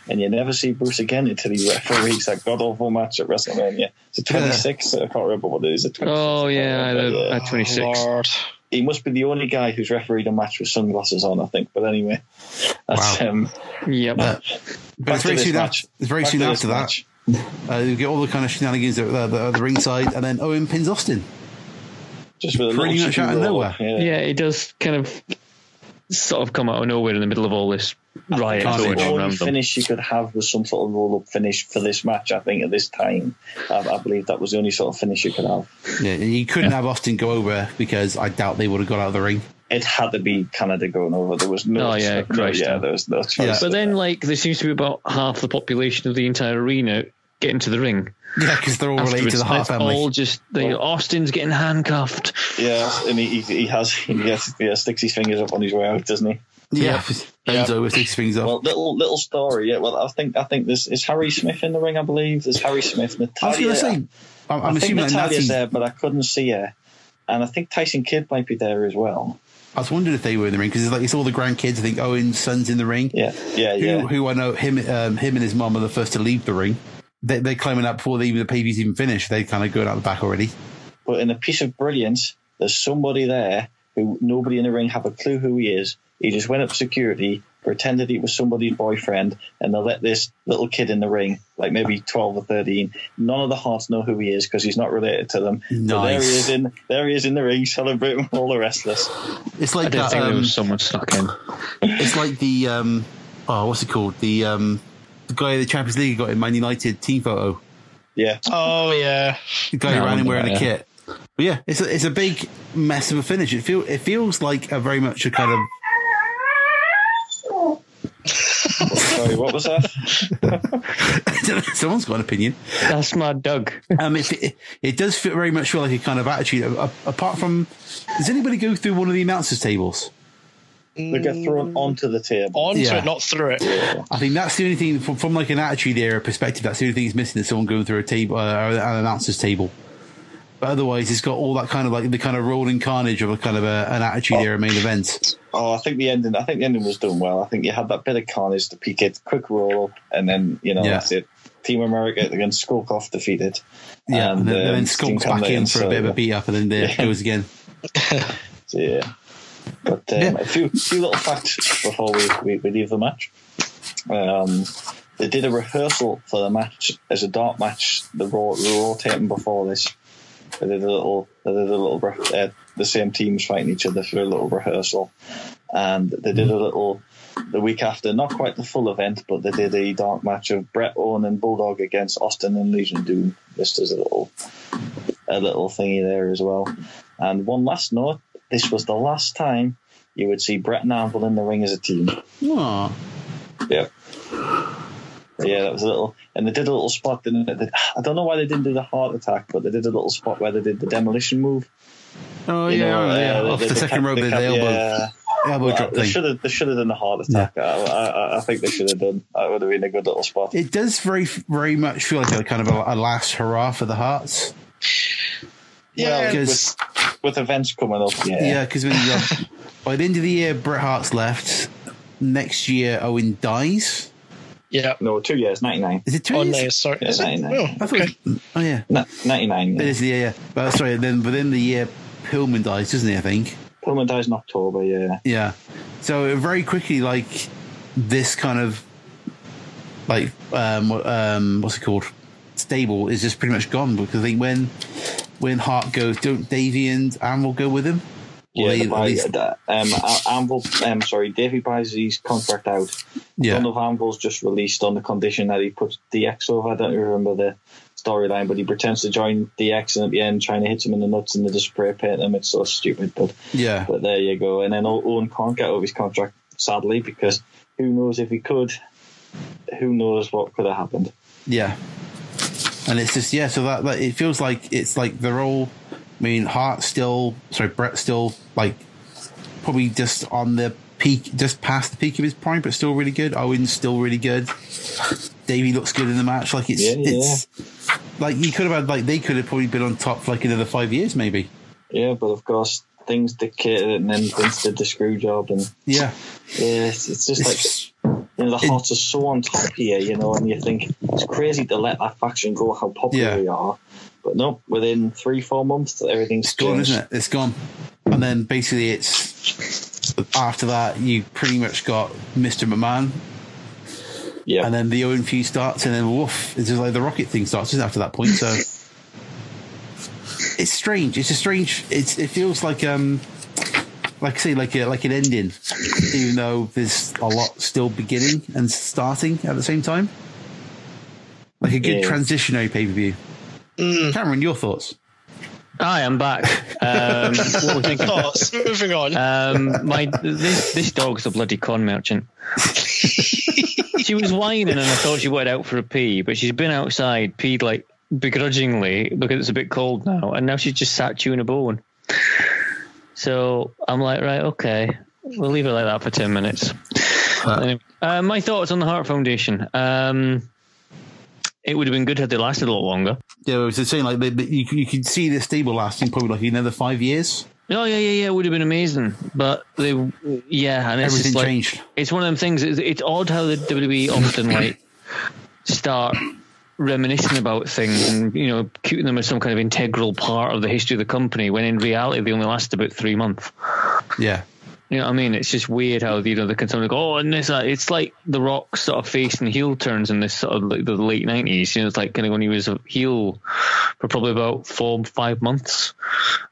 S7: And you never see Bruce again until he referees that god awful match at WrestleMania. It's a twenty six, I can't remember what it is, a twenty six.
S1: Oh yeah, I
S7: Yeah.
S1: at twenty six.
S4: Lord.
S7: He must be the only guy who's refereed a match with sunglasses on, I think. But anyway. That's
S2: Wow.
S7: um
S1: Yep.
S2: Uh, But it's
S7: back to
S2: very
S7: this
S2: soon
S7: match.
S2: after. It's very
S7: Back
S2: soon
S7: to
S2: after
S7: this
S2: that.
S7: match.
S2: Uh, you get all the kind of shenanigans at the, the, the ringside, and then Owen pins Austin.
S7: Just with a
S2: Pretty
S7: little
S2: much out of
S7: screw roll.
S2: nowhere.
S7: Yeah.
S1: yeah, it does kind of sort of come out of nowhere in the middle of all this riot
S2: Can't
S1: going
S7: the
S1: on
S7: only
S1: around them.
S7: finish you could have was some sort of roll up finish for this match. I think at this time, I, I believe that was the only sort of finish you could have.
S2: Yeah, you couldn't have Austin go over because I doubt they would have got out of the ring.
S7: It had to be Canada going over. There was no,
S1: Oh, yeah,
S7: no-
S1: Christ,
S7: yeah,
S1: yeah.
S7: there was no choice.
S2: Yeah.
S1: But then, like, there seems to be about half the population of the entire arena getting to the ring.
S2: Yeah, because they're all related to
S1: Afterwards,
S2: the Hart
S1: it's
S2: family.
S1: all just they, Austin's getting handcuffed.
S7: yeah, and he, he, he has he has, yeah, sticks his fingers up on his way out, doesn't he?
S2: yeah, bends over, sticks things up.
S7: Well, little little story. Yeah, well, I think I think this is Harry Smith in the ring. I believe there's Harry Smith.
S2: I was
S7: Natalia,
S2: going to say, I'm, I'm
S7: I think
S2: assuming that
S7: Natalia's
S2: Natty.
S7: there, but I couldn't see her. And I think Tyson Kidd might be there as well.
S2: I was wondering if they were in the ring because it's like it's all the grandkids. I think Owen's son's in the ring.
S7: Yeah, yeah,
S2: who,
S7: yeah.
S2: who I know him, um, him and his mum are the first to leave the ring. They, they're climbing up before the, even the PV's even finished. They kind of going out the back already.
S7: but in a piece of brilliance, there's somebody there who nobody in the ring have a clue who he is. He just went up security, pretended he was somebody's boyfriend, and they let this little kid in the ring, like maybe 12 or 13. None of the hearts know who he is because he's not related to them. But there he
S2: Nice.
S7: is in there he is in the ring celebrating with all the rest of us.
S2: It's
S1: I
S2: like
S1: didn't
S2: that.
S1: think there
S2: Um,
S1: was someone stuck in.
S2: it's like the um, oh, what's it called? The um, the guy the Champions League got in Man United team photo.
S7: Yeah,
S4: Oh yeah.
S2: The guy
S1: No,
S2: who
S1: I
S2: ran in
S1: remember
S2: wearing a
S1: that, yeah.
S2: kit. But yeah, it's a, it's a big mess of a finish. It feel it feels like a very much a kind of
S7: sorry, what was that?
S2: someone's got an opinion.
S1: That's my Doug.
S2: Um, it, it, it does feel very much feel like a kind of attitude. A- a- Apart from, does anybody go through one of the announcers tables?
S7: they get thrown onto the table.
S4: Onto
S2: Yeah.
S4: it, not through it.
S2: I think that's the only thing from, from like an attitude era perspective. That's the only thing that's missing is someone going through a table, uh, an announcers table. But otherwise, it's got all that kind of like the kind of rolling carnage of a kind of a, an attitude era main event.
S7: Oh, I think the ending. I think the ending was done well. I think you had that bit of carnage to peak it, quick roll, up, and then you know
S2: Yeah.
S7: that's it. Team America against Skolkoff defeated.
S2: Yeah, and, then,
S7: um,
S2: and then Skulk's back in for a bit of a
S7: beat.
S2: beat up, and then there
S7: Yeah.
S2: it goes again.
S7: Yeah. But um, a few, few little facts before we, we, we leave the match. Um, they did a rehearsal for the match as a dark match. The raw, the raw taping before this, they did a little, they did a little, re- uh, the same teams fighting each other for a little rehearsal, and they did a little the week after, not quite the full event, but they did a dark match of Brett Owen and Bulldog against Austin and Legion Doom. Just as a little a little thingy there as well. And one last note: this was the last time you would see Brett and Anvil in the ring as a team.
S2: Aw.
S7: Yeah. But yeah, that was a little, and they did a little spot. Didn't they? I don't know why they didn't do the heart attack, but they did a little spot where they did the demolition move.
S2: Oh
S7: You
S2: yeah,
S7: know, uh,
S2: yeah.
S7: they-
S2: Off
S7: they-
S2: the
S7: they
S2: second
S7: cut-
S2: rope,
S7: they
S2: the
S7: cut the,
S2: elbow,
S7: uh,
S2: elbow drop
S7: they
S2: thing.
S7: should have, they should have done the heart attack. I, I, I think they should have done. That would have been a good little spot.
S2: It does very, very much feel like a kind of a, a last hurrah for the Hearts.
S7: Yeah,
S2: because
S7: with, with events coming up. Yeah,
S2: yeah, because by the end of the year, Bret Hart's left. Next year, Owen dies.
S4: Yeah.
S7: No, two years, ninety nine.
S2: Is it two
S4: Oh,
S2: years?
S4: no, sorry.
S7: Yeah,
S4: Is it?
S7: 99.
S4: Oh,
S2: I thought
S4: okay.
S2: it was- oh yeah,
S7: Ninety nine.
S2: it
S7: Yeah.
S2: is the year. Yeah. But uh, sorry, then within the year, Pillman dies, doesn't he? I think.
S7: Pullman dies in October. Yeah.
S2: Yeah. So very quickly, like this kind of like um, um what's it called stable is just pretty much gone because I think when when Hart goes, don't Davy and Anvil go with him? Or
S7: Yeah,
S2: they-
S7: they
S2: at
S7: buy,
S2: least-
S7: uh, um, Al- Anvil. Um, sorry, Davey buys his contract out.
S2: yeah.
S7: One of Anvil's just released on the condition that he puts DX over. I don't remember the storyline, but he pretends to join DX, and at the end, trying to hit him in the nuts, and they just spray paint him. It's so stupid, but
S2: yeah.
S7: but there you go. And then O- Owen can't get out of his contract, sadly, because who knows if he could? Who knows what could have happened?
S2: Yeah. And it's just yeah, so that, that it feels like it's like they're all I mean, Hart still sorry, Brett still like probably just on the peak just past the peak of his prime, but still really good. Owen's still really good. Davey looks good in the match. Like it's
S7: Yeah, yeah.
S2: it's like he could have had like they could have probably been on top for like another five years maybe.
S7: Yeah, but of course things dictated, it, and then Vince did the screw job, and
S2: Yeah.
S7: yeah, it's, it's just like.
S2: It's-
S7: you know, the hearts are so on top here, you know, and you think it's crazy to let that faction go how popular
S2: Yeah.
S7: they are. But no, within three, four months, everything's
S2: it's gone,
S7: changed.
S2: isn't it? It's gone. And then basically it's after that you pretty much got Mr. McMahon
S7: Yeah.
S2: and then the Owen feud starts, and then woof, it's just like the rocket thing starts isn't it, after that point. So it's strange. It's a strange. It's it feels like um, like I say, like a, like an ending, even though there's a lot still beginning and starting at the same time. Like a good
S7: Yeah.
S2: transitionary pay per view.
S1: Mm.
S2: Cameron, your thoughts?
S1: Hi, I'm back. Um, what were we thinking?
S4: Thoughts. Oh, Moving on.
S2: Uh,
S1: Um, my this this dog's a bloody con merchant. she was whining, and I thought she went out for a pee, but she's been outside, peed like begrudgingly because it's a bit cold now, and now she's just sat chewing a bone. So I'm like, right, okay, we'll leave her like that for ten minutes. Anyway, uh, my thoughts on the Heart Foundation. Um, it would have been good had they lasted a lot longer.
S2: Yeah, I was just saying like the, the, you you could see this stable lasting probably like another five years.
S1: Oh yeah, yeah, yeah. It would have been amazing, but they, yeah, and it's just
S2: Everything
S1: like,
S2: changed.
S1: It's one of them things. It's, it's odd how the WWE often like start reminiscing about things and you know keeping them as some kind of integral part of the history of the company when in reality they only last about three months.
S2: Yeah,
S1: You know what I mean? It's just weird how you know they can suddenly go, oh, and this, uh, it's like The Rock sort of face and heel turns in this sort of like the late nineties. You know, it's like kind of when he was a heel for probably about four, five months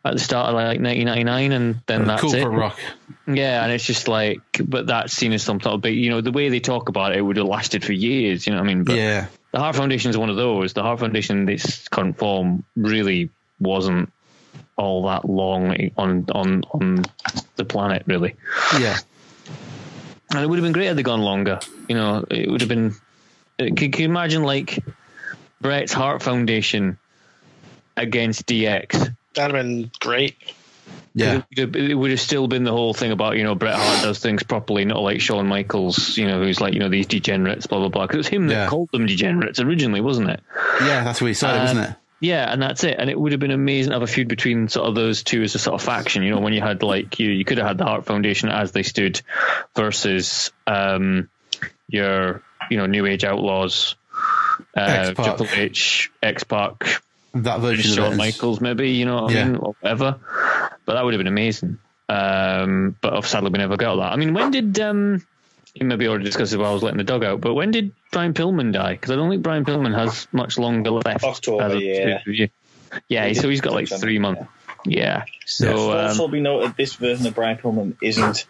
S1: at the start of like nineteen ninety nine, and then that's
S2: cool
S1: it.
S2: for a rock.
S1: Yeah, and it's just like, but that's seen as some sort of big, you know, the way they talk about it, it would have lasted for years. You know what I mean? But
S2: yeah,
S1: the Heart Foundation is one of those. The Heart Foundation, in its current form, really wasn't all that long on on on the planet, really.
S2: yeah.
S1: And it would have been great had they gone longer. You know, it would have been. uh, Can, can you imagine like Brett's Heart Foundation against DX?
S4: That'd have been great.
S2: Yeah,
S1: It would, have, it would have still been the whole thing about you know Bret Hart does things properly, not like Shawn Michaels, you know, who's like you know these degenerates, blah blah blah. Because it was him
S2: Yeah.
S1: that called them degenerates originally, wasn't it?
S2: yeah. That's what he said,
S1: Uh,
S2: wasn't it?
S1: yeah, and that's it. And it would have been amazing to have a feud between sort of those two as a sort of faction. You know, when you had like you, you could have had the Heart Foundation as they stood versus um, your you know New Age Outlaws, uh,
S2: X-Pac.
S1: Triple H, X Pac,
S2: That version of it
S1: Shawn
S2: is-
S1: Michaels, maybe you know what
S2: Yeah.
S1: I mean, or whatever. But that would have been amazing. Um, but I've sadly we never got that. I mean, when did um, you maybe already discussed it while I was letting the dog out? But when did Brian Pillman die? Because I don't think Brian Pillman has much longer left.
S7: October,
S1: as of-
S7: yeah.
S1: yeah. So he's got like three months. Yeah. So
S7: It's
S1: um,
S7: also be noted this version of Brian Pillman isn't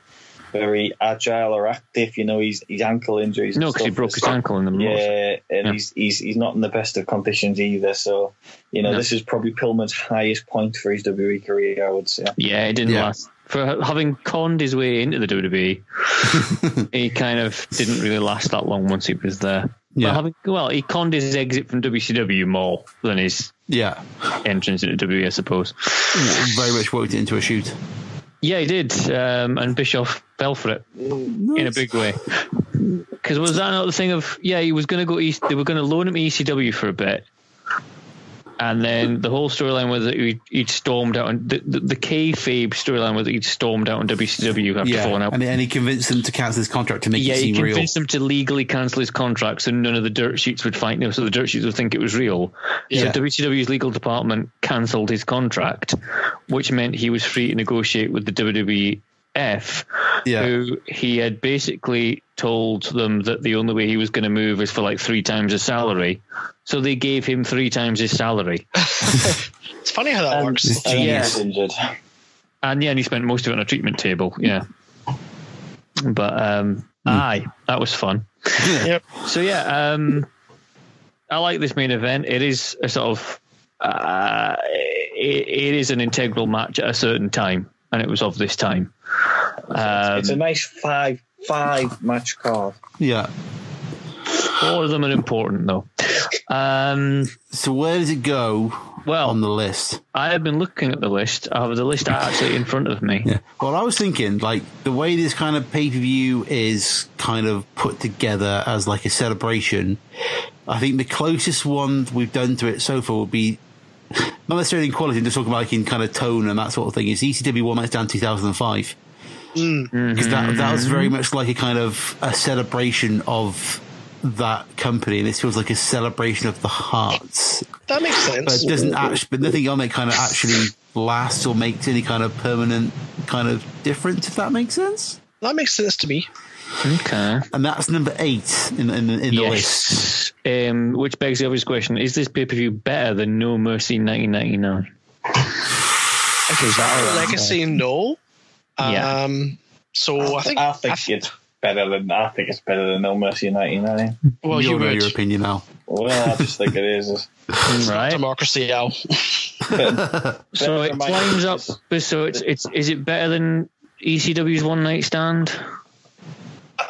S7: very agile or active. You know, he's he's ankle injuries. and
S1: no, because he
S7: stuff.
S1: broke his ankle in the Milwaukee.
S7: Yeah, and
S1: Yeah.
S7: he's he's he's not in the best of conditions either. So you know,
S1: No.
S7: this is probably Pillman's highest point for his WWE career. I would say.
S1: Yeah, it didn't
S2: Yeah.
S1: last. For having conned his way into the WWE, he kind of didn't really last that long once he was there.
S2: Yeah.
S1: But having, well, he conned his exit from WCW more than his
S2: Yeah,
S1: entrance into WWE, I suppose.
S2: very much worked it into a shoot.
S1: Yeah, he did. Um, and Bischoff fell for it in a big way. Because was that not the thing of, yeah, he was going to go East, they were going to loan him ECW for a bit. And then the whole storyline was that he- he'd stormed out, and the, the, the kayfabe storyline was that he'd stormed out on WCW after
S2: Yeah,
S1: falling out.
S2: and, and he convinced them to cancel his contract to make
S1: yeah,
S2: it
S1: he
S2: seem real.
S1: convinced them to legally cancel his contract, so none of the dirt sheets would find him, so the dirt sheets would think it was real.
S2: Yeah.
S1: So WCW's legal department cancelled his contract, which meant he was free to negotiate with the WWF,
S2: Yeah.
S1: who he had basically told them that the only way he was going to move is for like three times his salary. So they gave him three times his salary,
S4: It's funny how that
S2: um,
S4: works.
S7: And then he
S1: Yeah.
S7: was injured.
S1: and yeah, and he spent most of it on a treatment table. Yeah, but um,
S2: Hmm.
S1: aye, that was fun.
S4: Yep.
S1: So yeah, um, I like this main event. It is a sort of uh, it, it is an integral match at a certain time, and it was of this time. Um,
S7: it's a nice five five match card.
S2: yeah.
S1: all of them are important though. Um,
S2: So where does it go
S1: well,
S2: on the list?
S1: I have been looking at the list. I have the list actually in front of me.
S2: Yeah. Well, I was thinking, like, the way this kind of pay per view is kind of put together as like a celebration, I think the closest one we've done to it so far would be not necessarily in quality, just talking about like in kind of tone and that sort of thing. It's ECW One Night Stand 2005. Because that, that was very much like a kind of a celebration of that company, and this feels like a celebration of the hearts
S4: That makes
S2: but
S4: sense.
S2: it doesn't actually, but nothing on it kind of actually lasts or makes any kind of permanent kind of difference, if that makes sense.
S4: That makes sense to me.
S1: Okay.
S2: And that's number eight in in, in the list.
S1: Yes. Um, which begs the obvious question: Is this pay per view better than No Mercy 1999?
S4: Legacy, no. Um,
S1: Yeah.
S4: So I think,
S7: I think it's better than I think it's better than No Mercy '99.
S4: well, you
S2: You'll know
S4: would.
S2: your opinion now.
S7: Well, I just think it is.
S1: Mm, Right.
S4: Democracy, Al.
S1: So
S7: Better
S1: it
S7: for my
S1: climbs up.
S7: purposes.
S1: So it's it's is it better than ECW's One Night Stand?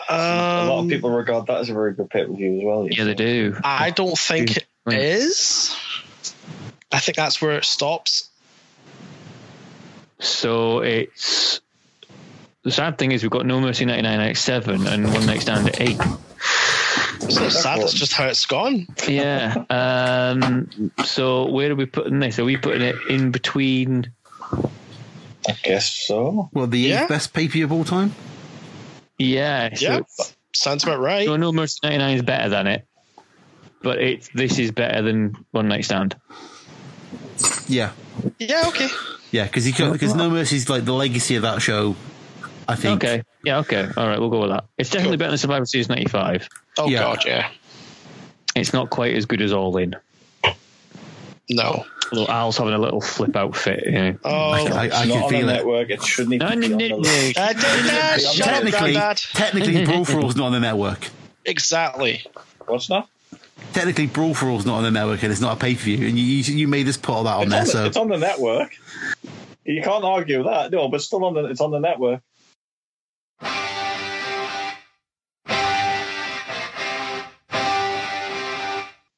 S7: A lot of
S4: Um,
S7: people regard that as a very good pay per view as well. you
S1: Yeah,
S7: know.
S1: they do.
S4: I don't think it is. I think that's where it stops.
S1: So it's the sad thing is we've got No Mercy 99 at seven and One Night Stand at eight.
S4: It's not sad. It's just how it's gone.
S1: Yeah. Um. So where are we putting this? Are we putting it in between?
S7: I guess so.
S2: Well, the
S4: Yeah.
S2: eighth best pay per view of all time.
S1: Yeah. So,
S4: Yeah, sounds about right.
S1: so No Mercy 99 is better than it, but it's this is better than One Night Stand.
S2: Yeah,
S4: Yeah, okay.
S2: yeah, because he because No Mercy's like the legacy of that show. I think.
S1: Okay. Yeah. Okay. All right. We'll go with that. It's definitely better than Survivor Series 95.
S4: Oh
S2: Yeah.
S4: god, yeah.
S1: It's not quite as good as All In.
S4: No.
S1: Although Al's having a little flip out fit. You know.
S4: Oh.
S2: I, I
S7: It's not
S2: can
S7: on the
S2: feel it.
S7: network. It shouldn't
S2: Oh,
S7: even
S1: No,
S7: be
S1: no,
S7: on the
S1: no,
S7: list.
S2: Uh,
S1: no.
S4: I did that. Shut up,
S2: Technically,
S4: Grandad.
S2: technically, Brawl for All's not on the network.
S4: Exactly.
S7: What's that?
S2: Technically, Brawl for All's not on the network, and it's not a pay per view. And you, you you made us put all that on
S7: It's
S2: there,
S7: on, the,
S2: so
S7: it's on the network. You can't argue with that. No, but still on the it's on the network.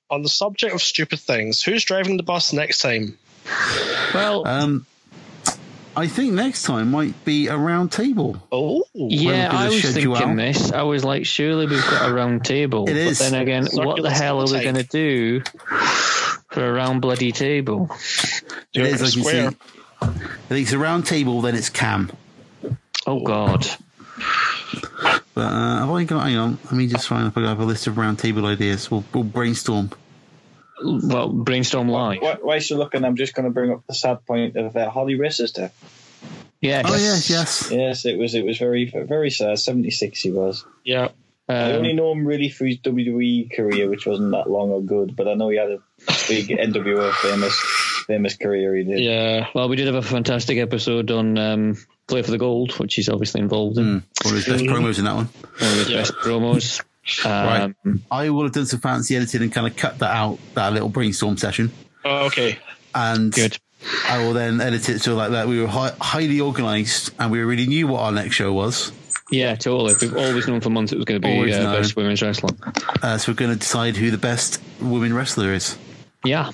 S4: On the subject of stupid things, who's driving the bus next time?
S1: Well,
S2: um, I think next time might be a round table.
S4: Oh,
S1: yeah,
S2: we're gonna
S1: I was
S2: shed you
S1: thinking
S2: out.
S1: this. I was like, surely we've got a round table.
S2: It is.
S1: But then again, what
S4: Circular
S1: the hell are we
S4: type.
S1: going to do for a round bloody table.
S2: It is, as you see. If it's a round table, then it's Cam.
S1: Oh, God.
S2: But uh, I've only got, hang on, let me just find if I have a list of round table ideas. We'll, we'll brainstorm.
S1: Well, brainstorm live.
S7: Wh- Whilst you're looking, I'm just going to bring up the sad point of uh, Holly Racer's death.
S1: Yes.
S2: Oh, yes, yes.
S7: Yes, it was. It was very, very sad. Seventy-six, he was.
S1: Yeah.
S7: I
S1: Um,
S7: only know him really through his WWE career, which wasn't that long or good, but I know he had a big NWO famous famous career. He did.
S1: yeah. Well, we did have a fantastic episode on um, Play for the Gold, which he's obviously involved in.
S2: One of his best
S1: Mm-hmm.
S2: promos in that one.
S1: One of his best promos. Um,
S2: I will have done some fancy editing and kind of cut that out, that little brainstorm session.
S4: Oh, okay.
S2: And
S1: Good.
S2: I will then edit it so like that. We were hi- highly organised and we already knew what our next show was.
S1: Yeah, totally. We've always known for months it was going to be
S2: Always
S1: uh,
S2: known.
S1: best women's wrestling.
S2: Uh, so we're going to decide who the best women wrestler is.
S1: Yeah.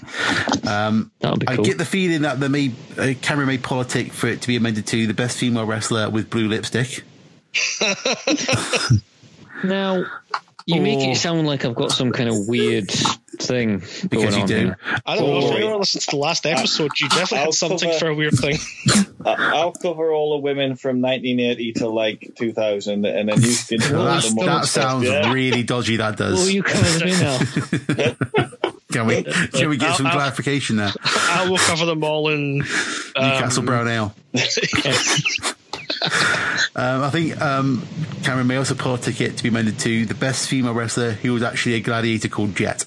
S1: Um, that would be
S2: I
S1: cool.
S2: get the feeling that there may uh, Cameron may politic for it to be amended to the best female wrestler with blue lipstick.
S1: now, you make
S2: Or-
S1: it sound like I've got some kind of weird thing going
S2: Oh. Because you
S1: on
S2: do.
S1: here.
S4: I don't know. If
S7: Alright.
S4: you were listening to the last episode, you definitely
S7: I'll
S4: had something
S7: cover-
S4: for a weird thing.
S7: I, I'll cover all the women from 1980 to like 2000, and then you can do all
S2: That,
S7: the
S2: that
S7: moments.
S2: sounds
S7: Yeah.
S2: really dodgy. That does.
S1: Oh, you covered me now.
S2: can we can we get some
S4: I'll- I'll-
S2: clarification there?
S4: I will cover them all in.
S2: Newcastle Brown Ale. um, I think um, Cameron may also politic it to be amended to the best female wrestler who was actually a gladiator called Jet.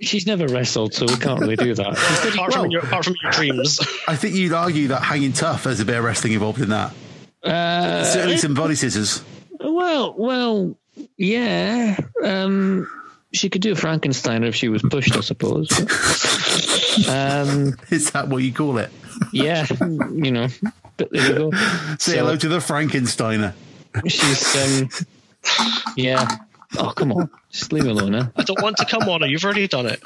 S1: She's never wrestled, so we can't really do that.
S4: Apart from, your, apart from your dreams,
S2: I think you'd argue that hanging tough has a bit of wrestling involved in that.
S1: Uh,
S2: Certainly some body scissors.
S1: well, well, yeah. Um, she could do a Frankenstein if she was pushed, I suppose. but- um,
S2: Is that what you call it?
S1: yeah, you know. But there you go.
S2: Say hello to the Frankensteiner.
S1: She's um, yeah. Oh come on, just leave me alone. Huh?
S4: I don't want to come on. You've already done it.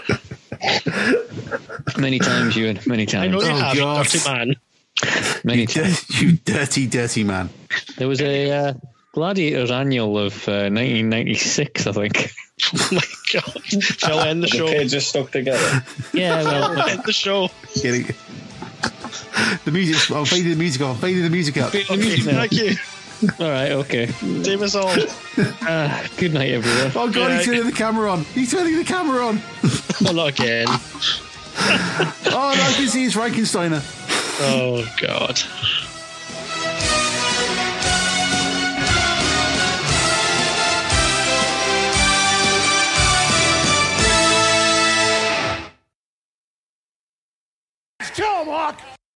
S1: Many times, Ewan. Many
S4: I know
S1: times.
S4: you
S2: Oh,
S4: have, you
S2: God.
S4: dirty man.
S1: Many times.
S2: you dirty, dirty man.
S1: There was a uh, Gladiators annual of uh, 1996, I think.
S4: Oh my god, they'll end the
S7: The
S4: show.
S7: kids are stuck together.
S1: Yeah, well,
S4: End the show.
S2: Get it? The music. I'm fading the music off. I'm fading the music up.
S4: Okay, thank you.
S1: all right, okay.
S4: Save us all.
S1: Uh, good night, everyone.
S2: Oh god, he's turning the camera on. He's turning the camera on.
S4: Well, not again.
S2: Oh, no, I can see his Frankensteiner.
S4: Oh god.
S6: Kill him, Hawk!